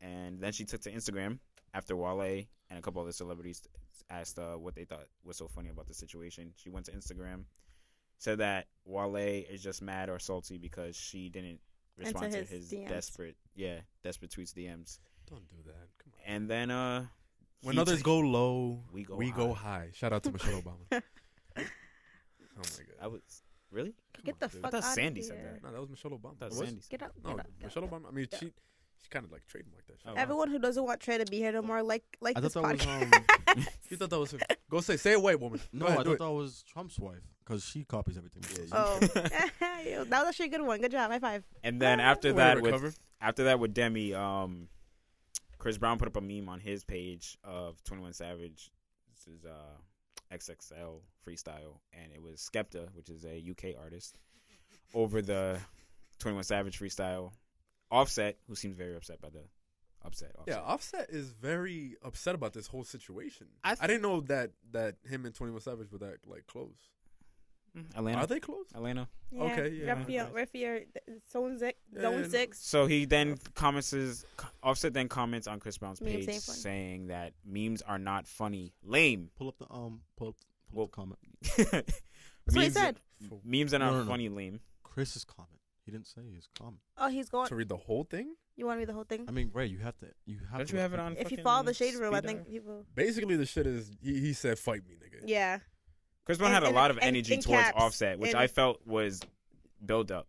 Speaker 5: and then she took to Instagram after Wale and a couple other celebrities asked uh, what they thought was so funny about the situation. She went to Instagram, said that Wale is just mad or salty because she didn't
Speaker 4: Answer
Speaker 5: respond
Speaker 4: his
Speaker 5: to his
Speaker 4: DMs.
Speaker 5: desperate, yeah, desperate tweets DMs.
Speaker 2: Don't do that. Come on.
Speaker 5: And then uh
Speaker 2: When
Speaker 5: he
Speaker 2: others
Speaker 5: t-
Speaker 2: go low,
Speaker 5: We go
Speaker 2: high. Shout out to Michelle Obama. oh my god.
Speaker 5: I was really?
Speaker 4: Get the
Speaker 2: Come on,
Speaker 4: fuck
Speaker 5: I
Speaker 4: out
Speaker 5: thought Sandy
Speaker 4: of
Speaker 5: said
Speaker 4: here.
Speaker 5: that.
Speaker 2: dude. No, that was Michelle Obama.
Speaker 5: That's
Speaker 2: It was?
Speaker 5: Sandy. said
Speaker 4: Get out.
Speaker 2: No,
Speaker 4: Get out, get
Speaker 2: Michelle
Speaker 4: out.
Speaker 2: Obama. I mean,
Speaker 4: Yeah.
Speaker 2: she she kind of like trademarked that shit.
Speaker 5: Oh.
Speaker 4: Everyone who doesn't want Trey to be here no more, like like
Speaker 3: I
Speaker 4: this
Speaker 3: thought that was, um,
Speaker 4: podcast.
Speaker 2: You thought that was go say say it, white woman. go
Speaker 3: No, I
Speaker 2: ahead, do
Speaker 3: thought
Speaker 2: it.
Speaker 3: that was Trump's wife because she copies everything.
Speaker 4: oh, that was actually a good one. Good job. High five.
Speaker 5: And then after
Speaker 2: Way to
Speaker 5: that
Speaker 2: recover.
Speaker 5: with after that with Demi, um Chris Brown put up a meme on his page of Twenty One Savage. This is uh XXL freestyle and it was Skepta, which is a UK artist, over the Twenty One Savage freestyle. Offset, who seems very upset by the upset.
Speaker 2: yeah,
Speaker 5: Offset.
Speaker 2: Offset is very upset about this whole situation. I,
Speaker 5: I th-
Speaker 2: didn't know that that him and Twenty One Savage were that like close.
Speaker 5: Yeah. Atlanta.
Speaker 2: Are they close?
Speaker 5: Atlanta.
Speaker 4: Yeah.
Speaker 2: Okay, yeah.
Speaker 4: Rep your, rep your zone six.
Speaker 2: Yeah,
Speaker 4: zone
Speaker 2: yeah, no.
Speaker 4: six.
Speaker 5: So he then comments his Offset then comments on Chris Brown's
Speaker 4: Memes
Speaker 5: page
Speaker 4: ain't funny.
Speaker 5: saying that memes are not funny. Lame.
Speaker 3: Pull up the um, pull up, pull
Speaker 5: Well-
Speaker 3: up the comment.
Speaker 5: That's
Speaker 4: That's what he said.
Speaker 2: For,
Speaker 5: Memes are not
Speaker 3: No, no, no.
Speaker 5: funny. Lame.
Speaker 3: Chris's comment. He didn't say his comment.
Speaker 4: Oh, he's going.
Speaker 2: to read the whole thing.
Speaker 4: You want to read the whole thing?
Speaker 3: I mean, Ray, you have to. You have.
Speaker 5: Don't
Speaker 3: to
Speaker 5: you have it on?
Speaker 4: If you
Speaker 5: fucking
Speaker 4: follow the shade room, I
Speaker 5: speed
Speaker 4: think
Speaker 5: dial?
Speaker 4: people.
Speaker 2: Basically, the shit is he, he said, "Fight me, nigga."
Speaker 4: Yeah.
Speaker 5: Chris Brown
Speaker 4: And-
Speaker 5: had a
Speaker 4: and-
Speaker 5: lot of
Speaker 4: and-
Speaker 5: energy
Speaker 4: and
Speaker 5: towards
Speaker 4: caps.
Speaker 5: Offset, which
Speaker 4: And-
Speaker 5: I felt was build up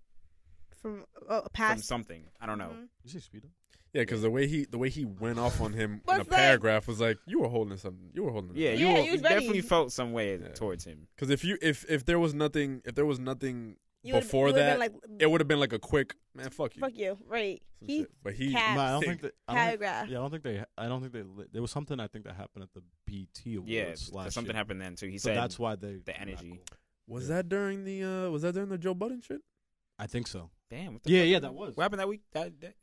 Speaker 4: From oh, a
Speaker 5: from
Speaker 4: past.
Speaker 5: something. I don't know.
Speaker 4: Mhm.
Speaker 3: You say speed up.
Speaker 2: Yeah, because the way he the way he went off on him in a
Speaker 4: What's that?
Speaker 2: paragraph was like, "You were holding something. You were holding."
Speaker 5: Yeah, you,
Speaker 4: Yeah,
Speaker 5: were-
Speaker 4: you was
Speaker 5: you definitely
Speaker 4: ready.
Speaker 5: felt some way
Speaker 2: Yeah.
Speaker 5: towards him.
Speaker 2: Because if you if if there was nothing if there was nothing
Speaker 4: You would've-
Speaker 2: before
Speaker 4: you would've
Speaker 2: that,
Speaker 4: been like,
Speaker 2: it would have been like a quick man. Fuck you.
Speaker 4: fuck you. Right.
Speaker 2: some
Speaker 4: He
Speaker 2: shit. But he
Speaker 4: cat-
Speaker 3: No, I don't
Speaker 2: Sick.
Speaker 3: think that. I don't think-
Speaker 4: paragraph.
Speaker 3: yeah, I don't think they. I don't think they. li- There was something I think that happened at the BT awards.
Speaker 5: Yeah, 'cause
Speaker 3: last
Speaker 5: something
Speaker 3: year.
Speaker 5: happened then too. He
Speaker 3: So
Speaker 5: said
Speaker 3: that's why they.
Speaker 5: the energy.
Speaker 2: was that during the uh was that during the Joe Budden shit?
Speaker 3: I think so.
Speaker 5: "Damn, what the
Speaker 3: Yeah,
Speaker 5: fuck?
Speaker 3: yeah, that was.
Speaker 5: What happened that week? That, that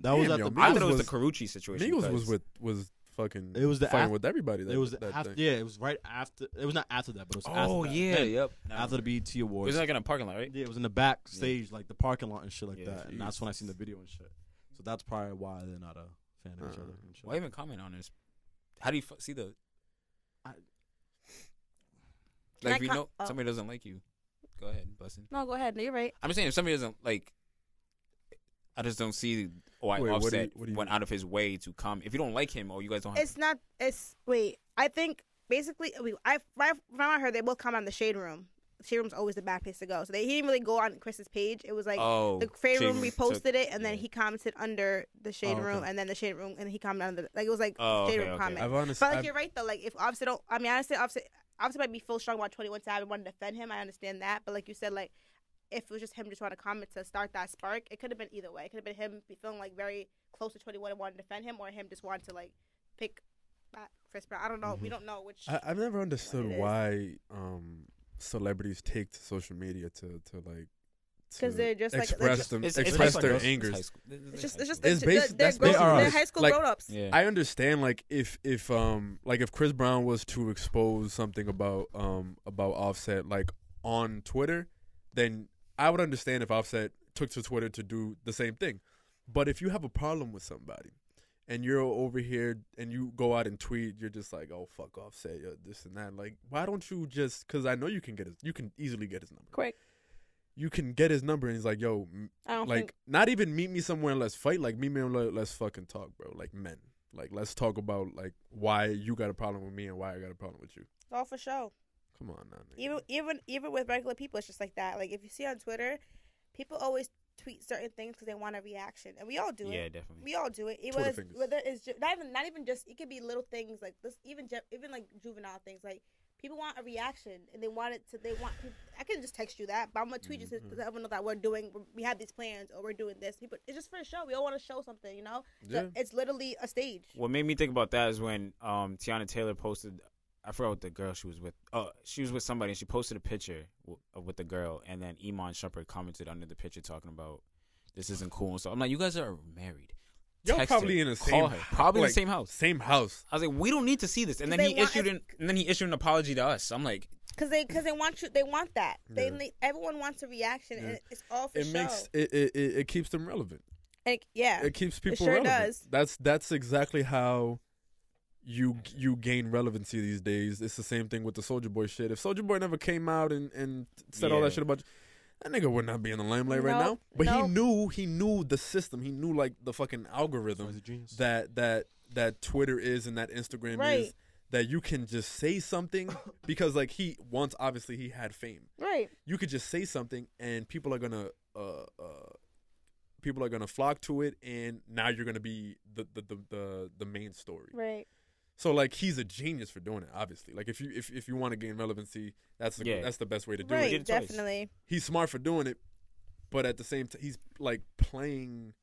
Speaker 3: That
Speaker 2: Damn,
Speaker 3: was at
Speaker 2: yo,
Speaker 3: the.
Speaker 2: Migos
Speaker 5: I thought it was,
Speaker 2: was-
Speaker 5: the Carucci situation.
Speaker 2: Migos was
Speaker 5: because-
Speaker 2: with was fucking
Speaker 3: It was the
Speaker 2: fighting
Speaker 3: af-
Speaker 2: with everybody. That,
Speaker 3: It was
Speaker 2: that
Speaker 3: after.
Speaker 2: thing.
Speaker 3: Yeah, it was right after. It was not after that, but it was.
Speaker 5: Oh
Speaker 3: after that.
Speaker 5: yeah,
Speaker 3: Then,
Speaker 5: yep. No.
Speaker 3: After the BT
Speaker 5: it
Speaker 3: awards.
Speaker 5: was like in a parking lot, right?
Speaker 3: Yeah, it was in the back stage, like the parking lot and shit like
Speaker 5: Yeah.
Speaker 3: that. And that's when I seen the video and shit. So that's probably why they're not a fan of each
Speaker 2: Uh,
Speaker 3: other. And shit.
Speaker 5: Why even comment on this? How do you f- see the?
Speaker 3: I-
Speaker 4: Can I
Speaker 5: like if you
Speaker 4: co-
Speaker 5: know
Speaker 4: oh.
Speaker 5: somebody doesn't like you, go ahead, blessing.
Speaker 4: No, go ahead. No, you're right.
Speaker 5: I'm just saying if somebody doesn't like, I just don't see why
Speaker 2: Wait, what do
Speaker 5: Offset
Speaker 2: you- what do you
Speaker 5: went
Speaker 2: mean?
Speaker 5: out of his way to come. If you don't like him or you guys don't, have,
Speaker 4: It's not. It's wait. I think basically, we, I from what I heard, they both come on the shade room. Shade room's always the bad place to go. So they he didn't really go on Chris's page. It was like
Speaker 5: oh,
Speaker 4: the shade room
Speaker 5: took-
Speaker 4: reposted it, and then
Speaker 5: yeah.
Speaker 4: he commented under the shade
Speaker 3: Oh,
Speaker 4: room,
Speaker 3: okay.
Speaker 4: and then the shade room, and he commented under the, like it was like
Speaker 5: Oh,
Speaker 4: shade
Speaker 5: okay,
Speaker 4: room
Speaker 5: okay.
Speaker 4: comment.
Speaker 2: I've honestly
Speaker 4: But like you're right though. Like if Offset don't, I mean honestly, Offset Offset might be feel strong about 21 Savage and want to defend him. I understand that. But like you said, like if it was just him just trying to comment to start that spark, it could have been either way. It could have been him be feeling like very close to 21 and wanting to defend him, or him just wanting to like pick that Chris Brown. I don't know. We don't know which.
Speaker 2: Mm-hmm. I, I've never understood
Speaker 4: it is.
Speaker 2: why um celebrities take to social media to to like
Speaker 4: 'Cause
Speaker 2: to
Speaker 4: they're just like- they're
Speaker 2: express
Speaker 4: just-
Speaker 2: them
Speaker 5: It's- it's
Speaker 2: express
Speaker 5: high
Speaker 2: their
Speaker 5: school.
Speaker 2: angers.
Speaker 5: high school. This is
Speaker 4: it's
Speaker 5: like
Speaker 4: just,
Speaker 5: high
Speaker 4: it's just,
Speaker 5: school.
Speaker 2: It's
Speaker 4: it's
Speaker 2: basi-
Speaker 4: just they're,
Speaker 2: that's
Speaker 4: grown,
Speaker 3: basically-
Speaker 4: they're
Speaker 3: They are.
Speaker 4: high school
Speaker 2: Like,
Speaker 4: grown ups.
Speaker 5: yeah.
Speaker 2: I understand like if if um like if Chris Brown was to expose something about um about Offset like on Twitter, then I would understand if Offset took to Twitter to do the same thing. But if you have a problem with somebody and you're over here and you go out and tweet, you're just like, "Oh fuck Offset, uh, this and that." Like, why don't you just cuz I know you can get his you can easily get his number.
Speaker 4: Quick.
Speaker 2: You can get his number and he's like, "Yo, m-
Speaker 4: I don't
Speaker 2: like
Speaker 4: think.
Speaker 2: not even meet me somewhere and let's fight like meet me and let, let's fucking talk bro like men like let's talk about like why you got a problem with me and why i got a problem with you
Speaker 4: It's all for show.
Speaker 2: come on now nigga.
Speaker 4: even even even with regular people, it's just like that. Like if you see on Twitter, people always tweet certain things because they want a reaction, and we all do
Speaker 5: yeah,
Speaker 4: it.
Speaker 5: definitely.
Speaker 4: We all do it. It
Speaker 2: Twitter
Speaker 4: was
Speaker 2: fingers.
Speaker 4: whether it's ju- not even not even just it could be little things like this, even ju- even like juvenile things like. People want a reaction, and they want it to. They want. People, I can just text you that, but I'm gonna tweet you to
Speaker 2: Mm-hmm.
Speaker 4: let everyone know that we're doing. We have these plans, or we're doing this. People, it's just for a show. We all want to show something, you know. So it's literally a stage.
Speaker 5: What made me think about that is when um, Tiana Taylor posted. I forgot what the girl she was with. Oh, she was with somebody, and she posted a picture w- of- with the girl, and then Iman Shumpert commented under the picture talking about this isn't cool. And so I'm like, you guys are married.
Speaker 2: Y'all
Speaker 5: Text
Speaker 2: probably
Speaker 5: her.
Speaker 2: in the same
Speaker 5: Call her. Probably in the
Speaker 2: like,
Speaker 5: same house.
Speaker 2: Same house.
Speaker 5: I was like, we don't need to see this. And then
Speaker 4: They
Speaker 5: he
Speaker 4: want
Speaker 5: issued
Speaker 4: us-
Speaker 5: an, and then he issued an apology to us. I'm like,
Speaker 4: Cause they, cause they want you, they want that. They,
Speaker 2: Yeah.
Speaker 4: need- everyone wants a reaction, and it's all for
Speaker 2: It
Speaker 4: show.
Speaker 2: makes it, it, it it keeps them relevant.
Speaker 4: and it- yeah,
Speaker 2: It keeps people
Speaker 4: sure
Speaker 2: relevant.
Speaker 4: does.
Speaker 2: That's that's exactly how you you gain relevancy these days. It's the same thing with the Soldier Boy shit. If Soldier Boy never came out and and said all
Speaker 5: Yeah.
Speaker 2: that shit about that nigga would not be in the limelight right now.
Speaker 4: Nope,
Speaker 2: But
Speaker 4: nope.
Speaker 2: he knew he knew the system. He knew like the fucking
Speaker 3: Boy's a
Speaker 2: algorithm
Speaker 3: genius.
Speaker 2: that that that Twitter is and that Instagram
Speaker 4: Right.
Speaker 2: is that you can just say something because like he once obviously he had fame
Speaker 4: right.
Speaker 2: you could just say something and people are gonna uh, uh people are gonna flock to it and now you're gonna be the the the, the, the main story
Speaker 4: Right.
Speaker 2: so like he's a genius for doing it obviously like if you if, if you want to gain relevancy that's the,
Speaker 5: Yeah.
Speaker 2: that's the best way to do
Speaker 4: Right.
Speaker 5: did it twice.
Speaker 4: Definitely.
Speaker 2: he's smart for doing it but at the same time he's like playing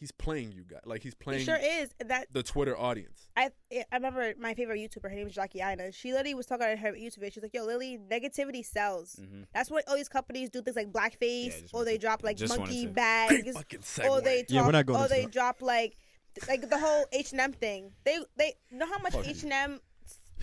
Speaker 2: he's playing you guys like he's
Speaker 4: He
Speaker 2: playing
Speaker 4: sure is. That
Speaker 2: the twitter audience
Speaker 4: I, I remember my favorite YouTuber. Her name is Jackie Ina. She literally was talking on her YouTube. video. She's like, "Yo, Lily, negativity sells.
Speaker 5: Mhm.
Speaker 4: That's why all these companies do things like blackface,
Speaker 5: Yeah, I just
Speaker 4: or they
Speaker 5: wanted-
Speaker 4: drop like
Speaker 5: just wanted
Speaker 4: monkey
Speaker 5: to-
Speaker 2: Great
Speaker 4: bags,
Speaker 2: fucking
Speaker 4: or
Speaker 2: segue.
Speaker 4: they talk,
Speaker 3: Yeah, we're not going
Speaker 4: or
Speaker 3: into
Speaker 4: they
Speaker 3: that.
Speaker 4: drop like, th- like the whole H and M thing. They, they know how much H and M.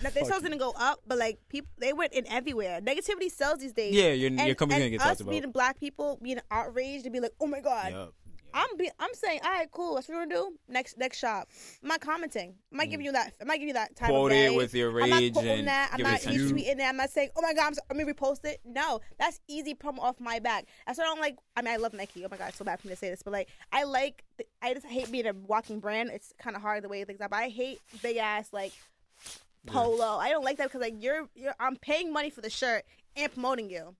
Speaker 4: That their
Speaker 2: Fuck
Speaker 4: sales
Speaker 2: you.
Speaker 4: didn't go up, but like people, they went in everywhere. Negativity sells these days.
Speaker 5: Yeah, your- your
Speaker 4: and,
Speaker 5: company's
Speaker 4: and
Speaker 5: gonna get
Speaker 4: us
Speaker 5: talked about.
Speaker 4: being black people being outraged and be like, "Oh my god,
Speaker 5: yup.
Speaker 4: I'm be, I'm saying, all right, cool. That's what we're gonna do. Next next shop. I'm not commenting. I'm not giving you that. I'm not giving you that time.
Speaker 5: Mm. Quote
Speaker 4: of
Speaker 5: it
Speaker 4: day.
Speaker 5: with your
Speaker 4: I'm not
Speaker 5: rage
Speaker 4: quoting
Speaker 5: and
Speaker 4: that. I'm
Speaker 5: give it
Speaker 4: not
Speaker 5: attention.
Speaker 4: retweeting that. I'm not saying, oh my god, I'm, so, I'm gonna repost it. No, that's easy promo off my back. That's what I don't like. I mean, I love Nike. Oh my god, it's so bad for me to say this, but like, I like. th- I just hate being a walking brand. It's kind of hard the way things are. But I hate big ass like polo. I don't like that because like you're you're I'm paying money for the shirt and promoting you.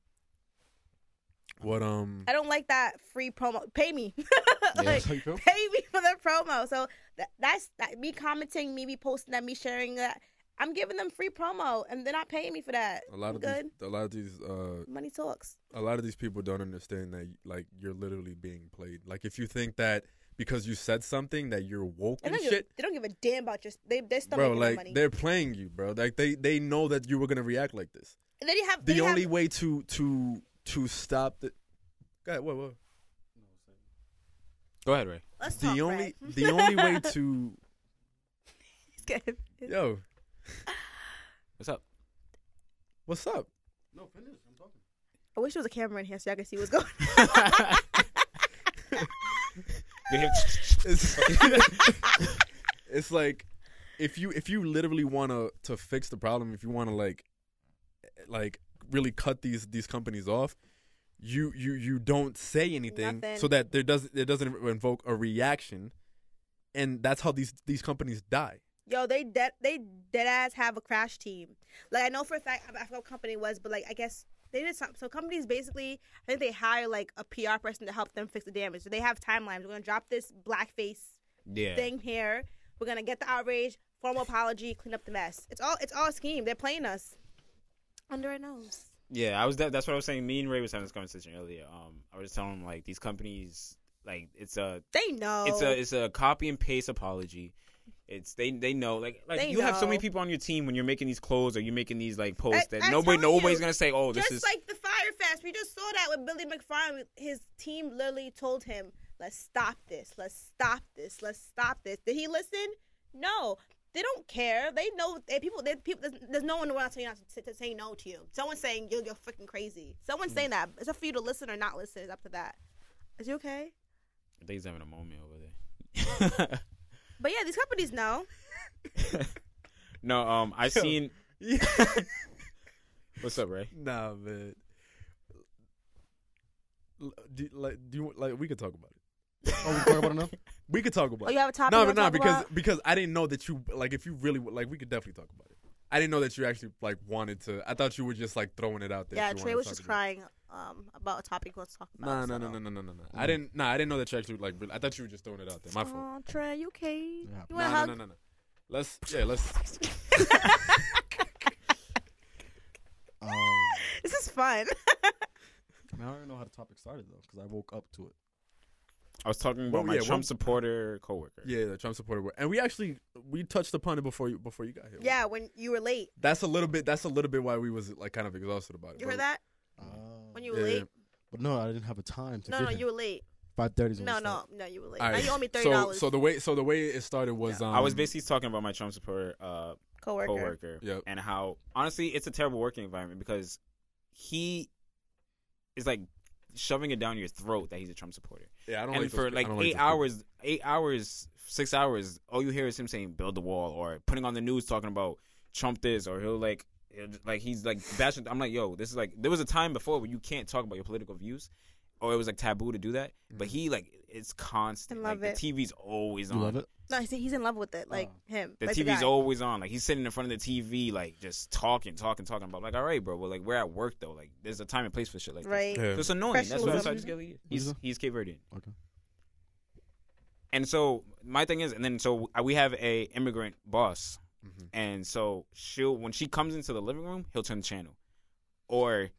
Speaker 2: what um
Speaker 4: I don't like that free promo. Pay me. Like,
Speaker 3: how you feel?
Speaker 4: pay me for the promo. So that, that's that, me commenting, me be posting that, me sharing that. I'm giving them free promo, and they're not paying me for that.
Speaker 2: a lot
Speaker 4: I'm
Speaker 2: of
Speaker 4: good.
Speaker 2: these a lot of these uh
Speaker 4: Money talks.
Speaker 2: a lot of these people don't understand that like you're literally being played. Like if you think that because you said something that you're woke
Speaker 4: And
Speaker 2: and
Speaker 4: they don't, give,
Speaker 2: shit,
Speaker 4: they don't give a damn about your. They they're still
Speaker 2: bro,
Speaker 4: making their
Speaker 2: like
Speaker 4: money.
Speaker 2: they're playing you, bro. Like they they know that you were gonna react like this.
Speaker 4: And they have
Speaker 2: The
Speaker 4: they
Speaker 2: only
Speaker 4: have,
Speaker 2: way to to to stop the God, what what
Speaker 5: Go ahead, Ray.
Speaker 4: let's
Speaker 2: the
Speaker 4: talk,
Speaker 2: only
Speaker 4: Brad.
Speaker 2: the only way to
Speaker 4: It's good.
Speaker 2: yo
Speaker 5: What's up?
Speaker 2: what's up?
Speaker 3: No, finish. I'm talking.
Speaker 4: I wish there was a camera in here so I could see what's going. on.
Speaker 5: Did he-
Speaker 2: It's, it's like if you if you literally want to to fix the problem, if you want to like like really cut these these companies off, you you you don't say anything
Speaker 4: Nothing.
Speaker 2: so that there doesn't it doesn't invoke a reaction, and that's how these these companies die.
Speaker 4: Yo, they dead they dead ass have a crash team. Like I know for a fact I I forgot what company it was, but like I guess they did something. So companies basically, I think they hire like a PR person to help them fix the damage. So they have timelines. We're gonna drop this blackface
Speaker 5: yeah.
Speaker 4: thing here. We're gonna get the outrage, formal apology, clean up the mess. It's all it's all a scheme. They're playing us under our nose.
Speaker 5: Yeah, I was. That, that's what I was saying. Me and Ray was having this conversation earlier. Um, I was just telling him like these companies, like it's a,
Speaker 4: They know.
Speaker 5: it's a, it's a copy and paste apology. It's they they know like like
Speaker 4: They
Speaker 5: you have so many
Speaker 4: know.
Speaker 5: people on your team when you're making these clothes or you're making these like posts
Speaker 4: I-
Speaker 5: that
Speaker 4: I
Speaker 5: nobody
Speaker 4: told you,
Speaker 5: nobody's gonna say oh this
Speaker 4: just
Speaker 5: is
Speaker 4: like the Fire Fest. We just saw that with Billy McFarland. His team literally told him, "Let's stop this. Let's stop this. Let's stop this." Did he listen? No. They don't care. They know they, people. They, people. There's, there's no one around telling you not to, to say no to you. Someone's saying you're you're freaking crazy.
Speaker 2: Hmm.
Speaker 4: Someone's saying that. It's up for you to listen or not listen. It's up to that. Is you okay?
Speaker 5: I think he's having a moment over there.
Speaker 4: But yeah, these companies know.
Speaker 5: no, um, I've
Speaker 2: Yo.
Speaker 5: seen. What's up, Ray?
Speaker 2: nah, man. L- Do, like do you, like we could talk about it.
Speaker 3: Oh, we talk about it now?
Speaker 2: We could talk about
Speaker 4: Oh,
Speaker 2: it.
Speaker 4: you have a topic.
Speaker 2: No,
Speaker 4: you
Speaker 2: but
Speaker 4: wanna
Speaker 2: no,
Speaker 4: talk
Speaker 2: because
Speaker 4: about?
Speaker 2: because I didn't know that you like if you really would- like we could definitely talk about it. I didn't know that you actually like wanted to. I thought you were just like throwing it out there.
Speaker 4: Yeah,
Speaker 2: if you
Speaker 4: Trey
Speaker 2: wanted
Speaker 4: was
Speaker 2: to
Speaker 4: just
Speaker 2: talk about it.
Speaker 4: crying um, about a topic let's talk
Speaker 2: Nah,
Speaker 4: about.
Speaker 2: nah,
Speaker 4: so-
Speaker 2: nah, nah, nah, nah, nah. nah. I didn't. Nah, I didn't know that you actually like. Really, I thought you were just throwing it out there. My fault.
Speaker 4: Aw, Trey, you okay? You
Speaker 3: Yeah.
Speaker 4: want to
Speaker 2: nah,
Speaker 4: hug?
Speaker 2: no, no, no, no. Let's yeah, let's.
Speaker 3: Um,
Speaker 4: This is fun.
Speaker 3: I don't even know how the topic started though, because I woke up to it.
Speaker 5: I was talking about
Speaker 2: Well,
Speaker 5: my
Speaker 2: yeah,
Speaker 5: Trump
Speaker 2: one-
Speaker 5: supporter coworker.
Speaker 2: Yeah, the Trump supporter, word. and we actually we touched upon it before you before you got here.
Speaker 4: yeah, when you were late.
Speaker 2: that's a little bit. That's a little bit why we was like kind of exhausted about it.
Speaker 4: You
Speaker 2: but-
Speaker 4: heard that? When
Speaker 3: Uh,
Speaker 4: you were
Speaker 2: Yeah,
Speaker 4: late?
Speaker 2: yeah.
Speaker 3: but no, I didn't have a time to.
Speaker 4: No, no, you were late.
Speaker 3: five thirty.
Speaker 4: No, no, no, you were late.
Speaker 2: All
Speaker 4: Now
Speaker 2: right.
Speaker 4: you owe me $30.
Speaker 2: So so the way so the way it started was um,
Speaker 5: I was basically talking about my Trump supporter uh,
Speaker 4: coworker.
Speaker 5: coworker
Speaker 2: Yep.
Speaker 5: and how honestly it's a terrible working environment because he is like shoving it down your throat that he's a Trump supporter.
Speaker 2: yeah I don't
Speaker 5: and
Speaker 2: like those
Speaker 5: for
Speaker 2: pe- I
Speaker 5: like
Speaker 2: don't those
Speaker 5: eight
Speaker 2: people.
Speaker 5: hours, eight hours, six hours, all you hear is him saying "build the wall" or putting on the news talking about Trump this or he'll like, he'll just- like he's like bashing. I'm like, yo, this is like there was a time before where you can't talk about your political views, or it was like taboo to do that.
Speaker 2: Mm.
Speaker 5: But he like it's constant.
Speaker 4: I love
Speaker 5: like,
Speaker 4: it.
Speaker 5: The TV's always
Speaker 3: You
Speaker 5: on.
Speaker 3: love it.
Speaker 4: No, he's, he's in love with it. Like him.
Speaker 5: Oh. The
Speaker 4: like
Speaker 5: TV's
Speaker 4: guy.
Speaker 5: always on. Like he's sitting in front of the TV, like just talking, talking, talking about. Like, all right, bro, but like we're at work though. Like there's a time and place for shit like
Speaker 4: Right.
Speaker 5: this. So
Speaker 2: Yeah.
Speaker 5: it's annoying. That's what
Speaker 4: Professionalism.
Speaker 5: that's why I just get. like, He's
Speaker 3: that?
Speaker 5: he's Cape Verdean.
Speaker 3: Okay.
Speaker 5: And so my thing is, and then so uh, we have a immigrant boss,
Speaker 3: Mm-hmm.
Speaker 5: and so she'll when she comes into the living room, he'll turn the channel, or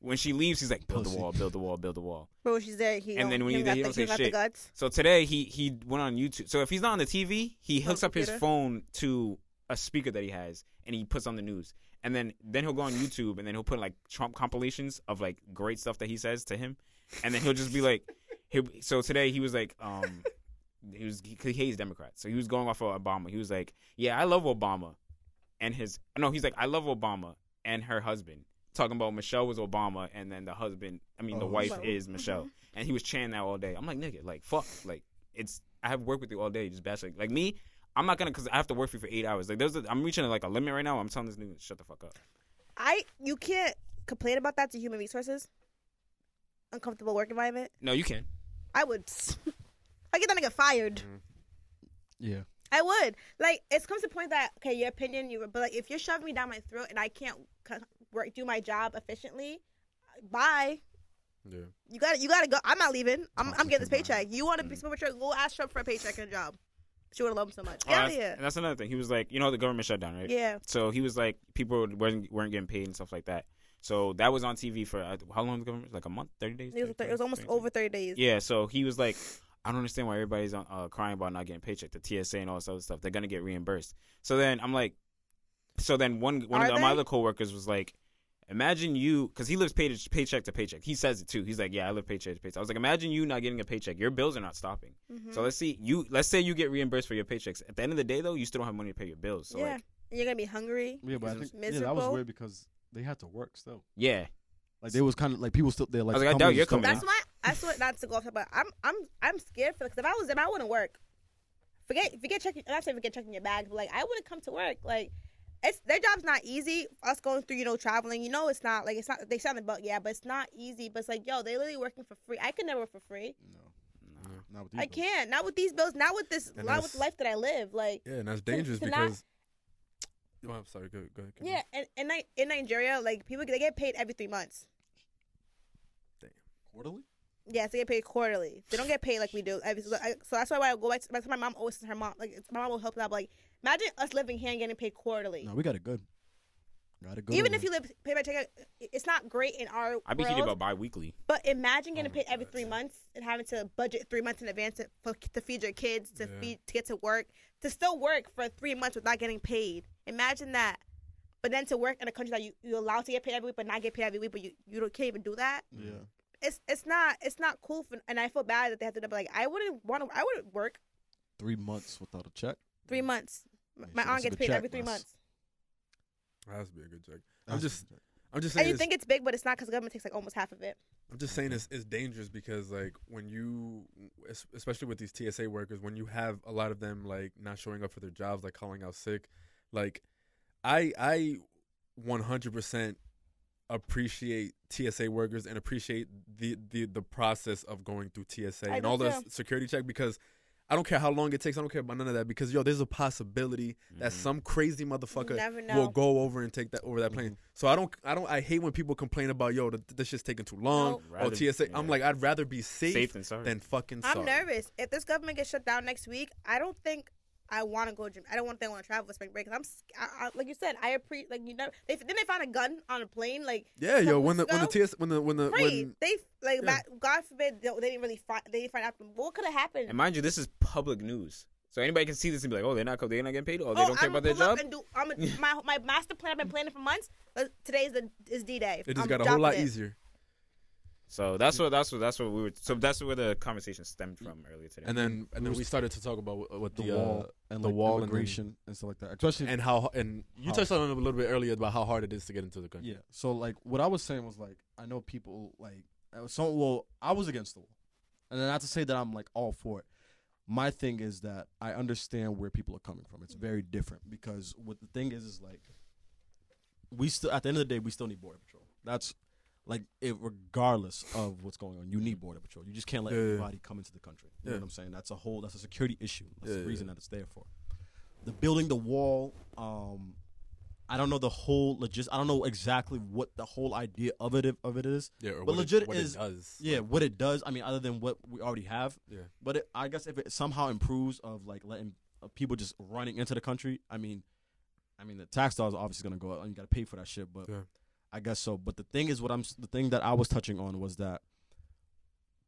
Speaker 5: when she leaves, he's like build the
Speaker 3: Pussy.
Speaker 5: wall, build the wall, build the wall.
Speaker 4: But when she's there, he
Speaker 5: And
Speaker 4: don't,
Speaker 5: then when
Speaker 4: he
Speaker 5: you-
Speaker 4: got
Speaker 5: he
Speaker 4: the,
Speaker 5: don't say
Speaker 4: got the
Speaker 5: shit.
Speaker 4: guts.
Speaker 5: So today he he went on YouTube. So if he's not on the TV, he
Speaker 4: On
Speaker 5: hooks up his
Speaker 4: computer.
Speaker 5: phone to a speaker that he has, and he puts on the news. And then then he'll go on YouTube, and then he'll put like Trump compilations of like great stuff that he says to him, and then he'll just be like, he, so today he was like, um, he was he, 'cause he hates Democrats, so he was going off of Obama. He was like, yeah, I love Obama, and his no, he's like, I love Obama and her husband. Talking about Michelle was Obama, and then the husband, I mean, the
Speaker 3: Oh,
Speaker 5: wife
Speaker 4: Michelle.
Speaker 5: is Michelle, and he was chanting that all day. I'm like, nigga, like fuck, like it's I have work with you all day, just bashing. Like me, I'm not gonna because I have to work for you for eight hours. Like there's, a, I'm reaching like a limit right now. I'm telling this nigga, shut the fuck up.
Speaker 4: I you can't complain about that to human resources. Uncomfortable work environment.
Speaker 5: No, you can.
Speaker 4: I would. I get that nigga fired.
Speaker 3: Yeah.
Speaker 4: I would. Like it comes to point that okay, your opinion, you. But like if you're shoving me down my throat and I can't c- work do my job efficiently, bye.
Speaker 2: Yeah.
Speaker 4: You got to You got to go. I'm not leaving. I'm, I'm getting this
Speaker 3: Toxic
Speaker 4: paycheck. You want to be super Go ask Trump for a paycheck and a job. She would have loved him so much.
Speaker 5: Oh,
Speaker 4: Get out of
Speaker 5: that's,
Speaker 4: here.
Speaker 5: and that's another thing. He was like, you know, the government shut down, right?
Speaker 4: Yeah.
Speaker 5: So he was like, people weren't weren't getting paid and stuff like that. So that was on TV for uh, how long? The government like a month, thirty days.
Speaker 4: It was,
Speaker 5: 30,
Speaker 4: it was almost
Speaker 5: 30,
Speaker 4: over 30 days.
Speaker 5: Yeah. So he was like, I don't understand why everybody's on, uh, crying about not getting paycheck. The TSA and all this other stuff. They're gonna get reimbursed. So then I'm like, so then one one
Speaker 4: Are
Speaker 5: of the, my
Speaker 4: they?
Speaker 5: other coworkers was like. Imagine you, because he lives pay- paycheck to paycheck. He says it too. He's like, "Yeah, I live paycheck to paycheck." I was like, "Imagine you not getting a paycheck. Your bills are not stopping."
Speaker 4: Mm-hmm.
Speaker 5: So let's see you. Let's say you get reimbursed for your paychecks. At the end of the day, though, you still don't have money to pay your bills. So
Speaker 4: yeah.
Speaker 5: like,
Speaker 4: and you're going to be hungry.
Speaker 3: Yeah, but I
Speaker 5: Because
Speaker 3: think yeah, that was
Speaker 4: miserable.
Speaker 3: weird because they had to work still.
Speaker 5: yeah,
Speaker 3: Like they was kind of like people still. They're like,
Speaker 5: was like, I doubt
Speaker 3: companies
Speaker 5: you're
Speaker 3: still-
Speaker 5: coming
Speaker 4: That's why that's what not to go off, but I'm I'm I'm scared for because if I was them, I wouldn't work. Forget forget checking. I'm not saying forget checking your bags, but like I wouldn't come to work. Like it's their job's not easy. Us going through you know traveling, you know it's not like it's not they sound about yeah, but it's not easy. But it's like yo, they literally working for free. I could never work for free.
Speaker 3: No, not with these
Speaker 4: I
Speaker 3: bills.
Speaker 4: can't. Not with these bills. Not with this.
Speaker 2: And
Speaker 4: not with the
Speaker 2: that's-
Speaker 4: life that I live. Like
Speaker 2: Yeah, and that's dangerous
Speaker 4: to not-
Speaker 2: because. Oh, I'm sorry. Go, go ahead. keep
Speaker 4: yeah, and, and I, in Nigeria, like people they get paid every three months.
Speaker 3: Quarterly?
Speaker 4: Yes, they get paid quarterly. They don't get paid like we do. I- So, I- so that's why when I go back. To, that's why my mom always says her mom like it's- my mom will help out. but, Like imagine us living here and getting paid quarterly.
Speaker 3: No, we got it good. Got it good.
Speaker 4: Even
Speaker 3: over
Speaker 4: if you live paid by check, it's not great in our
Speaker 5: I'd be
Speaker 4: world.
Speaker 5: thinking about bi-weekly.
Speaker 4: but imagine
Speaker 2: Oh
Speaker 4: getting paid every three months and having to budget three months in advance to, for, to feed your kids, to
Speaker 2: Yeah.
Speaker 4: feed, to get to work, to still work for three months without getting paid. Imagine that. But then to work in a country that you you allowed to get paid every week, but not get paid every week, but you you don't, can't even do that
Speaker 2: Mm.
Speaker 3: there. Yeah.
Speaker 4: it's it's not it's not cool for, and I feel bad that they have to do it, but like I wouldn't want to I wouldn't work
Speaker 3: Three months without a check.
Speaker 4: three
Speaker 2: Mm.
Speaker 4: months. M-
Speaker 3: Yeah,
Speaker 4: My aunt
Speaker 3: so that's a
Speaker 4: gets
Speaker 3: good
Speaker 4: paid every
Speaker 3: check,
Speaker 4: three
Speaker 3: Les.
Speaker 4: months,
Speaker 2: That has to be a good joke. I'm
Speaker 3: That's
Speaker 2: just,
Speaker 3: a good check.
Speaker 2: I'm just
Speaker 4: and
Speaker 2: saying.
Speaker 4: you
Speaker 2: it's-
Speaker 4: think it's big, but it's not because the government takes like almost half of it.
Speaker 2: I'm just saying it's, it's dangerous because like when you, es- especially with these TSA workers, when you have a lot of them like not showing up for their jobs, like calling out sick, like I I 100% appreciate TSA workers and appreciate the the the process of going through TSA
Speaker 4: I
Speaker 2: and
Speaker 4: do
Speaker 2: all the
Speaker 4: too.
Speaker 2: s- security check because I don't care how long it takes. I don't care about none of that because yo, there's a possibility that some crazy motherfucker
Speaker 4: never
Speaker 2: will
Speaker 4: know.
Speaker 2: go over and take that over that plane. So I don't, I don't, I hate when people complain about yo, th- this shit's taking too long
Speaker 4: Nope.
Speaker 5: Rather-
Speaker 2: or TSA. I'm
Speaker 5: yeah.
Speaker 2: like, I'd rather be safe,
Speaker 5: Safe than sorry.
Speaker 2: than fucking sorry.
Speaker 4: I'm nervous. If this government gets shut down next week, I don't think I want to go. Jam- I don't want to think I want to travel for spring break. 'cause I'm s- I, I, like you said. I appreciate like you never. They, didn't they find a gun on a plane? Like
Speaker 2: Yeah,
Speaker 4: a
Speaker 2: yo,
Speaker 4: couple
Speaker 2: when the
Speaker 4: weeks
Speaker 2: when the
Speaker 4: ago?
Speaker 2: TSA when the when the
Speaker 4: Right.
Speaker 2: when
Speaker 4: they like
Speaker 2: Yeah.
Speaker 4: ba- God forbid they, they didn't really find they didn't find out what could have happened.
Speaker 5: And mind you, this is public news, so anybody can see this and be like, "Oh, they're not co- they're not getting paid. Oh, they don't care
Speaker 4: I'ma
Speaker 5: about their
Speaker 4: pull up
Speaker 5: job."
Speaker 4: And do, I'm a, my my master plan I've been planning for months. uh, Today's the is D day.
Speaker 2: it just got a whole lot easier.
Speaker 5: So that's what that's what that's what we were. So that's where the conversation stemmed from earlier today.
Speaker 2: And then and then we started to talk about what, what
Speaker 3: the,
Speaker 2: the,
Speaker 3: wall
Speaker 2: uh,
Speaker 3: and
Speaker 2: the
Speaker 3: like,
Speaker 2: wall and the-
Speaker 3: immigration and, stuff like that. Especially
Speaker 2: and how and you
Speaker 3: How-
Speaker 2: touched on it a little bit earlier about how hard it is to get into the country.
Speaker 3: yeah. So like what I was saying was like I know people like I was so well I was against the wall, and not to say that I'm like all for it. My thing is that I understand where people are coming from. It's very different because what the thing is is like we still at the end of the day we still need border patrol. That's like it, regardless of what's going on, you need border patrol. You just can't let
Speaker 2: Yeah, yeah.
Speaker 3: everybody come into the country. You know
Speaker 2: Yeah.
Speaker 3: what I'm saying? That's a whole that's a security issue. That's
Speaker 2: Yeah,
Speaker 3: the
Speaker 2: yeah,
Speaker 3: reason that it's there for. The building, the wall, um, I don't know the whole logis. I don't know exactly what the whole idea of it of it is.
Speaker 2: Yeah, or
Speaker 3: but
Speaker 2: what
Speaker 3: legit
Speaker 2: it, what
Speaker 3: is
Speaker 2: it does.
Speaker 3: yeah what it does. I mean, other than what we already have.
Speaker 2: Yeah.
Speaker 3: But it, I guess if it somehow improves of like letting uh, people just running into the country, I mean, I mean the tax dollars are obviously gonna go up and you gotta pay for that shit. But
Speaker 2: Yeah.
Speaker 3: I guess so. But the thing is, what I'm s- the thing that I was touching on was that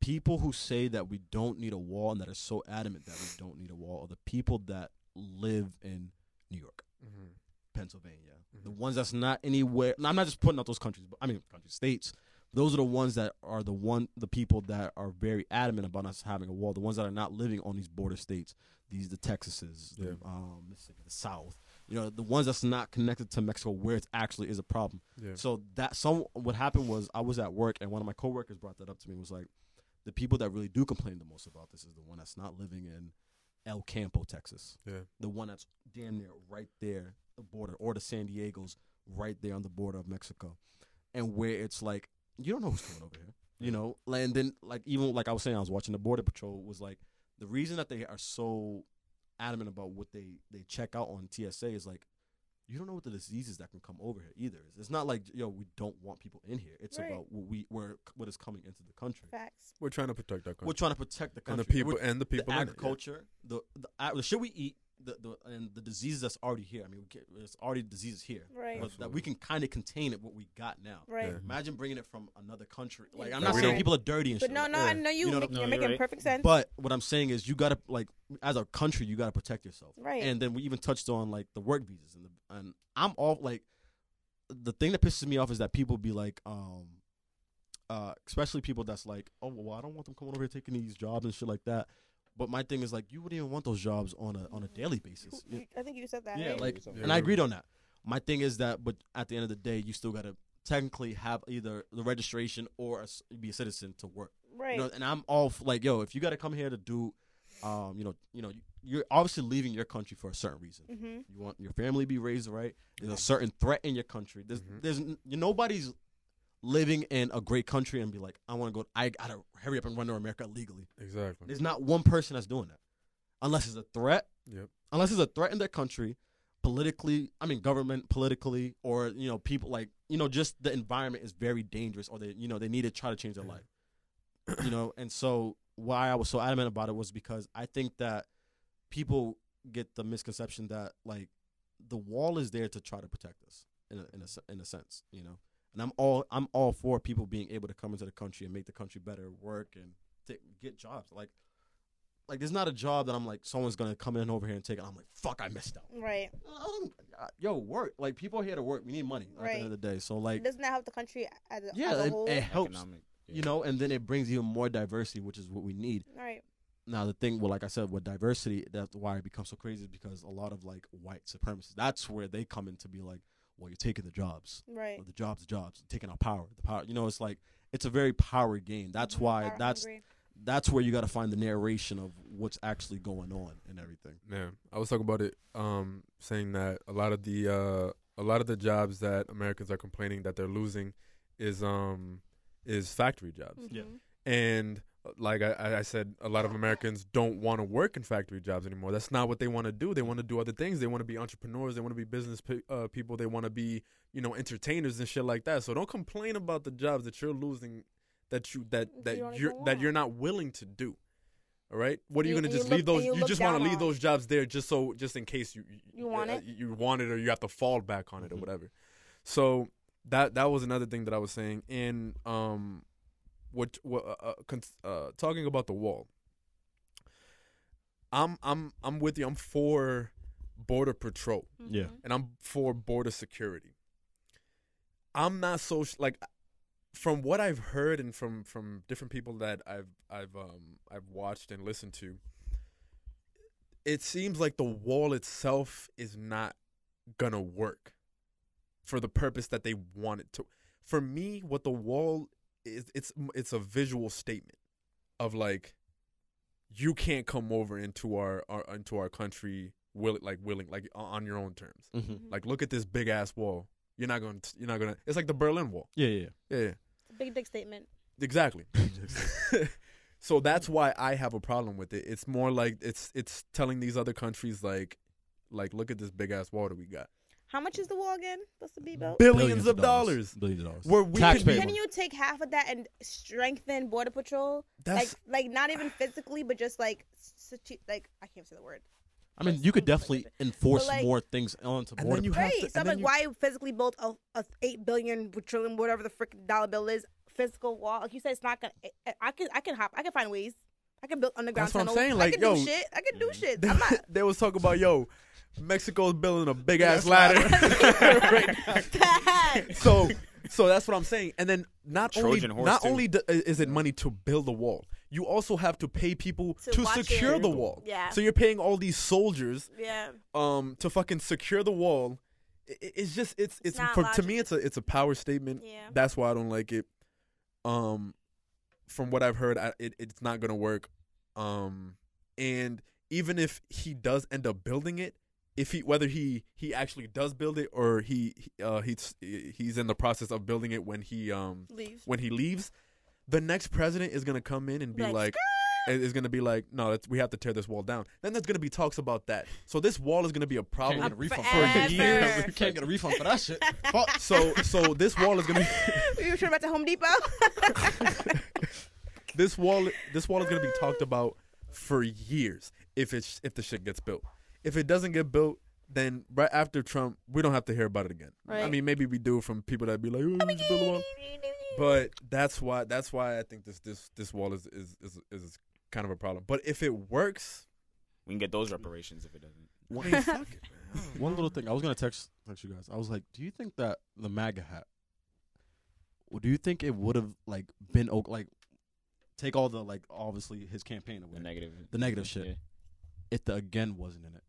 Speaker 3: people who say that we don't need a wall and that are so adamant that we don't need a wall are the people that live in New York.
Speaker 2: Mm-hmm.
Speaker 3: Pennsylvania. The ones that's not anywhere. and I'm not just putting out those countries, but I mean countries, states. Those are the ones that are the one the people that are very adamant about us having a wall. The ones that are not living on these border states, these the Texases,
Speaker 2: Yeah.
Speaker 3: the, um, Mississippi, the South. You know, the ones that's not connected to Mexico, where it actually is a problem.
Speaker 2: Yeah.
Speaker 3: So that some what happened was I was at work and one of my coworkers brought that up to me. Was like, the people that really do complain the most about this is the one that's not living in El Campo, Texas.
Speaker 2: Yeah.
Speaker 3: The one that's damn near right there, the border, or the San Diego's right there on the border of Mexico. And where it's like, you don't know who's coming over here. You know? Like, And then like even like I was saying, I was watching the border patrol was like the reason that they are so adamant about what they they check out on TSA is like you don't know what the diseases that can come over here either. It's- It's not like yo, we don't want people in here. It's
Speaker 4: Right.
Speaker 3: about what we where what is coming into the country.
Speaker 4: Facts.
Speaker 2: We're trying to protect our country
Speaker 3: We're trying to protect the
Speaker 2: and
Speaker 3: country
Speaker 2: the people
Speaker 3: We're-
Speaker 2: and the people.
Speaker 3: the
Speaker 2: in it, yeah.
Speaker 3: agriculture, the, the ag- the shit we eat, the, the and the disease that's already here. I mean, we get, it's already diseases here,
Speaker 4: Right.
Speaker 3: But that we can kind of contain it. What we got now,
Speaker 4: Right.
Speaker 2: Yeah.
Speaker 3: Imagine bringing it from another country. Like I'm
Speaker 4: Yeah,
Speaker 3: not
Speaker 4: we
Speaker 3: saying
Speaker 4: don't-
Speaker 3: people are dirty and
Speaker 4: But
Speaker 3: shit.
Speaker 4: no,
Speaker 3: like
Speaker 4: no,
Speaker 3: that.
Speaker 4: I know you.
Speaker 3: You know,
Speaker 4: make, you're
Speaker 5: no, you're
Speaker 4: making
Speaker 5: right.
Speaker 4: perfect sense.
Speaker 3: But what I'm saying is, you gotta like as a country, you gotta protect yourself.
Speaker 4: Right.
Speaker 3: And then we even touched on like the work visas and the and I'm all like the thing that pisses me off is that people be like um. Uh, especially people that's like, oh well, I don't want them coming over here taking these jobs and shit like that. But my thing is like, you wouldn't even want those jobs on a on a daily basis. You-
Speaker 4: I think you said that.
Speaker 3: yeah,
Speaker 4: right?
Speaker 3: like,
Speaker 5: Yeah.
Speaker 3: and I agreed on that. My thing is that, but at the end of the day, you still gotta technically have either the registration or a s be a citizen to work.
Speaker 4: right.
Speaker 3: You know, and I'm all f- like, yo, if you gotta come here to do, um, you know, you know, you're obviously leaving your country for a certain reason.
Speaker 4: mm-hmm.
Speaker 3: You want your family to be raised right. There's a certain threat in your country. There's there's n- nobody's living in a great country and be like, I want to go. I gotta hurry up and run to America legally.
Speaker 2: Exactly.
Speaker 3: There's not one person that's doing that, unless it's a threat.
Speaker 2: Yep.
Speaker 3: Unless it's a threat in their country, politically. I mean, government politically, or you know, people like you know, just the environment is very dangerous, or they you know they need to try to change their life. You know, and so why I was so adamant about it was because I think that people get the misconception that like the wall is there to try to protect us in a, in a se- in a sense, you know. And I'm all I'm all for people being able to come into the country and make the country better, work and t- get jobs. Like like there's not a job that I'm like someone's gonna come in over here and take it. I'm like fuck, I missed out.
Speaker 4: Right.
Speaker 3: I don't- I- Yo, work. Like people are here to work. We need money at the
Speaker 4: Right.
Speaker 3: end of the day. So like
Speaker 4: Doesn't that help the country as a, as
Speaker 3: yeah,
Speaker 4: a
Speaker 3: it,
Speaker 4: whole?
Speaker 3: it helps.
Speaker 5: Economic,
Speaker 3: You know, and then it brings even more diversity, which is what we need
Speaker 4: right.
Speaker 3: now the thing well like i said with diversity that's why it becomes so crazy is because a lot of like white supremacists that's where they come in to be like well you're taking the jobs
Speaker 4: Right.
Speaker 3: Well, the jobs the jobs taking our power the power you know it's like it's a very power game
Speaker 4: Mm-hmm.
Speaker 3: that's why
Speaker 4: Power
Speaker 3: that's
Speaker 4: hungry.
Speaker 3: that's where you got to find the narration of what's actually going on and everything
Speaker 2: Yeah, I was talking about it, um, saying that a lot of the uh, a lot of the jobs that Americans are complaining that they're losing is um is factory jobs,
Speaker 3: Yeah.
Speaker 4: Mhm.
Speaker 2: and like I- I, I said, a lot of Americans don't want to work in factory jobs anymore. That's not what they want to do. They want to do other things. They want to be entrepreneurs. They want to be business pe- uh, people. They want to be, you know, entertainers and shit like that. So don't complain about the jobs that you're losing, that you that
Speaker 6: You
Speaker 2: that
Speaker 6: don't even
Speaker 2: you're that
Speaker 6: want.
Speaker 2: you're not willing to do. All right, what are you,
Speaker 6: You-
Speaker 2: gonna
Speaker 6: you
Speaker 2: just
Speaker 6: look-
Speaker 2: leave those?
Speaker 6: and you
Speaker 2: You,
Speaker 6: look
Speaker 2: just want to
Speaker 6: down
Speaker 2: leave
Speaker 6: on.
Speaker 2: those jobs there just so just in case you
Speaker 6: You want
Speaker 2: uh,
Speaker 6: it?
Speaker 2: you want it, or you have to fall back on it or whatever. So that that was another thing that I was saying. And um, what what uh, uh, con- uh talking about the wall. I'm I'm I'm with you. I'm for border patrol
Speaker 4: mm-hmm,
Speaker 3: Yeah.
Speaker 2: and I'm for border security. I'm not so sh- like from what I've heard and from from different people that I've I've um I've watched and listened to. It seems like the wall itself is not gonna work for the purpose that they want it to. For me, what the wall is, it's it's a visual statement of like you can't come over into our, our into our country will like willing like on- on your own terms.
Speaker 3: Mm-hmm.
Speaker 2: Like, look at this big ass wall. You're not gonna. You're not gonna. It's like the Berlin Wall.
Speaker 3: Yeah, yeah.
Speaker 2: Yeah, yeah.
Speaker 4: It's a big, big statement.
Speaker 2: exactly.
Speaker 3: yeah.
Speaker 2: so that's why I have a problem with it. It's more like it's it's telling these other countries like, like look at this big ass wall that we got.
Speaker 4: How much is the wall again? Supposed to be built?
Speaker 2: Billions, of dollars.
Speaker 3: Billions of dollars.
Speaker 2: Where we could
Speaker 3: Taxpayer
Speaker 2: be,
Speaker 4: Can you take half of that and strengthen border patrol?
Speaker 2: that's
Speaker 4: like, like not even physically, but just like, situ- like I can't say the word.
Speaker 3: I mean, you could definitely enforce
Speaker 4: But, like-
Speaker 3: more things onto
Speaker 2: And
Speaker 3: border.
Speaker 2: then you
Speaker 3: patrol.
Speaker 2: have
Speaker 4: Right.
Speaker 2: to-
Speaker 4: so I'm
Speaker 2: and
Speaker 4: like,
Speaker 2: then
Speaker 4: why physically build a, a eight billion trillion whatever the freaking dollar bill is physical wall? Like you said, it's not gonna. I- I can I can hop. I can find ways. I can build underground
Speaker 2: That's what I'm
Speaker 4: tunnels.
Speaker 2: saying,
Speaker 4: I
Speaker 2: like,
Speaker 4: can
Speaker 2: yo,
Speaker 4: do shit. I can do
Speaker 3: Mm-hmm.
Speaker 4: shit.
Speaker 2: They,
Speaker 4: I'm not.
Speaker 2: they was talking about yo, Mexico's building a big ass ladder. Right.
Speaker 4: Facts.
Speaker 2: so so that's what I'm saying. And then not
Speaker 5: Trojan
Speaker 2: only
Speaker 5: horse,
Speaker 2: not
Speaker 5: too.
Speaker 2: only d- is it money to build a wall, you also have to pay people
Speaker 4: To
Speaker 2: to,
Speaker 4: watch it.
Speaker 2: secure the wall.
Speaker 4: Yeah.
Speaker 2: So you're paying all these soldiers
Speaker 4: yeah.
Speaker 2: um to fucking secure the wall. I- I- It's just it's it's,
Speaker 4: not
Speaker 2: for to
Speaker 4: logical.
Speaker 2: me it's a it's a power statement.
Speaker 4: Yeah.
Speaker 2: That's why I don't like it. Um, from what I've heard, I, it it's not gonna work. Um, and even if he does end up building it, if he whether he he actually does build it or he he- uh he's he's in the process of building it when he um
Speaker 4: Leaves.
Speaker 2: when he leaves, the next president is gonna come in and be
Speaker 4: Like,
Speaker 2: like. it- It's gonna be like no, that's, we have to tear this wall down. Then there's gonna be talks about that. So this wall is gonna be a problem
Speaker 3: Can't get a refund
Speaker 4: for
Speaker 3: that.
Speaker 4: years.
Speaker 3: You can't get a refund for that shit. Fuck.
Speaker 2: Oh, so so this wall is gonna
Speaker 4: we were talking about the Home Depot.
Speaker 2: this wall this wall is gonna be talked about for years if it's if the shit gets built. If it doesn't get built, then right after Trump, we don't have to hear about it again. I
Speaker 4: Right.
Speaker 2: mean, maybe we do from people that be like, oh, we just build a wall. But that's why that's why I think this this this wall is is is, is kind of a problem. But if it works,
Speaker 5: We can get those reparations if it doesn't.
Speaker 2: I mean, fuck it.
Speaker 3: One little thing. I was gonna text text you guys. I was like, do you think that the MAGA hat? w- Do you think it would have like been o- like take all the like obviously his campaign away
Speaker 5: The negative.
Speaker 3: The negative shit.
Speaker 5: Yeah.
Speaker 3: if the again wasn't in it?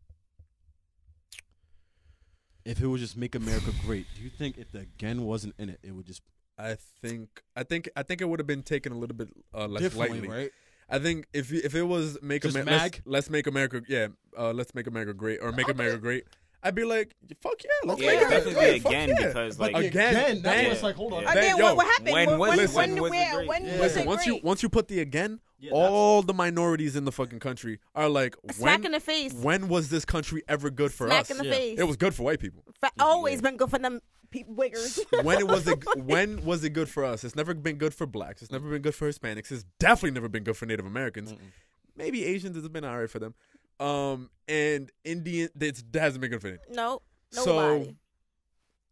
Speaker 3: If it was just make America great, do you think if the again wasn't in it, it would just
Speaker 2: I think I think I think it would have been taken a little bit uh, less
Speaker 3: differently,
Speaker 2: lightly.
Speaker 3: right?
Speaker 2: I think if if it was make
Speaker 3: Just
Speaker 2: America, let's,
Speaker 3: mag?
Speaker 2: let's make America, yeah, uh, let's make America great or make America great. I'd be like, fuck yeah, let's
Speaker 5: Yeah,
Speaker 2: make
Speaker 5: it's
Speaker 2: America
Speaker 5: definitely
Speaker 2: great. fuck
Speaker 5: again
Speaker 2: yeah.
Speaker 5: because
Speaker 3: But
Speaker 5: like
Speaker 3: the
Speaker 2: again,
Speaker 3: that's
Speaker 5: yeah,
Speaker 3: when it's like, hold on.
Speaker 5: yeah.
Speaker 2: That-
Speaker 4: Again,
Speaker 2: yo,
Speaker 4: Oh, what, what happened?
Speaker 5: when
Speaker 4: When,
Speaker 5: was-
Speaker 4: when,
Speaker 2: listen,
Speaker 4: when,
Speaker 5: was it
Speaker 4: where,
Speaker 5: great?
Speaker 4: when
Speaker 3: Yeah.
Speaker 4: was
Speaker 2: Listen,
Speaker 4: it
Speaker 2: once you
Speaker 4: great?
Speaker 2: once you put the again,
Speaker 3: Yeah, that's-
Speaker 2: all the minorities in the fucking country are like,
Speaker 4: A Smack in
Speaker 2: when
Speaker 4: the face.
Speaker 2: when was this country ever good for
Speaker 4: Smack
Speaker 2: us?
Speaker 4: in the
Speaker 3: Yeah.
Speaker 4: face.
Speaker 2: It was good for white people.
Speaker 4: Fa- always been good for them pe- wiggers.
Speaker 2: When it was it, when was it good for us? It's never been good for blacks. It's never been good for Hispanics. It's definitely never been good for Native Americans. Maybe Asians has been alright for them. Um, and Indian, it's, it hasn't been good for them.
Speaker 4: no, nobody.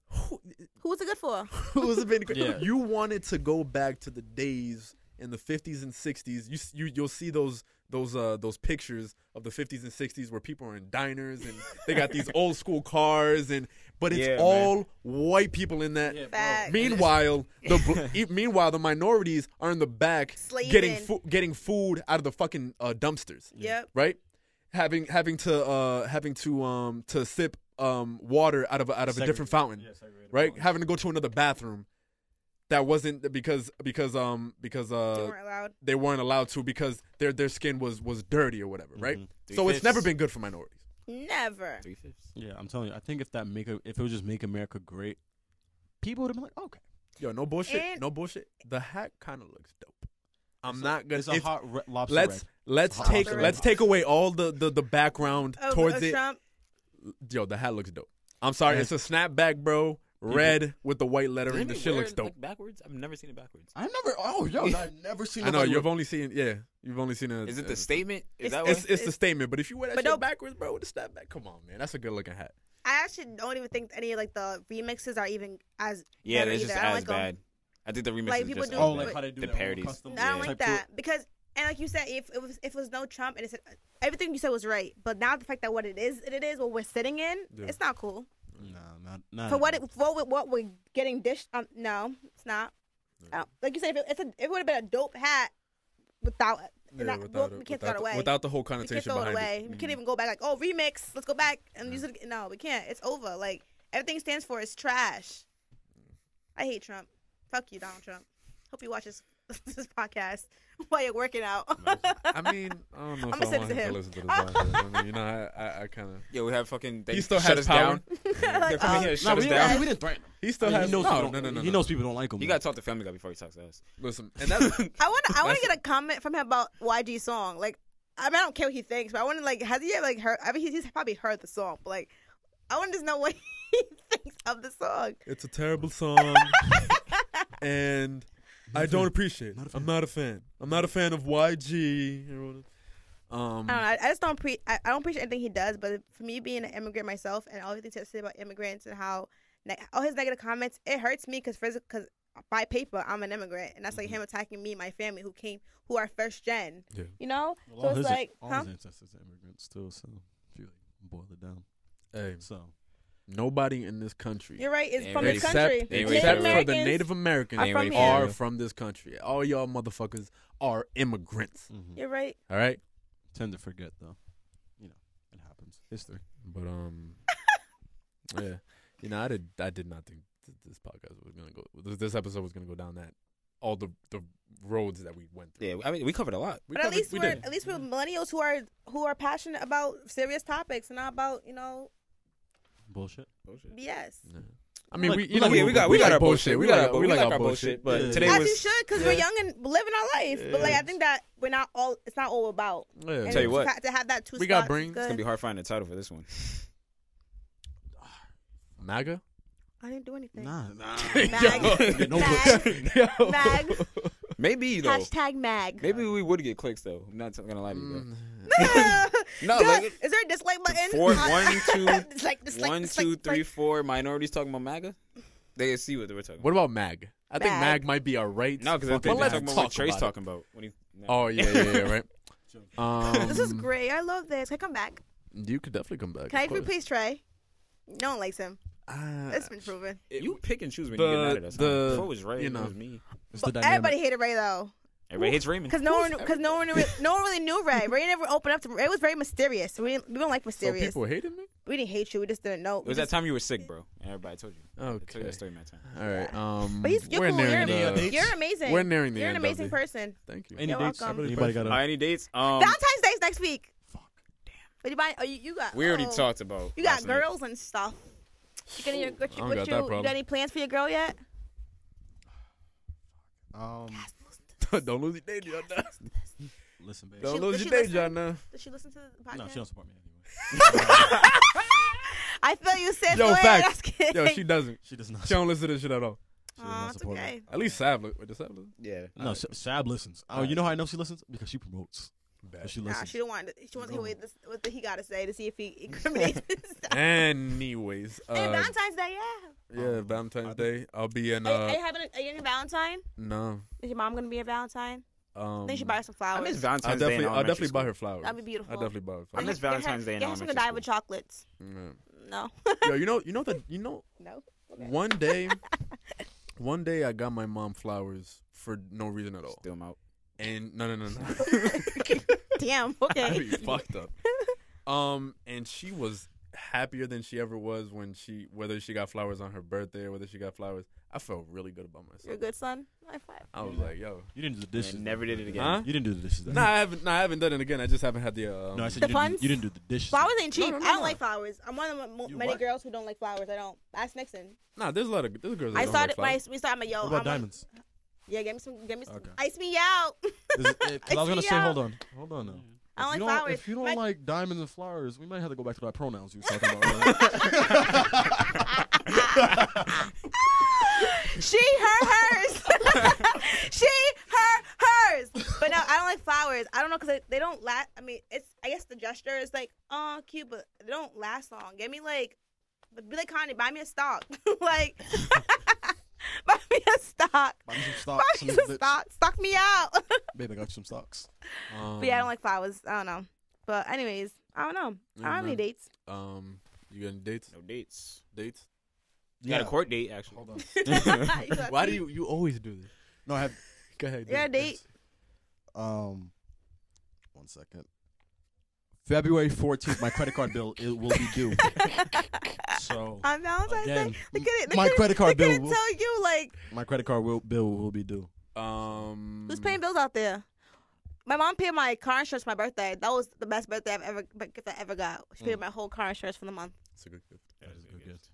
Speaker 2: So
Speaker 4: Who was it good for?
Speaker 2: who's been great?
Speaker 3: Yeah.
Speaker 2: You wanted to go back to the days in the 50s and 60s. You s- you you'll see those those uh those pictures of the 50s and 60s where people are in diners and they got these old school cars and but it's
Speaker 5: Yeah, man.
Speaker 2: all white people in that.
Speaker 4: Facts.
Speaker 2: Meanwhile, the bl- e- meanwhile the minorities are in the back
Speaker 4: Slaving.
Speaker 2: getting fu- getting food out of the fucking uh, dumpsters
Speaker 4: Yep.
Speaker 2: right? Having having to uh having to um to sip um water out of a, out of a different fountain, right? Having to go to another bathroom that wasn't because because um because
Speaker 4: They
Speaker 2: uh
Speaker 4: weren't allowed.
Speaker 2: they weren't allowed to because their their skin was was dirty or whatever, right?
Speaker 3: Mm-hmm.
Speaker 5: Three
Speaker 2: So it's
Speaker 5: fifths.
Speaker 2: never been good for minorities.
Speaker 4: Never.
Speaker 5: Three fifths.
Speaker 3: Yeah, I'm telling you. I think if that make a, if it was just make America great, people would have been like, okay.
Speaker 2: Yo, no bullshit,
Speaker 4: And-
Speaker 2: no bullshit. The hat kind of looks dope. I'm not gonna.
Speaker 3: It's a
Speaker 2: it's-
Speaker 3: hot re- lobster.
Speaker 2: let's
Speaker 3: rack.
Speaker 2: let's
Speaker 3: Hot
Speaker 2: take
Speaker 4: lobster
Speaker 2: let's
Speaker 4: wrap.
Speaker 2: take away all the the, the background
Speaker 4: Of,
Speaker 2: towards
Speaker 4: of
Speaker 2: it.
Speaker 4: Trump.
Speaker 2: Yo, the hat looks dope. I'm sorry,
Speaker 3: Yeah.
Speaker 2: it's a snapback, bro. Red with the white lettering.
Speaker 5: Doesn't
Speaker 2: The
Speaker 5: it
Speaker 2: shit
Speaker 5: wear,
Speaker 2: looks dope.
Speaker 5: Like backwards? I've never seen it backwards.
Speaker 3: I never. Oh, yo, I've never seen.
Speaker 2: I know
Speaker 3: nobody
Speaker 2: you've
Speaker 3: with-
Speaker 2: only seen yeah, you've only seen a.
Speaker 5: Is it the
Speaker 2: a-
Speaker 5: statement? Is
Speaker 4: It's-
Speaker 5: that
Speaker 2: It's
Speaker 5: what?
Speaker 2: it's the statement, but if you wear that
Speaker 4: But
Speaker 2: shit
Speaker 4: no-
Speaker 2: backwards, bro, with the snapback, come on, man, that's a good looking hat.
Speaker 4: I actually don't even think any of like the remixes are even as.
Speaker 5: Yeah,
Speaker 4: better
Speaker 5: they're
Speaker 4: either.
Speaker 5: just
Speaker 4: I don't
Speaker 5: as
Speaker 4: like 'em.
Speaker 5: bad. I think the remix
Speaker 4: Like,
Speaker 5: is
Speaker 4: people
Speaker 5: just
Speaker 4: do-
Speaker 5: as
Speaker 3: Oh,
Speaker 5: bad.
Speaker 3: like how they do
Speaker 5: the
Speaker 3: that whole
Speaker 5: parodies.
Speaker 3: custom-
Speaker 4: I don't
Speaker 5: Yeah.
Speaker 4: like
Speaker 3: Type two-
Speaker 4: that because, and like you said, if it was if it was no Trump and it said everything you said was right, but now the fact that what it is, it is what we're sitting in,
Speaker 2: Yeah.
Speaker 4: it's not cool.
Speaker 3: No, not not
Speaker 4: For what it for what- what we're getting dished, um, no, it's not. I don't- Like you said, if it, it's a, it would have been a dope hat without. not,
Speaker 2: without,
Speaker 4: we
Speaker 2: it, without,
Speaker 4: can't throw it
Speaker 2: the,
Speaker 4: away.
Speaker 2: without the whole
Speaker 4: we can't
Speaker 2: connotation
Speaker 4: throw it
Speaker 2: behind
Speaker 4: away.
Speaker 2: it. Mm-hmm.
Speaker 4: We can't even go back like, oh, remix. Let's go back and use it. ag- No, we can't. It's over. Like everything stands for is trash. I hate Trump. Fuck you, Donald Trump. Hope you watch this this podcast while you're working out.
Speaker 2: I mean, I don't know
Speaker 4: I'ma
Speaker 2: if I
Speaker 4: send
Speaker 2: want
Speaker 4: it
Speaker 2: him to
Speaker 4: to him.
Speaker 2: listen to this. podcast. I mean, you know, I I, I kind of
Speaker 5: Yeah, we have fucking. They
Speaker 2: He still has
Speaker 5: shut us
Speaker 2: power.
Speaker 5: down.
Speaker 4: Like,
Speaker 5: Come
Speaker 4: um,
Speaker 5: here,
Speaker 3: No,
Speaker 5: shut
Speaker 3: we,
Speaker 5: us
Speaker 3: didn't-
Speaker 5: down.
Speaker 3: we didn't threaten him.
Speaker 2: he still
Speaker 3: I mean,
Speaker 2: has
Speaker 3: he knows
Speaker 2: no,
Speaker 3: people
Speaker 2: no
Speaker 3: don't-
Speaker 2: no no
Speaker 3: He
Speaker 2: no.
Speaker 3: knows people don't like him.
Speaker 5: You gotta talk to Family Guy before he talks to us.
Speaker 2: Listen, and that's
Speaker 4: I want to. I want
Speaker 2: That's-
Speaker 4: to get a comment from him about YG song. Like, I mean, I don't care what he thinks, but I want to like, has he ever like heard? I mean, he's, he's probably heard the song, but like, I want to just know what he thinks of the song.
Speaker 2: It's a terrible song, and I don't appreciate. it.
Speaker 3: Not a
Speaker 2: I'm
Speaker 3: fan.
Speaker 2: not a fan. I'm not a fan of YG. Everyone- Um,
Speaker 4: I don't know. I, I just don't pre. I, I don't appreciate anything he does. But for me, being an immigrant myself, and all the things he has to say about immigrants and how ne- all his negative comments, it hurts me because because by paper, I'm an immigrant, and that's like him attacking me, and my family, who came, who are first gen.
Speaker 2: Mm-hmm. Yeah.
Speaker 4: You know,
Speaker 3: Well,
Speaker 4: so
Speaker 3: all
Speaker 4: it's
Speaker 3: his,
Speaker 4: like,
Speaker 3: all
Speaker 4: huh?
Speaker 3: his ancestors are immigrants too. So if you like, boil it down,
Speaker 2: hey,
Speaker 3: so
Speaker 2: nobody in this country,
Speaker 4: You're right. It's
Speaker 5: They
Speaker 4: from
Speaker 5: ain't
Speaker 4: the
Speaker 5: ready.
Speaker 2: except
Speaker 4: country.
Speaker 5: They ain't
Speaker 4: Native
Speaker 2: except for the
Speaker 4: Americans-
Speaker 2: Native Americans,
Speaker 4: Are from
Speaker 2: are
Speaker 4: here.
Speaker 2: from this country. All y'all motherfuckers are immigrants.
Speaker 3: mhm.
Speaker 4: You're right.
Speaker 2: All right,
Speaker 3: tend to forget though. You know, it happens. History.
Speaker 2: but um, yeah, you know, I did. I did not think th- this podcast was gonna go. This, this episode was gonna go down that all the the roads that we went through.
Speaker 5: Yeah, I mean, we covered a lot.
Speaker 2: We
Speaker 4: but at
Speaker 2: covered-
Speaker 4: least
Speaker 2: we
Speaker 4: we are
Speaker 2: did.
Speaker 4: at least we're millennials who are who are passionate about serious topics and not about you know
Speaker 3: Bullshit.
Speaker 4: BS.
Speaker 2: Yeah. I mean,
Speaker 3: Like-
Speaker 2: we you know
Speaker 5: Like, yeah, we got we, got
Speaker 2: like
Speaker 5: our bullshit. We got our,
Speaker 2: we
Speaker 5: we like our
Speaker 2: bullshit.
Speaker 5: bullshit. But
Speaker 3: Yeah.
Speaker 5: today
Speaker 4: As you
Speaker 5: was
Speaker 4: should, because we're young and living our life. But like, I
Speaker 2: Yeah.
Speaker 4: think that we're not all. It's not all about.
Speaker 2: Yeah.
Speaker 4: And
Speaker 5: Tell you
Speaker 4: to
Speaker 5: what.
Speaker 4: ha- to have that two.
Speaker 2: We got
Speaker 4: spots is
Speaker 2: brains. It's
Speaker 5: it's gonna
Speaker 4: good.
Speaker 5: be hard finding a title for this one.
Speaker 2: MAGA.
Speaker 4: I didn't do anything.
Speaker 3: Nah, nah.
Speaker 4: Mag,
Speaker 3: Yeah, no
Speaker 4: mag,
Speaker 2: Yo.
Speaker 4: mag.
Speaker 5: Maybe though.
Speaker 4: Hashtag Mm. mag.
Speaker 5: Maybe we would get clicks though. I'm not gonna lie to you. guys. No,
Speaker 4: Good.
Speaker 5: Oh, like,
Speaker 4: Is there a dislike button?
Speaker 5: Four-
Speaker 4: Uh,
Speaker 5: one, two-
Speaker 4: dislike, dislike,
Speaker 5: one,
Speaker 4: dislike,
Speaker 5: two, three,
Speaker 4: dislike.
Speaker 5: four minorities talking about MAGA. They can see what they were talking. about.
Speaker 2: What about MAG? I think
Speaker 4: Mag.
Speaker 2: MAG might be our right.
Speaker 5: No, because
Speaker 2: Well,
Speaker 5: they're
Speaker 2: let's
Speaker 5: talking about
Speaker 2: talk
Speaker 5: what Trey's
Speaker 2: about it.
Speaker 5: talking about. When he, no.
Speaker 2: Oh yeah, yeah, yeah, right. Um,
Speaker 4: This is great. I love this. Can I come back?
Speaker 2: You could definitely come back.
Speaker 4: Can I
Speaker 2: of course.
Speaker 4: please try? No one likes him.
Speaker 2: Ah,
Speaker 4: It's been proven.
Speaker 5: you pick and choose when
Speaker 2: the-
Speaker 5: you get mad at us. huh?
Speaker 2: the-
Speaker 5: Before it was Ray,
Speaker 2: you
Speaker 5: you know,
Speaker 2: know.
Speaker 5: it was me.
Speaker 3: It's the
Speaker 4: But
Speaker 3: dynamic.
Speaker 4: everybody hated Ray though,
Speaker 5: Everybody hates Raymond.
Speaker 4: because no one, because no one, re- no one really knew Ray. Ray never opened up to. Ray was very mysterious. So we didn't, we don't like
Speaker 2: so
Speaker 4: mysterious.
Speaker 2: people hated me.
Speaker 4: we didn't hate you. We just didn't know.
Speaker 5: It was that time you were sick, bro. And everybody told you. I told you
Speaker 2: Okay.
Speaker 5: that story that time.
Speaker 2: All right. Um,
Speaker 4: But he's
Speaker 2: we're
Speaker 4: skillful.
Speaker 2: nearing
Speaker 3: You're-
Speaker 2: the.
Speaker 4: You're amazing.
Speaker 2: We're nearing the
Speaker 4: You're an
Speaker 2: end of
Speaker 4: amazing
Speaker 2: it.
Speaker 4: person.
Speaker 2: Thank you.
Speaker 3: Any
Speaker 4: You're
Speaker 3: dates?
Speaker 4: welcome.
Speaker 3: Anybody got
Speaker 5: All right,
Speaker 3: a
Speaker 5: any dates? Um,
Speaker 4: Valentine's Day's next week.
Speaker 3: fuck?
Speaker 4: Anybody? Oh, you, you got.
Speaker 5: we already
Speaker 4: oh,
Speaker 5: talked about.
Speaker 4: You got
Speaker 5: last night.
Speaker 4: girls and stuff. You got,
Speaker 2: I
Speaker 4: your, what you,
Speaker 2: don't
Speaker 4: what
Speaker 2: got
Speaker 4: you,
Speaker 2: that
Speaker 4: you got
Speaker 2: problem.
Speaker 4: any plans for your girl yet?
Speaker 3: Um,
Speaker 2: Don't lose your day, John.
Speaker 3: listen, baby.
Speaker 2: Don't
Speaker 4: She-
Speaker 2: lose
Speaker 4: she
Speaker 2: your day,
Speaker 4: listen?
Speaker 2: John. now.
Speaker 4: Does she listen to the podcast?
Speaker 3: No, she don't support me anyway.
Speaker 4: I feel you said
Speaker 2: Yo,
Speaker 4: Dwayne.
Speaker 2: facts.
Speaker 4: That's kidding.
Speaker 2: Yo, she doesn't.
Speaker 3: She does not.
Speaker 2: She don't listen to this shit at all.
Speaker 3: She does
Speaker 4: Aw,
Speaker 3: not
Speaker 4: it's
Speaker 3: support me.
Speaker 4: okay.
Speaker 2: At least Sab. Look, wait, does Sab listen?
Speaker 5: Yeah.
Speaker 3: No, Sa- Sab listens. Oh, you know how I know she listens because she promotes. But she
Speaker 4: Nah,
Speaker 3: listens.
Speaker 4: she don't want. it. She wants to hear
Speaker 3: No.
Speaker 4: what, this, what the, he got to say to see if he incriminates. himself.
Speaker 2: Anyways,
Speaker 4: and
Speaker 2: uh,
Speaker 4: Valentine's Day, yeah.
Speaker 2: yeah,
Speaker 3: Um,
Speaker 2: Valentine's
Speaker 3: I
Speaker 2: Day. Oh, I'll be in.
Speaker 4: are, are
Speaker 2: Uh,
Speaker 4: you having? A, are you getting a Valentine?
Speaker 2: no.
Speaker 4: Is your mom gonna be a Valentine?
Speaker 2: Um,
Speaker 4: I think she buy her some flowers.
Speaker 5: I miss
Speaker 2: I'll
Speaker 5: Valentine's Day.
Speaker 2: definitely,
Speaker 5: in
Speaker 2: I'll definitely
Speaker 5: elementary
Speaker 2: buy
Speaker 5: school.
Speaker 2: her flowers.
Speaker 4: That'd be beautiful.
Speaker 2: I'll definitely buy her
Speaker 5: I
Speaker 2: flowers.
Speaker 5: miss Valentine's Day in
Speaker 4: Yeah, some
Speaker 5: elementary
Speaker 4: Godiva
Speaker 5: school.
Speaker 4: chocolates.
Speaker 2: Yeah.
Speaker 4: No,
Speaker 2: Yo, you know, you know that you know.
Speaker 4: no.
Speaker 2: One day, one day I got my mom flowers for no reason at all,
Speaker 5: Still I'm out.
Speaker 2: and no, no, no, no.
Speaker 4: Damn.
Speaker 2: I
Speaker 4: Okay.
Speaker 2: be fucked up. Um, and she was happier than she ever was when she, whether she got flowers on her birthday or whether she got flowers. I felt really good about myself.
Speaker 4: You're a good son. High five.
Speaker 2: I was like, yo,
Speaker 3: You didn't do the
Speaker 5: And
Speaker 3: dishes.
Speaker 5: never did it again.
Speaker 2: Huh?
Speaker 3: You didn't do the dishes. though.
Speaker 2: nah, I haven't, nah, I haven't done it again. I just haven't had the. Um,
Speaker 3: No, I said
Speaker 4: The
Speaker 3: you didn't,
Speaker 4: funds?
Speaker 3: do, you didn't do the dishes.
Speaker 4: Flowers ain't cheap.
Speaker 2: no, no,
Speaker 4: I don't
Speaker 2: no.
Speaker 4: like flowers. I'm one of the mo-
Speaker 3: You
Speaker 4: many
Speaker 3: what?
Speaker 4: girls who don't like flowers. I don't. Ask Nixon.
Speaker 2: nah, there's a lot of there's girls. That
Speaker 4: I
Speaker 2: don't
Speaker 4: saw
Speaker 2: like
Speaker 4: it.
Speaker 2: flowers.
Speaker 4: My, we saw my yo.
Speaker 3: What
Speaker 4: I'm
Speaker 3: about
Speaker 4: a-
Speaker 3: diamonds?
Speaker 4: Yeah, get me some, get me some,
Speaker 3: Okay.
Speaker 4: ice me out.
Speaker 3: Is it- it- 'cause I was gonna
Speaker 4: see
Speaker 3: say,
Speaker 4: y'all.
Speaker 3: hold on, hold on now.
Speaker 4: I don't like
Speaker 3: If you
Speaker 4: flowers.
Speaker 3: don't, if you don't
Speaker 4: My-
Speaker 3: like diamonds and flowers, we might have to go back to our pronouns you was talking about.
Speaker 4: she her hers she her hers but no i don't like flowers i don't know because they, they don't last i mean it's i guess the gesture is like oh cute but they don't last long get me like but be like kanye buy me a stock like buy me a stock
Speaker 3: Buy me some
Speaker 4: buy
Speaker 3: stocks,
Speaker 4: me
Speaker 3: some
Speaker 4: some
Speaker 3: bitch.
Speaker 4: stock stock me out but
Speaker 3: Babe, I got you some stocks. Um,
Speaker 4: yeah i don't like flowers i don't know but anyways i don't know i don't have any
Speaker 2: Amen.
Speaker 4: dates
Speaker 2: Um, you got any dates?
Speaker 5: No dates.
Speaker 2: Dates?
Speaker 5: You got a court date actually.
Speaker 3: Hold on.
Speaker 2: Why do you you always do this?
Speaker 3: No, I have.
Speaker 2: Go ahead.
Speaker 4: yeah
Speaker 2: dude.
Speaker 4: date
Speaker 3: Um, one second. February fourteenth, my credit card bill it will be due. so
Speaker 4: on valentine's
Speaker 3: again,
Speaker 4: day look at it look
Speaker 3: my
Speaker 4: at it,
Speaker 3: credit
Speaker 4: look at
Speaker 3: card bill
Speaker 4: it
Speaker 3: will-
Speaker 4: tell you like
Speaker 3: my credit card will, bill will be due.
Speaker 2: Um,
Speaker 4: Who's paying bills out there? My mom paid my car insurance for my birthday. That was the best birthday I've ever gift I ever got. She
Speaker 2: Mm.
Speaker 4: paid my whole car insurance for the month.
Speaker 2: That's a good gift.
Speaker 5: That is a good gift.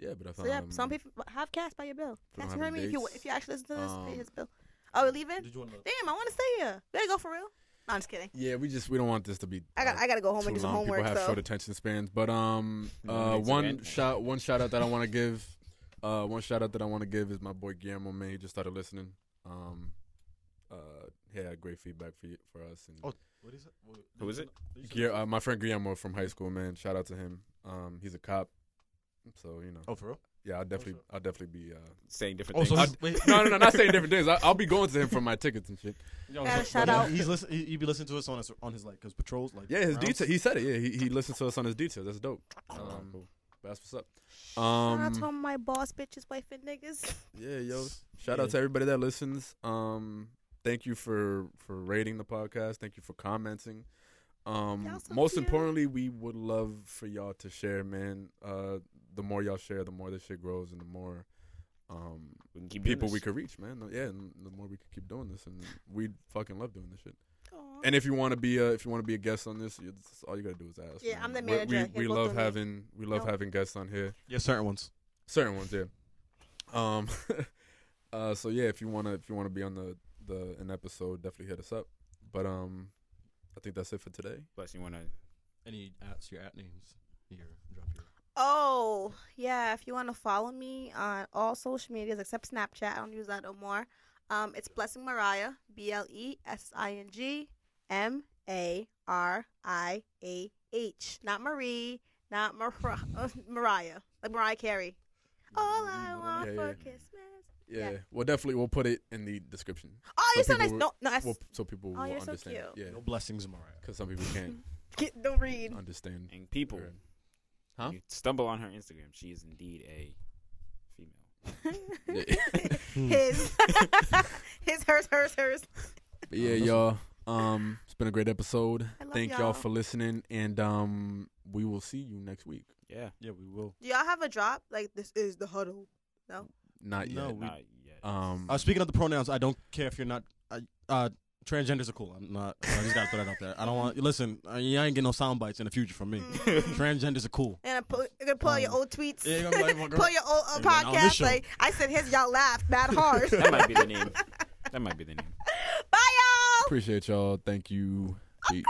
Speaker 2: Yeah, but um, I
Speaker 4: So
Speaker 2: found.
Speaker 4: yeah, some people have cash by your bill.
Speaker 2: don't
Speaker 4: Cash
Speaker 2: have
Speaker 4: for
Speaker 2: any
Speaker 4: me if you
Speaker 2: dates,
Speaker 4: if you actually listen to this, pay
Speaker 2: um,
Speaker 4: his bill. Oh, we're leaving?
Speaker 3: Did you want to?
Speaker 4: Damn, I want to stay here. There you go for real. No, I'm just kidding.
Speaker 2: Yeah, we just we don't want this to be. uh,
Speaker 4: I got I gotta go home
Speaker 2: too
Speaker 4: and do some
Speaker 2: long.
Speaker 4: homework.
Speaker 2: People have
Speaker 4: So
Speaker 2: short attention spans, but um,
Speaker 5: No,
Speaker 2: uh,
Speaker 5: it's
Speaker 2: one
Speaker 5: okay.
Speaker 2: shot one shout out that I want to give, uh, one shout out that I want to give is my boy Guillermo May. He just started listening. Um, uh, he had great feedback for you, for us and.
Speaker 3: Oh, What is it? What,
Speaker 5: Who is it?
Speaker 2: Guil- uh, my friend Guillermo from high school, man. Shout out to him. Um, he's a cop, so you know.
Speaker 3: Oh, for real?
Speaker 2: Yeah, I'll definitely, I'll definitely be. Uh,
Speaker 5: Saying different
Speaker 3: Oh,
Speaker 5: things.
Speaker 3: so he's, wait,
Speaker 2: no, no, no, not saying different things. I, I'll be going to him for my tickets and shit.
Speaker 3: yo,
Speaker 4: Gotta
Speaker 3: so-
Speaker 4: shout
Speaker 3: but
Speaker 4: out.
Speaker 3: He's listen. He, he be listening to us on his on his like his patrols. Like
Speaker 2: Yeah, his
Speaker 3: rounds.
Speaker 2: detail. He said it. Yeah, he, he listens to us on his detail. That's dope. Um, that's what's up.
Speaker 4: I
Speaker 2: Um,
Speaker 4: told my boss, bitches, wife, and niggas.
Speaker 2: yeah, yo. Shout
Speaker 3: Yeah.
Speaker 2: out to everybody that listens. Um, thank you for for rating the podcast. Thank you for commenting. Um,
Speaker 4: Y'all so
Speaker 2: most
Speaker 4: cute.
Speaker 2: importantly, we would love for y'all to share, man. Uh, the more y'all share, the more this shit grows, and the more um
Speaker 5: we can keep doing
Speaker 2: people we
Speaker 5: this.
Speaker 2: could reach, man. The- Yeah, and the more we could keep doing this, and we fucking love doing this shit.
Speaker 4: Aw.
Speaker 2: And if you want to be a, if you want to be a guest on this, you- that's all you gotta do is ask.
Speaker 4: Yeah,
Speaker 2: man.
Speaker 4: I'm the
Speaker 2: We-
Speaker 4: manager. Here,
Speaker 2: We, we,
Speaker 4: both
Speaker 2: love
Speaker 4: of you.
Speaker 2: having we love
Speaker 4: No.
Speaker 2: having guests on here.
Speaker 3: Yeah, certain ones.
Speaker 2: Certain ones, yeah. Um, uh, so yeah, if you wanna if you wanna be on the the an episode, definitely hit us up. But um, I think that's it for today.
Speaker 5: Plus, you want to
Speaker 3: Any ats? Your at names? Your drop your.
Speaker 4: Oh, yeah. If you want to follow me on all social medias except Snapchat, I don't use that no more. Um, it's Blessing Mariah, B L E S I N G M A R I A H. Not Marie, not Mar- Mariah, like Mariah Carey. All I want
Speaker 2: Yeah,
Speaker 4: for
Speaker 2: yeah.
Speaker 4: Christmas.
Speaker 2: Yeah,
Speaker 4: Yeah.
Speaker 2: we'll definitely we'll put it in the description.
Speaker 4: Oh, you're so
Speaker 2: Some
Speaker 4: nice.
Speaker 2: people
Speaker 4: No, no, that's,
Speaker 2: We'll, so people
Speaker 4: Oh,
Speaker 2: will
Speaker 4: you're so
Speaker 2: understand.
Speaker 4: cute.
Speaker 2: Yeah,
Speaker 3: No blessings, Mariah.
Speaker 2: because some people can't
Speaker 4: get, don't read.
Speaker 2: understand.
Speaker 5: and people.
Speaker 2: her. Huh?
Speaker 5: You stumble on her Instagram. She is indeed a female.
Speaker 2: Hmm.
Speaker 4: His, his, hers, hers, hers.
Speaker 2: But yeah, y'all. Um, it's been a great episode.
Speaker 4: I love
Speaker 2: Thank y'all.
Speaker 4: y'all.
Speaker 2: for listening, and um, we will see you next week.
Speaker 5: Yeah.
Speaker 3: Yeah, we will.
Speaker 4: Do y'all have a drop? Like, this is the huddle.
Speaker 2: Not
Speaker 3: No,
Speaker 2: yet.
Speaker 3: we-
Speaker 5: Not yet.
Speaker 2: Um,
Speaker 3: Uh, speaking of the pronouns, I don't care if you're not. I, uh, transgenders are cool. I'm not. I just gotta throw that out there. I don't want. Listen, I, you ain't getting no sound bites in the future from me. transgenders are cool.
Speaker 4: And I pull, you're gonna pull out your
Speaker 3: Um,
Speaker 4: old tweets.
Speaker 3: yeah, you're gonna be like, "Well, girl,
Speaker 4: pull your old uh,
Speaker 3: you went on this
Speaker 4: podcast.
Speaker 3: show."
Speaker 4: Like I said, his y'all laughed that hard.
Speaker 5: that might be the name. That might be the name.
Speaker 4: Bye, y'all.
Speaker 2: appreciate y'all. Thank you. Peace.